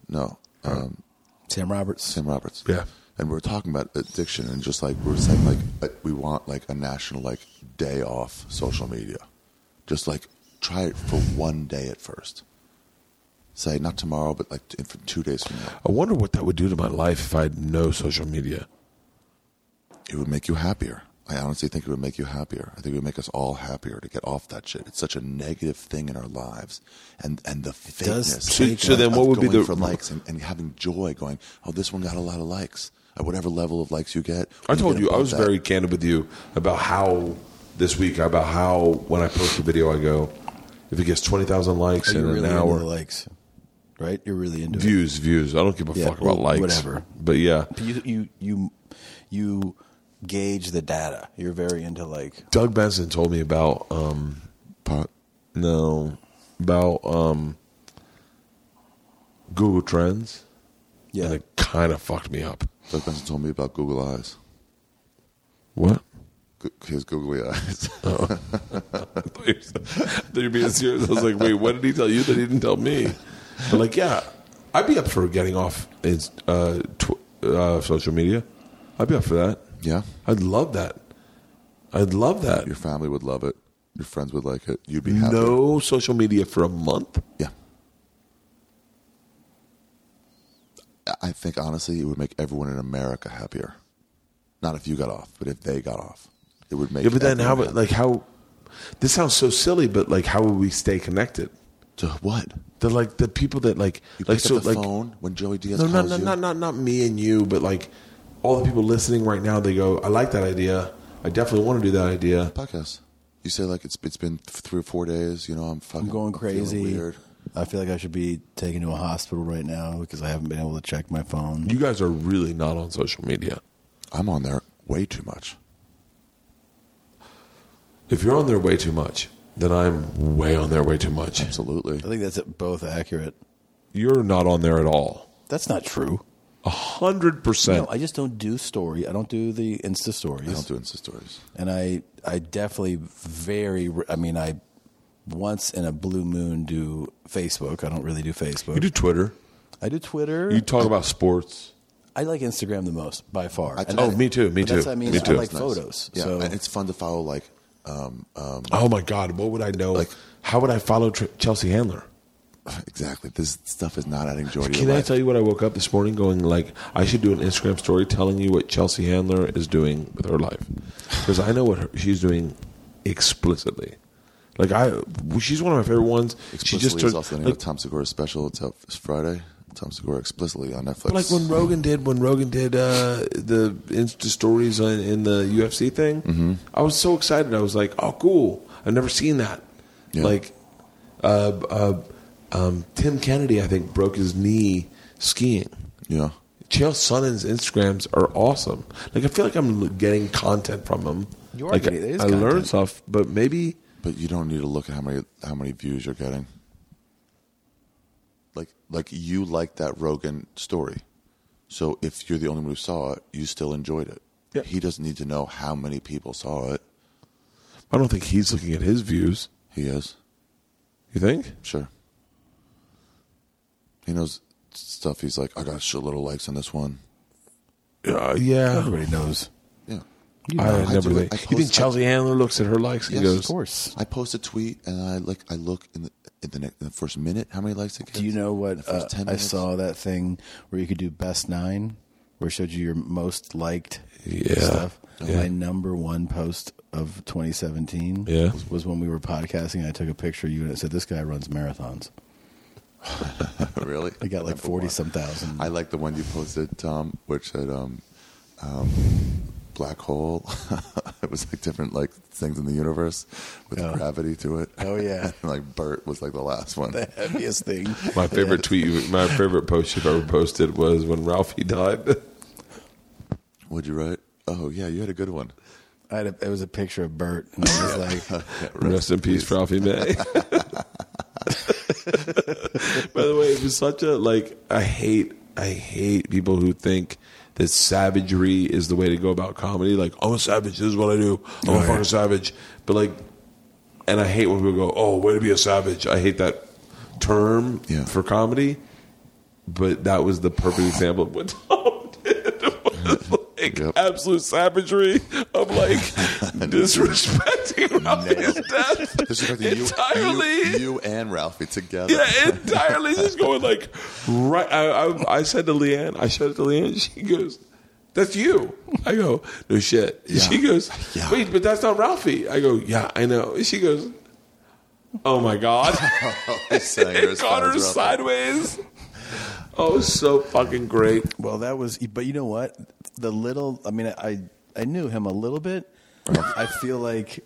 No, um,
Sam Roberts.
Sam Roberts.
Yeah.
and we were talking about addiction and just like we were saying like uh, we want like a national like day off social media just like try it for one day at first say not tomorrow but like in for two days from now
I wonder what that would do to my life if I had no social media.
it would make you happier i honestly think it would make you happier i think it would make us all happier to get off that shit it's such a negative thing in our lives and and the
does
fakeness
So- so then
of
what would be
going
the-
for likes and, and having joy going oh this one got a lot of likes at whatever level of likes you get
I
when
told
get
you I
above
was
that-
very candid with you about how this week about how when I post a video I go if it gets twenty thousand likes
You're
in
really
an
into
hour
the likes, right? You're really into it.
views views I don't give a
Yeah,
fuck about
well,
likes
whatever.
but yeah
You you you you gauge the data. You're very into like
Doug Benson told me about um
pot
no about um Google Trends
yeah.
and it kind of fucked me up
Doug Benson told me about Google Eyes.
what.
Go- His googly eyes.
They're being serious. I was like, wait, what did he tell you that he didn't tell me? But like, yeah, I'd be up for getting off ins- uh, tw- uh, social media. I'd be up for that.
yeah,
I'd love that. I'd love that.
your family would love it. Your friends would like it. You'd be happy.
No social media for a month.
Yeah. I- I think honestly, it would make everyone in America happier. Not if you got off, but if they got off, it would make.
Yeah, but then how?
everyone
about Like how? This sounds so silly, but like, how would we stay connected?
happy. to what?
The like the people that like
You
like
pick
so
up the
like
phone when Joey Diaz
No,
calls
not, not,
you.
not, not, not me and you, but like all the people listening right now, they go, I like that idea. I definitely want to do that idea.
podcast. You say like it's it's been th- three or four days. You know, I'm fucking
I'm going
feeling
crazy.
Weird.
I feel like I should be taken to a hospital right now because I haven't been able to check my phone.
You guys are really not on social media.
I'm on there way too much.
If you're on there way too much, then I'm way on there way too much.
Absolutely.
Uh,
I think that's both accurate.
You're not on there at all.
That's not true.
A hundred
No,
percent.
I just don't do story. I don't do the Insta stories.
I don't do Insta stories.
and I I definitely very I mean I once in a blue moon do Facebook. I don't really do Facebook.
You do Twitter.
I do Twitter.
You talk about sports.
I like Instagram the most by far.
I-
And
Oh,
I-
me too, me
but that's-
too,
I mean,
me too.
I like
It's nice.
photos.
Yeah,
so
and it's fun to follow. Like, um, um,
Oh my God, what would I know? Like, how would I follow Tr- Chelsea Handler?
exactly. This stuff is not adding joy to your
Can I
life.
tell you what I woke up this morning going like I should do an Instagram story telling you what Chelsea Handler is doing with her life because I know what her, she's doing explicitly. Like I, she's one of my favorite ones. She
Explicitly
just
is
turned,
also the name
like,
of Tom Segura's special. It's out this Friday. Tom Segura explicitly on Netflix.
but like when Rogan did when Rogan did uh, the Insta stories on, in the UFC thing. I was so excited. I was like, oh cool! I've never seen that.
Yeah.
Like uh, uh, um, Tim Kennedy, I think broke his knee skiing.
yeah,
Chael Sonnen's Instagrams are awesome. Like I feel like I'm l- getting content from him.
You are
like,
getting- it is
I, I learn
content.
stuff, but maybe
but you don't need to look at how many how many views you're getting. Like like you like that Rogan story, so if you're the only one who saw it, you still enjoyed it.
Yeah.
He doesn't need to know how many people saw it.
I don't think he's looking at his views.
He is
You think?
sure. He knows stuff. He's like, I got shitload of likes on this one.
Uh, yeah.
everybody knows.
Yeah.
I,
I
never
do
think.
it. I
you think
post-
Chelsea Handler looks at her likes and
Yes,
goes,
of
course.
I post a tweet and I like I look in the in the, ne- in the first minute how many likes it gets.
Do you know
The
what
first
uh,
10
I
minutes.
saw that thing where you could do best nine, where it showed you your most liked
Yeah.
stuff.
Yeah.
My number one post of 2017
Yeah.
was, was when we were podcasting. and I took a picture of you and it said, "This guy runs marathons."
really?
I got like
Number
forty
one.
some thousand.
I like the one you posted, Tom, which said um, um, black hole. it was like different like things in the universe with
Yeah.
gravity to it.
Oh, yeah.
and like Bert was like the last one.
the heaviest thing.
"My favorite tweet, my favorite post you've ever posted was when Ralphie died."
Would you write? Oh yeah, you had a good one.
I had a, it was a picture of Bert, and I was like,
Rest in peace, Ralphie May. By the way, it was such a like I hate I hate people who think that savagery is the way to go about comedy. Like I'm a savage, this is what I do. I'm a
Right.
fucking savage. But like, and I hate when people go, "Oh, way to be a savage." I hate that term
Yeah.
for comedy. But that was the perfect example of what Tom did.
like
Yep.
absolute savagery of like disrespecting Ralphie's death
This is like the you-
entirely.
You, you and Ralphie together.
yeah, entirely just going like right. I, I, I said to Leanne, I said it to Leanne. She goes, "That's you." I go, "No shit." She goes,
Yeah.
"Wait, but that's not Ralphie." I go, "Yeah, I know." She goes, "Oh my god!" it caught her sideways. Oh, it was so fucking great.
Well, that was, but you know what? The little, I mean, I I knew him a little bit. I feel like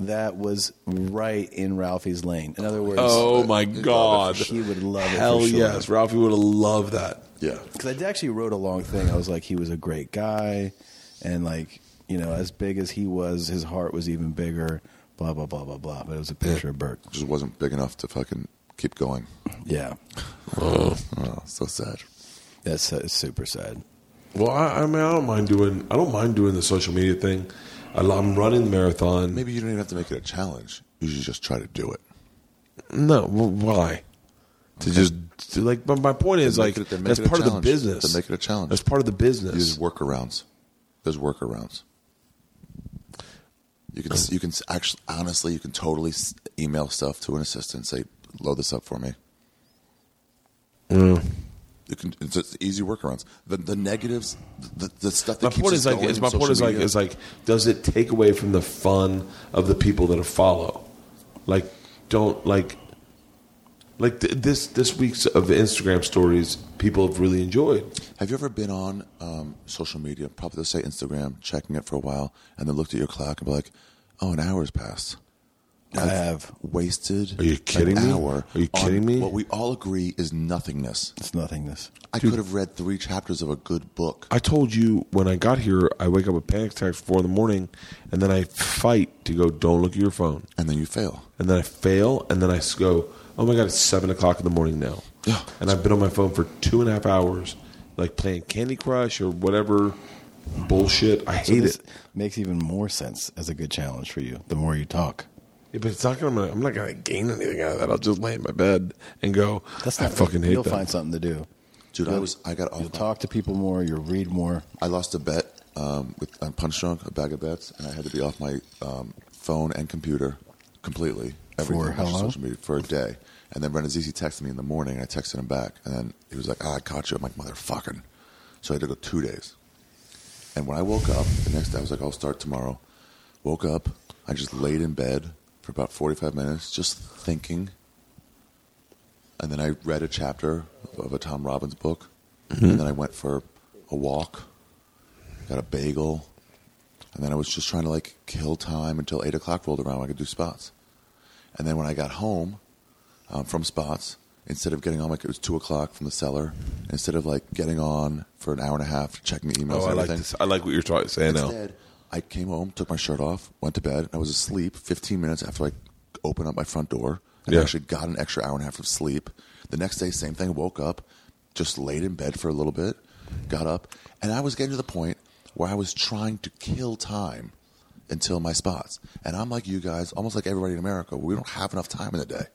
that was right in Ralphie's lane. In other words,
Oh my god,
he would love it. for
hell
sure.
yes, Ralphie would have loved that.
Yeah.
because I actually wrote a long thing. I was like, he was a great guy, and like you know, as big as he was, his heart was even bigger. Blah blah blah blah blah. But it was a picture of Burke.
Just wasn't big enough to fucking keep going.
Yeah,
Oh, so sad.
that's uh, super sad.
Well, I, I mean, I don't mind doing. I don't mind doing the social media thing. I, lo- I'm running the marathon.
Maybe you don't even have to make it a challenge. You should just try to do it.
No, well, why? To just to like, but my point is
Then
like
make it- then make
that's
it a
part of the
challenge.
business.
Then make it a challenge.
That's part of the business.
Use workarounds. There's workarounds. You can you can s- actually honestly you can totally s- email stuff to an assistant say load this up for me.
Mm.
You can it's, it's easy workarounds. The the negatives the, the stuff that
my
keeps
point
us
is like,
going
is
on
my point
social
is like,
media-
is like, does it take away from the fun of the people that follow? Like, don't like, like th- this this week's of Instagram stories, people have really enjoyed.
Have you ever been on um, social media, probably let's say Instagram, checking it for a while, and then looked at your clock and be like, "Oh, an hour's passed."
I have.
wasted.
Are you kidding
an
me?
Hour
Are you
on
kidding me?
What we all agree is nothingness.
It's nothingness.
I could have read three chapters of a good book.
I told you when I got here, I wake up with panic attacks four in the morning, and then I fight to go. Don't look at your phone,
and then you fail.
and then I fail, and then I s- go. Oh my god, it's seven o'clock in the morning now.
Yeah.
and I've been on my phone for two and a half hours, like playing Candy Crush or whatever bullshit. I
So
hate
this
it.
makes even more sense as a good challenge for you. The more you talk,
Yeah, but it's not gonna. I'm not gonna gain anything out of that. I'll just lay in my bed and go. I fucking hate
You'll
that.
find something to do.
Dude, I was I got
You'll
off.
talk to people more. You'll read more.
I lost a bet um, with on Punch Drunk, a bag of bets, and I had to be off my um, phone and computer completely. Everything
For how
just
long?
Social media for a day. And then Brendan Zisi texted me in the morning, and I texted him back, and then he was like, "Ah, "I caught you." I'm like, "Motherfucking!" So I had to go two days. And when I woke up the next day, I was like, "I'll start tomorrow." Woke up, I just laid in bed for about 45 minutes, just thinking. And then I read a chapter of a Tom Robbins book, and then I went for a walk got a bagel, and then I was just trying to like kill time until eight o'clock rolled around. I could do spots, and then when I got home um, from spots, instead of getting on like it was two o'clock from the cellar, instead of like getting on for an hour and a half checking the emails,
Oh, I
and
like
everything,
this. I like what you're trying to say now.
Instead, I came home, took my shirt off, went to bed, and I was asleep 15 minutes after I opened up my front door. And
Yeah.
actually got an extra hour and a half of sleep. The next day, same thing. Woke up, just laid in bed for a little bit, got up, and I was getting to the point where I was trying to kill time until my spots. And I'm like you guys, almost like everybody in America, we don't have enough time in the day.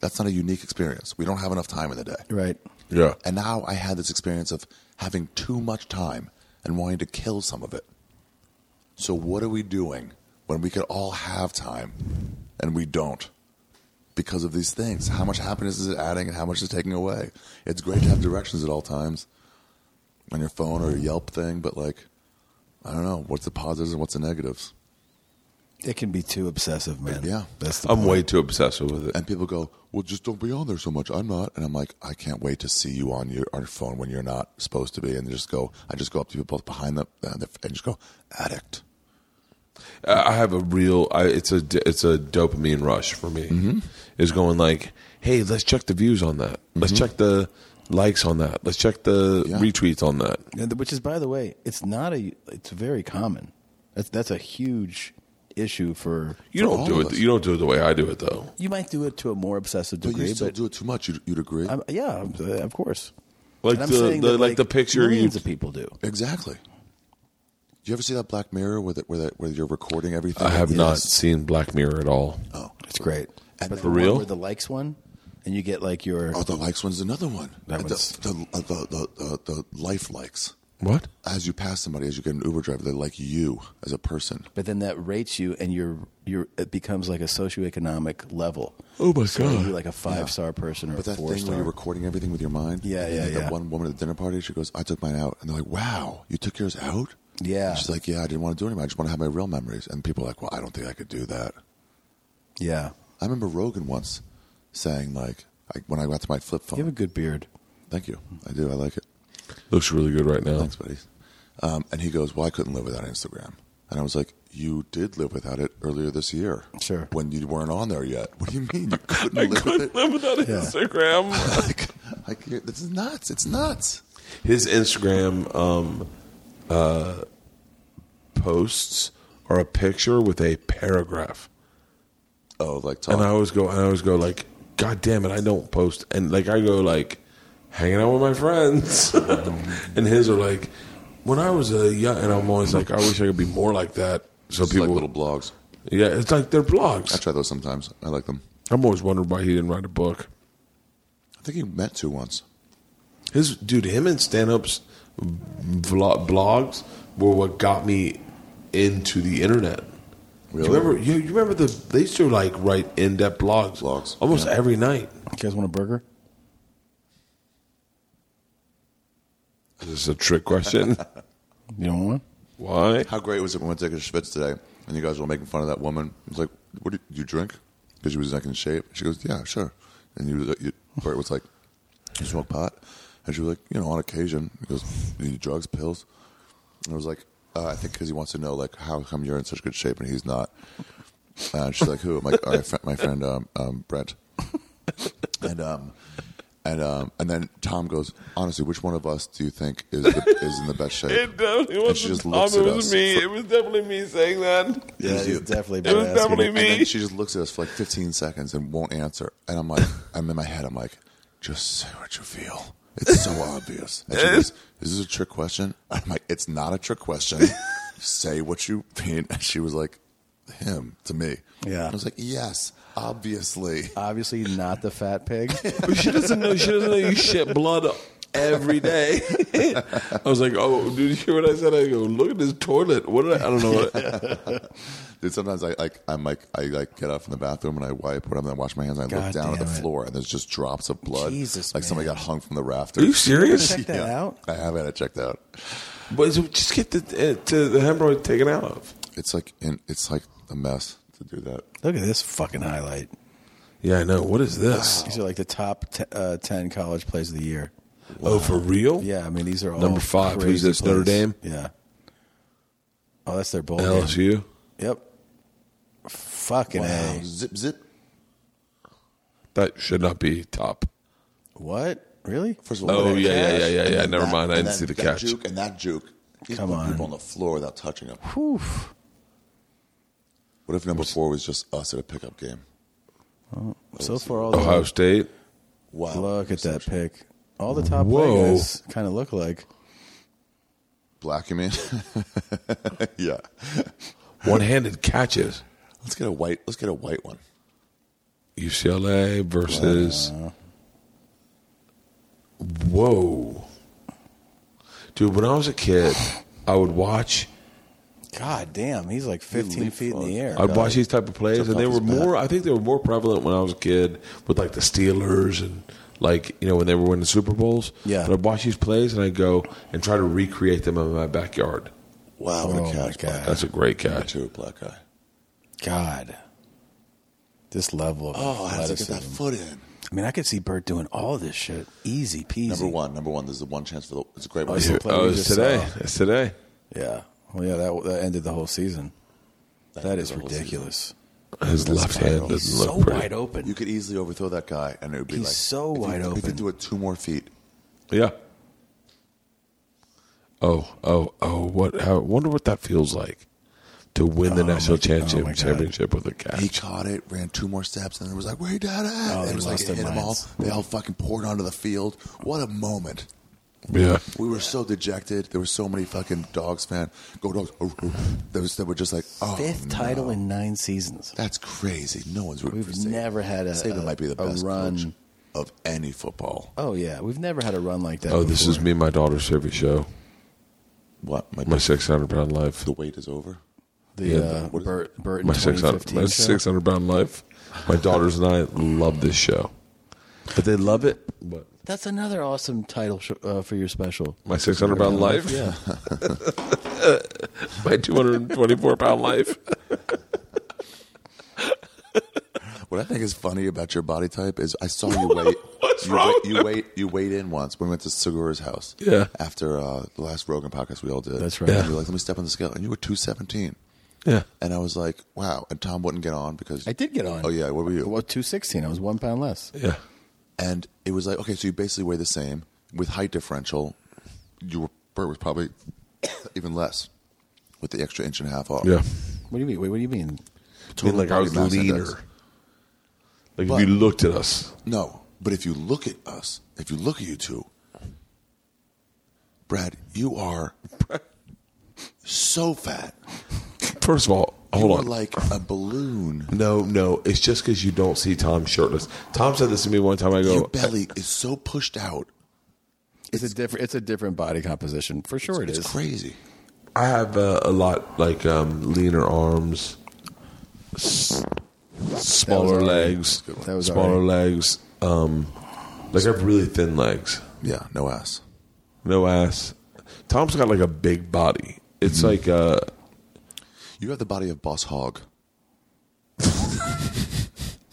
That's not a unique experience. We don't have enough time in the day.
Right.
Yeah.
And now I had this experience of having too much time and wanting to kill some of it. So what are we doing when we could all have time and we don't? Because of these things. How much happiness is it adding and how much is it taking away? It's great to have directions at all times on your phone or your Yelp thing, but like I don't know, what's the positives and what's the negatives?
It can be too obsessive, man.
Yeah.
That's the
I'm way too obsessive with it.
And people go, "Well, just don't be on there so much." I'm not, and I'm like, I can't wait to see you on your on your phone when you're not supposed to be. And they just go, I just go up to people behind them and they- and just go, "Addict."
I I have a real. I, it's a it's a dopamine rush for me. Is going like, hey, let's check the views on that. Let's check the likes on that. Let's check the
Yeah.
retweets on that.
And th- which is by the way it's not a it's very common that's that's a huge issue for
You
For
don't
all
do
of
it.
us.
You don't do it the way I do it though.
you might do it to a more obsessive
But
degree
you still
but
do it too much. You'd, you'd agree,
I'm, yeah I'm- uh, of course
Like
And I'm
the-
saying
the-
that,
like the picture you-
millions of people do
exactly. Do you ever see that Black Mirror where that where, that, where you're recording everything?
I have not
Yes.
seen Black Mirror at all.
Oh,
it's great
And
but
for
the one
real?
where the likes one and you get like your
oh, the likes one's another one.
That
And
one's-
the the, uh, the, the, the the life likes.
What?
As you pass somebody, as you get an Uber driver, they like you as a person.
But then that rates you, and you're you're it becomes like a socioeconomic level.
Oh, my
So
God.
You're like a five star person or
But
a
that
four
thing where
star.
you're recording everything with your mind.
Yeah,
and
yeah,
then
yeah.
That one woman at the dinner party, she goes, "I took mine out," and they're like, "Wow, you took yours out?"
Yeah.
And she's like, "Yeah, I didn't want to do anything. I just want to have my real memories." And people are like, "Well, I don't think I could do that."
yeah,
I remember Rogan once saying, like, I, when I got to my flip phone.
you have a good beard.
Thank you. I do. I like it.
Looks really good right now.
Thanks, buddy. Um, and he goes, Well, I couldn't live without Instagram. And I was like, You did live without it earlier this year.
Sure.
When you weren't on there yet. What do you mean? You couldn't
I
live
couldn't
with it?
live without Instagram.
like, I can't, this is nuts. It's nuts.
His Instagram um, uh, posts are a picture with a paragraph,
Oh, like, talk.
and I always go, and I always go like, God damn it, I don't post, and like I go like, hanging out with my friends, and his are like, when I was a young, and I'm always like, I wish I could be more like that. So
It's
people,
like little blogs.
yeah, it's like their
I
blogs.
try those sometimes. I like them.
I'm always wondering why he didn't write a book.
I think he meant to once.
His dude, him and Stanhope's vlog, blogs were what got me into the internet.
Really?
You remember? You, you remember the they used to like write in depth blogs,
Blogs,
almost
yeah.
every night.
You guys want a burger?
Is this a trick question?
You don't want one?
Why?
How great was it when we went to take a schwitz today and you guys were making fun of that woman? It's like, what do you, you drink? Because she was like in shape. She goes, yeah, sure. And you, you Bert was like, you smoke pot? And she was like, you know, on occasion. He goes, you need drugs, pills? And I was like, uh, I think because he wants to know, like, how come you're in such good shape and he's not? Uh, she's like, who? I'm like, all right, fr- my friend um, um, Brent. And um, and um, and then Tom goes, honestly, which one of us do you think is the, is in the best shape?
It definitely
And she
wasn't
just
Tom.
looks
It
at
was
us
me.
for-
It was definitely me saying that.
Yeah,
you.
he's definitely.
It was
asking
definitely
it.
me.
And then she just looks at us for like 15 seconds and won't answer. And I'm like, I'm in my head, I'm like, just say what you feel. It's so obvious. And she goes, Is this a trick question? I'm like, It's not a trick question. say what you mean. And she was like, Him to me.
Yeah.
I was like, Yes, obviously.
Obviously, not the fat pig.
But she doesn't know. She doesn't know you shit blood every day. I was like, oh, dude, you hear what I said? I go, look at this toilet. What did I? I don't know. What,
Dude, sometimes I like I'm like I like get up from the bathroom and I wipe whatever and I wash my hands and I
God
look down at the
damn it.
floor and there's just drops of blood.
Jesus,
like somebody
man.
got hung from the
are you
rafters.
serious?
Check that out.
I have had it checked out.
But so just get the
eh,
uh, to the hemorrhoid taken out of.
It's like in, it's like a mess to do that.
Look at this fucking highlight.
Yeah, I know. What is this?
These are like the top t- uh, ten college plays of the year.
Oh, for real?
Yeah, I mean these are all
Number five, who's
crazy
this, Notre
plays.
Dame?
Yeah. Oh, that's their bowl. game.
LSU.
Yep. Fucking a.
Zip zip.
That should not be top.
What? Really?
First of all,
Oh
look at
yeah,
that
yeah,
catch.
yeah, yeah,
And
yeah.
then
Never
that-
mind. I didn't
and that-
see the
that
catch.
Juke and that juke. He's
Come
putting people
on.
on the floor without touching them.
Whew.
What if number four was just us at a pickup game?
So far, all
Ohio
the
State.
Wow.
look at that pick. All the top
Whoa.
players kind of look like.
Black, you mean? yeah.
One-handed catches.
Let's get a white. Let's get a white one.
UCLA versus. Whoa,
Dude, when I was a kid, I would watch.
God damn, he's like 15 feet in the air.
I'd watch these type of plays, and they were more. I think they were more prevalent when I was a kid with like the Steelers and like you know when they were winning Super Bowls.
Yeah.
but I'd watch these plays and I'd go and try to recreate them in my backyard.
Wow,
Oh,
what a
my
catch!
God.
that's a great
Black
catch.
to a black guy.
God. This level of
Oh, I have to get
athleticism.
that foot in.
I mean, I could see Bert doing all this shit. Easy peasy.
Number one, number one. This is the one chance for the. It's a great one.
it's a play.
Oh,
We
it's
just uh,
today.
saw.
It's today.
Yeah. Well, yeah, that, that ended the whole season. that is
the whole
ridiculous.
His left hand
viral.
doesn't
He's
look
so
pretty.
wide open.
You could easily overthrow that guy, and it would be
He's
like
so
if you-
wide
If you
open.
do it two more feet,
Yeah. Oh, oh, oh! What? How, wonder what that feels like to win the
Oh,
national
my- oh, my
championship,
God.
championship with a
He
catch.
caught it, ran two more steps, and it was like, "Where you dad at?"
Oh,
And
they
it was like
lost
it
their
hit 'em all.
minds.
They all fucking poured onto the field. What a moment!
Yeah,
We were so dejected. There were so many fucking dogs fan. Go dogs! Oh, oh. There was that were just like, "Oh,
Fifth
no.
title in nine seasons.
That's crazy. No one's rooting
We've
for Saban.
never had a-
Saban might be the
a
best
run.
coach of any football.
Oh, yeah. We've never had a run like that.
Oh, this
before.
is me and my daughter's favorite show.
What? My,
My 600 pound life.
The wait is over.
The
Yeah,
uh,
what is
Bert, Bert in
My 600,
2015
my
show.
600 pound life. My daughters and I love this show. But they love it. But
That's another awesome title sh- uh, for your special.
my 600 pound life,
Yeah.
my 224 pound life.
What I think is funny about your body type is I saw you wait.
What's
you
wrong?
Wait, you wait. You weighed in once when we went to Segura's house.
Yeah.
After uh, the last Rogan podcast we all did.
That's right.
And you were like, let me step on the scale, and you were two seventeen.
Yeah.
And I was like, wow. And Tom wouldn't get on because
I did get on.
Oh yeah, what were you?
Well, 216. I was one pound less.
Yeah.
And it was like, okay, so you basically weigh the same with height differential. You were Bert was probably even less with the extra inch and a half off.
Yeah.
What do you mean? Wait, what do you mean?
Total
like I
body
was
mass
leaner.
index.
Like
But-
if you looked at us,
No, but if you look at us, if you look at you two, Brad, you are so fat.
first of all, hold
you
on.
are like a balloon.
no, no, it's just because you don't see Tom shirtless. Tom said this to me one time. I go,
Your belly is so pushed out.
It's, a different. It's a different body composition for sure. It
It's
is.
crazy.
I have uh, a lot like um, leaner arms, s- smaller
already-
legs,
That was
smaller
already-
legs. Um, like I have really thin legs,
Yeah, no ass.
no ass. Tom's got like a big body. It's
Mm-hmm.
like uh,
You have the body of Boss Hog.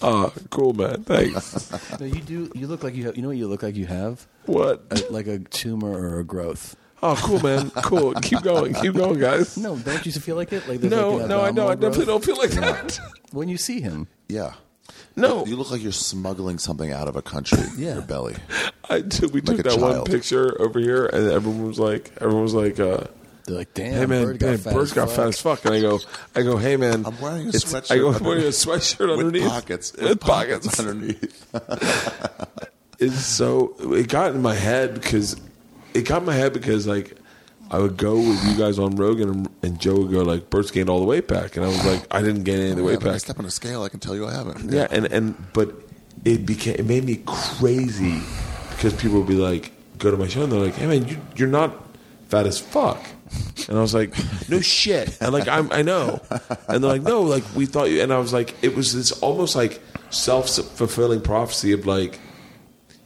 ah, cool man. Thanks.
No, you do. You look like you have. You know what you look like you have?
what?
A- like a tumor or a growth.
Oh, cool man. Cool. Keep going. Keep going, guys.
No, don't you feel like it? Like there's
no,
like an
no, I know. I
abdominal
definitely
growth?
don't feel like that.
When you see him,
Yeah.
No,
You look like you're smuggling something out of a country.
Yeah.
Your belly.
I took, we
Like
took
a
that one
child.
picture over here, and everyone was like, everyone was like, uh,
they're like, "Damn,
hey man, Bird
Bird got
man,
fat
Bird's
as
got
fuck."
fat as fuck. And I go, I go, hey man,
I'm wearing a
it's-
sweatshirt
I go, I'm
underneath.
wearing a sweatshirt underneath
With pockets.
with, pockets.
underneath.
It's so it got in my head because it got in my head because like I would go with you guys on Rogan, and, and Joe would go like, Bird's gained all the weight back, and I was like, I didn't gain any of the
Yeah,
weight
but I
back.
step on a scale, I can tell you I haven't.
Yeah, and and but it became it made me crazy because people would be like, go to my show and they're like, hey man, you, you're not fat as fuck, and I was like, no shit, and like I'm I know, and they're like, no, like we thought you, and I was like, it was this almost like self fulfilling prophecy of like,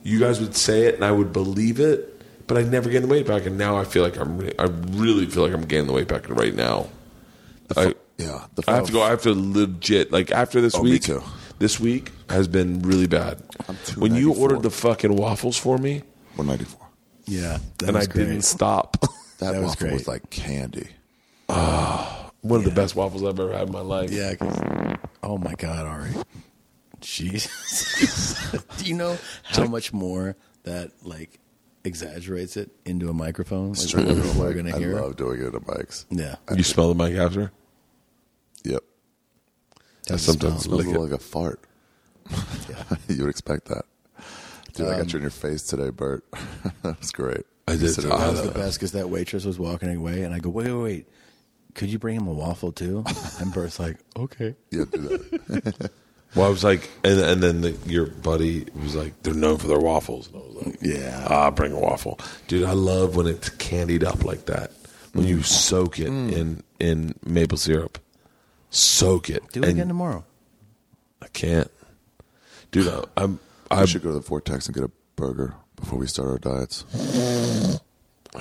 you guys would say it and I would believe it. But I never gained the weight back, and now I feel like I'm. re- I really feel like I'm gaining the weight back right now. I,
Yeah. The
I have to go. I have to legit like after this
Oh, me
week.
too.
This week has been really bad.
I'm too
When you
94.
ordered the fucking waffles for me,
194.
Yeah, that
and I
was great.
didn't stop.
That,
That was
waffle was
great.
like candy.
One of the best waffles I've ever had in my life.
Yeah. 'cause- Oh my God, Ari. Jesus. Do you know how much more that like exaggerates it into a microphone? Like,
Straight
we're,
into the
we're
mic.
gonna
I
hear. Mm.
love doing it at mics.
Yeah.
You smell the mic after?
Yep.
I sometimes
Smells
lick
a
it.
little like a fart. you would expect that. Dude, I got you in your face today, Bert. that was great.
I did.
You said it
I
That
was
was the
the best.
best because that waitress was walking away, and I go, "Wait, wait, wait! Could you bring him a waffle too?" And Bert's like, "Okay."
Yeah, do that.
Well, I was like, and and then the, your buddy was like, they're known for their waffles, and I was like,
Yeah.
ah, bring a waffle, dude. I love when it's candied up like that. When
Mm.
you soak it in in maple syrup, soak it.
Do it
and
again tomorrow.
I can't, dude. I, I'm. I
I should go to the Vortex and get a burger before we start our diets.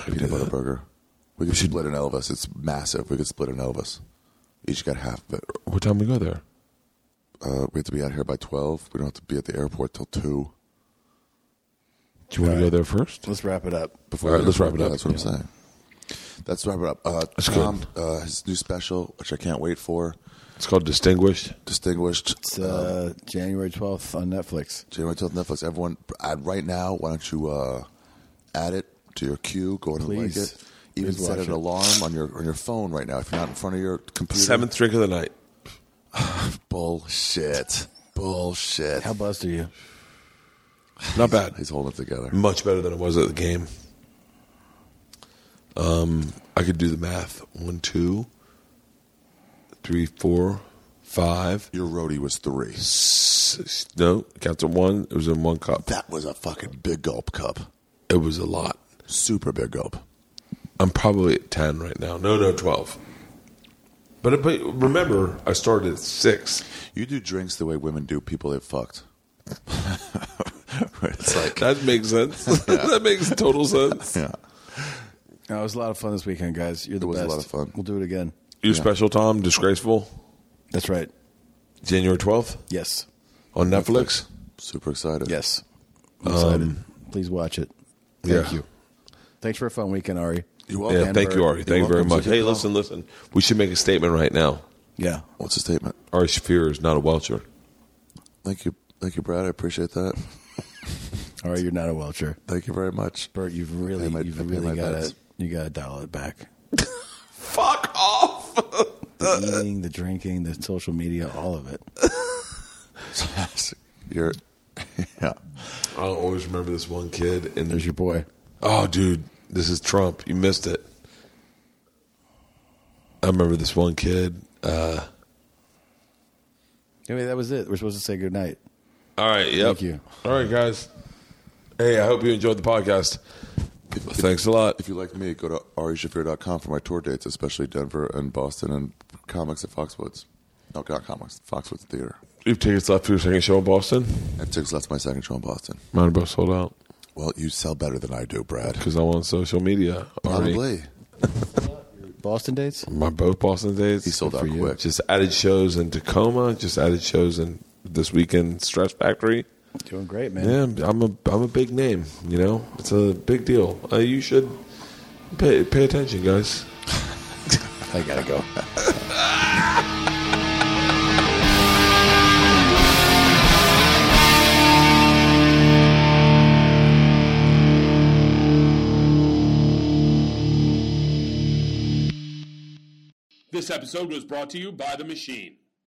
Peanut butter burger. We could split an Elvis. It's massive. We could split an Elvis. Each got half of it.
What time we go there?
Uh, we have to be out here by 12. We don't have to be at the airport till 2.
Do you want to go there first?
Let's wrap it up.
before
All right,
we-
let's wrap it
yeah,
up.
That's what I'm saying. Let's wrap it up. Uh,
That's
Tom, uh, his new special, which I can't wait for,
It's called Distinguished.
distinguished.
It's uh, January twelfth on Netflix.
January 12th, Netflix. Everyone, uh, right now, why don't you uh, add it to your queue? Go and like
Please.
it. Even
Please
set
watch
an
it.
alarm on your on your phone right now if you're not in front of your computer.
Seventh drink of the night.
bullshit, bullshit.
How buzzed are you?
Not bad.
He's holding it together.
Much better than it was at the game. Um, I could do the math. One, two, three, four, five.
Your roadie was three.
Six. No, count to one. It was in one cup.
That was a fucking big gulp cup,
It was a lot.
super big gulp.
I I'm probably at 10 right now. No, no, 12. But, but remember, I started at 6.
You do drinks the way women do people they've fucked. Where it's like,
That makes sense. that makes total sense.
yeah.
No, it was a lot of fun this weekend, guys. You're the
It was a
best.
lot of fun.
We'll do it again.
Your special, Tom, Disgraceful,
That's right.
January 12th
Yes.
on Netflix.
Super excited.
Yes. I'm excited. Please watch it. Thank
yeah.
you. Thanks for a fun weekend, Ari. You're
Yeah, thank you, Ari. Thank you very much. Hey, listen, listen. We should make a statement right now.
Yeah.
What's the statement?
Ari Shafir is not a welcher.
Thank you. Thank you, Brad. I appreciate that.
Ari, you're not a welcher.
Thank you very much.
Bert, you've really,
pay my- I
you've
pay
really
my
got
bets.
to, you got to dial it back.
Fuck off.
The eating, the drinking, the social media, all of it.
You're, yeah.
I'll always remember this one kid. And
There's your boy.
Oh, dude, this is Trump. You missed it. I remember this one kid. Uh,
Anyway, that was it. We're supposed to say good night.
all right. Yep.
Thank you.
All right, guys. Hey, I hope you enjoyed the podcast. Thanks a lot.
If you like me, go to arishafir.com for my tour dates, especially Denver and Boston and comics at Foxwoods. No, not comics, Foxwoods Theater.
You have tickets left for your second show in Boston.
And tickets left my second show in Boston.
Mine are both sold out
Well, you sell better than I do, Brad.
because I'm on social media. already.
Probably.
Boston dates?
My both Boston days.
He sold out
for you.
quick.
Just added shows in Tacoma. Just added shows in this weekend Stress Factory.
Doing great, man.
Yeah, I'm a I'm a big name. You know, it's a big deal. Uh, you should pay pay attention, guys.
I got to go.
This episode was brought to you by The Machine.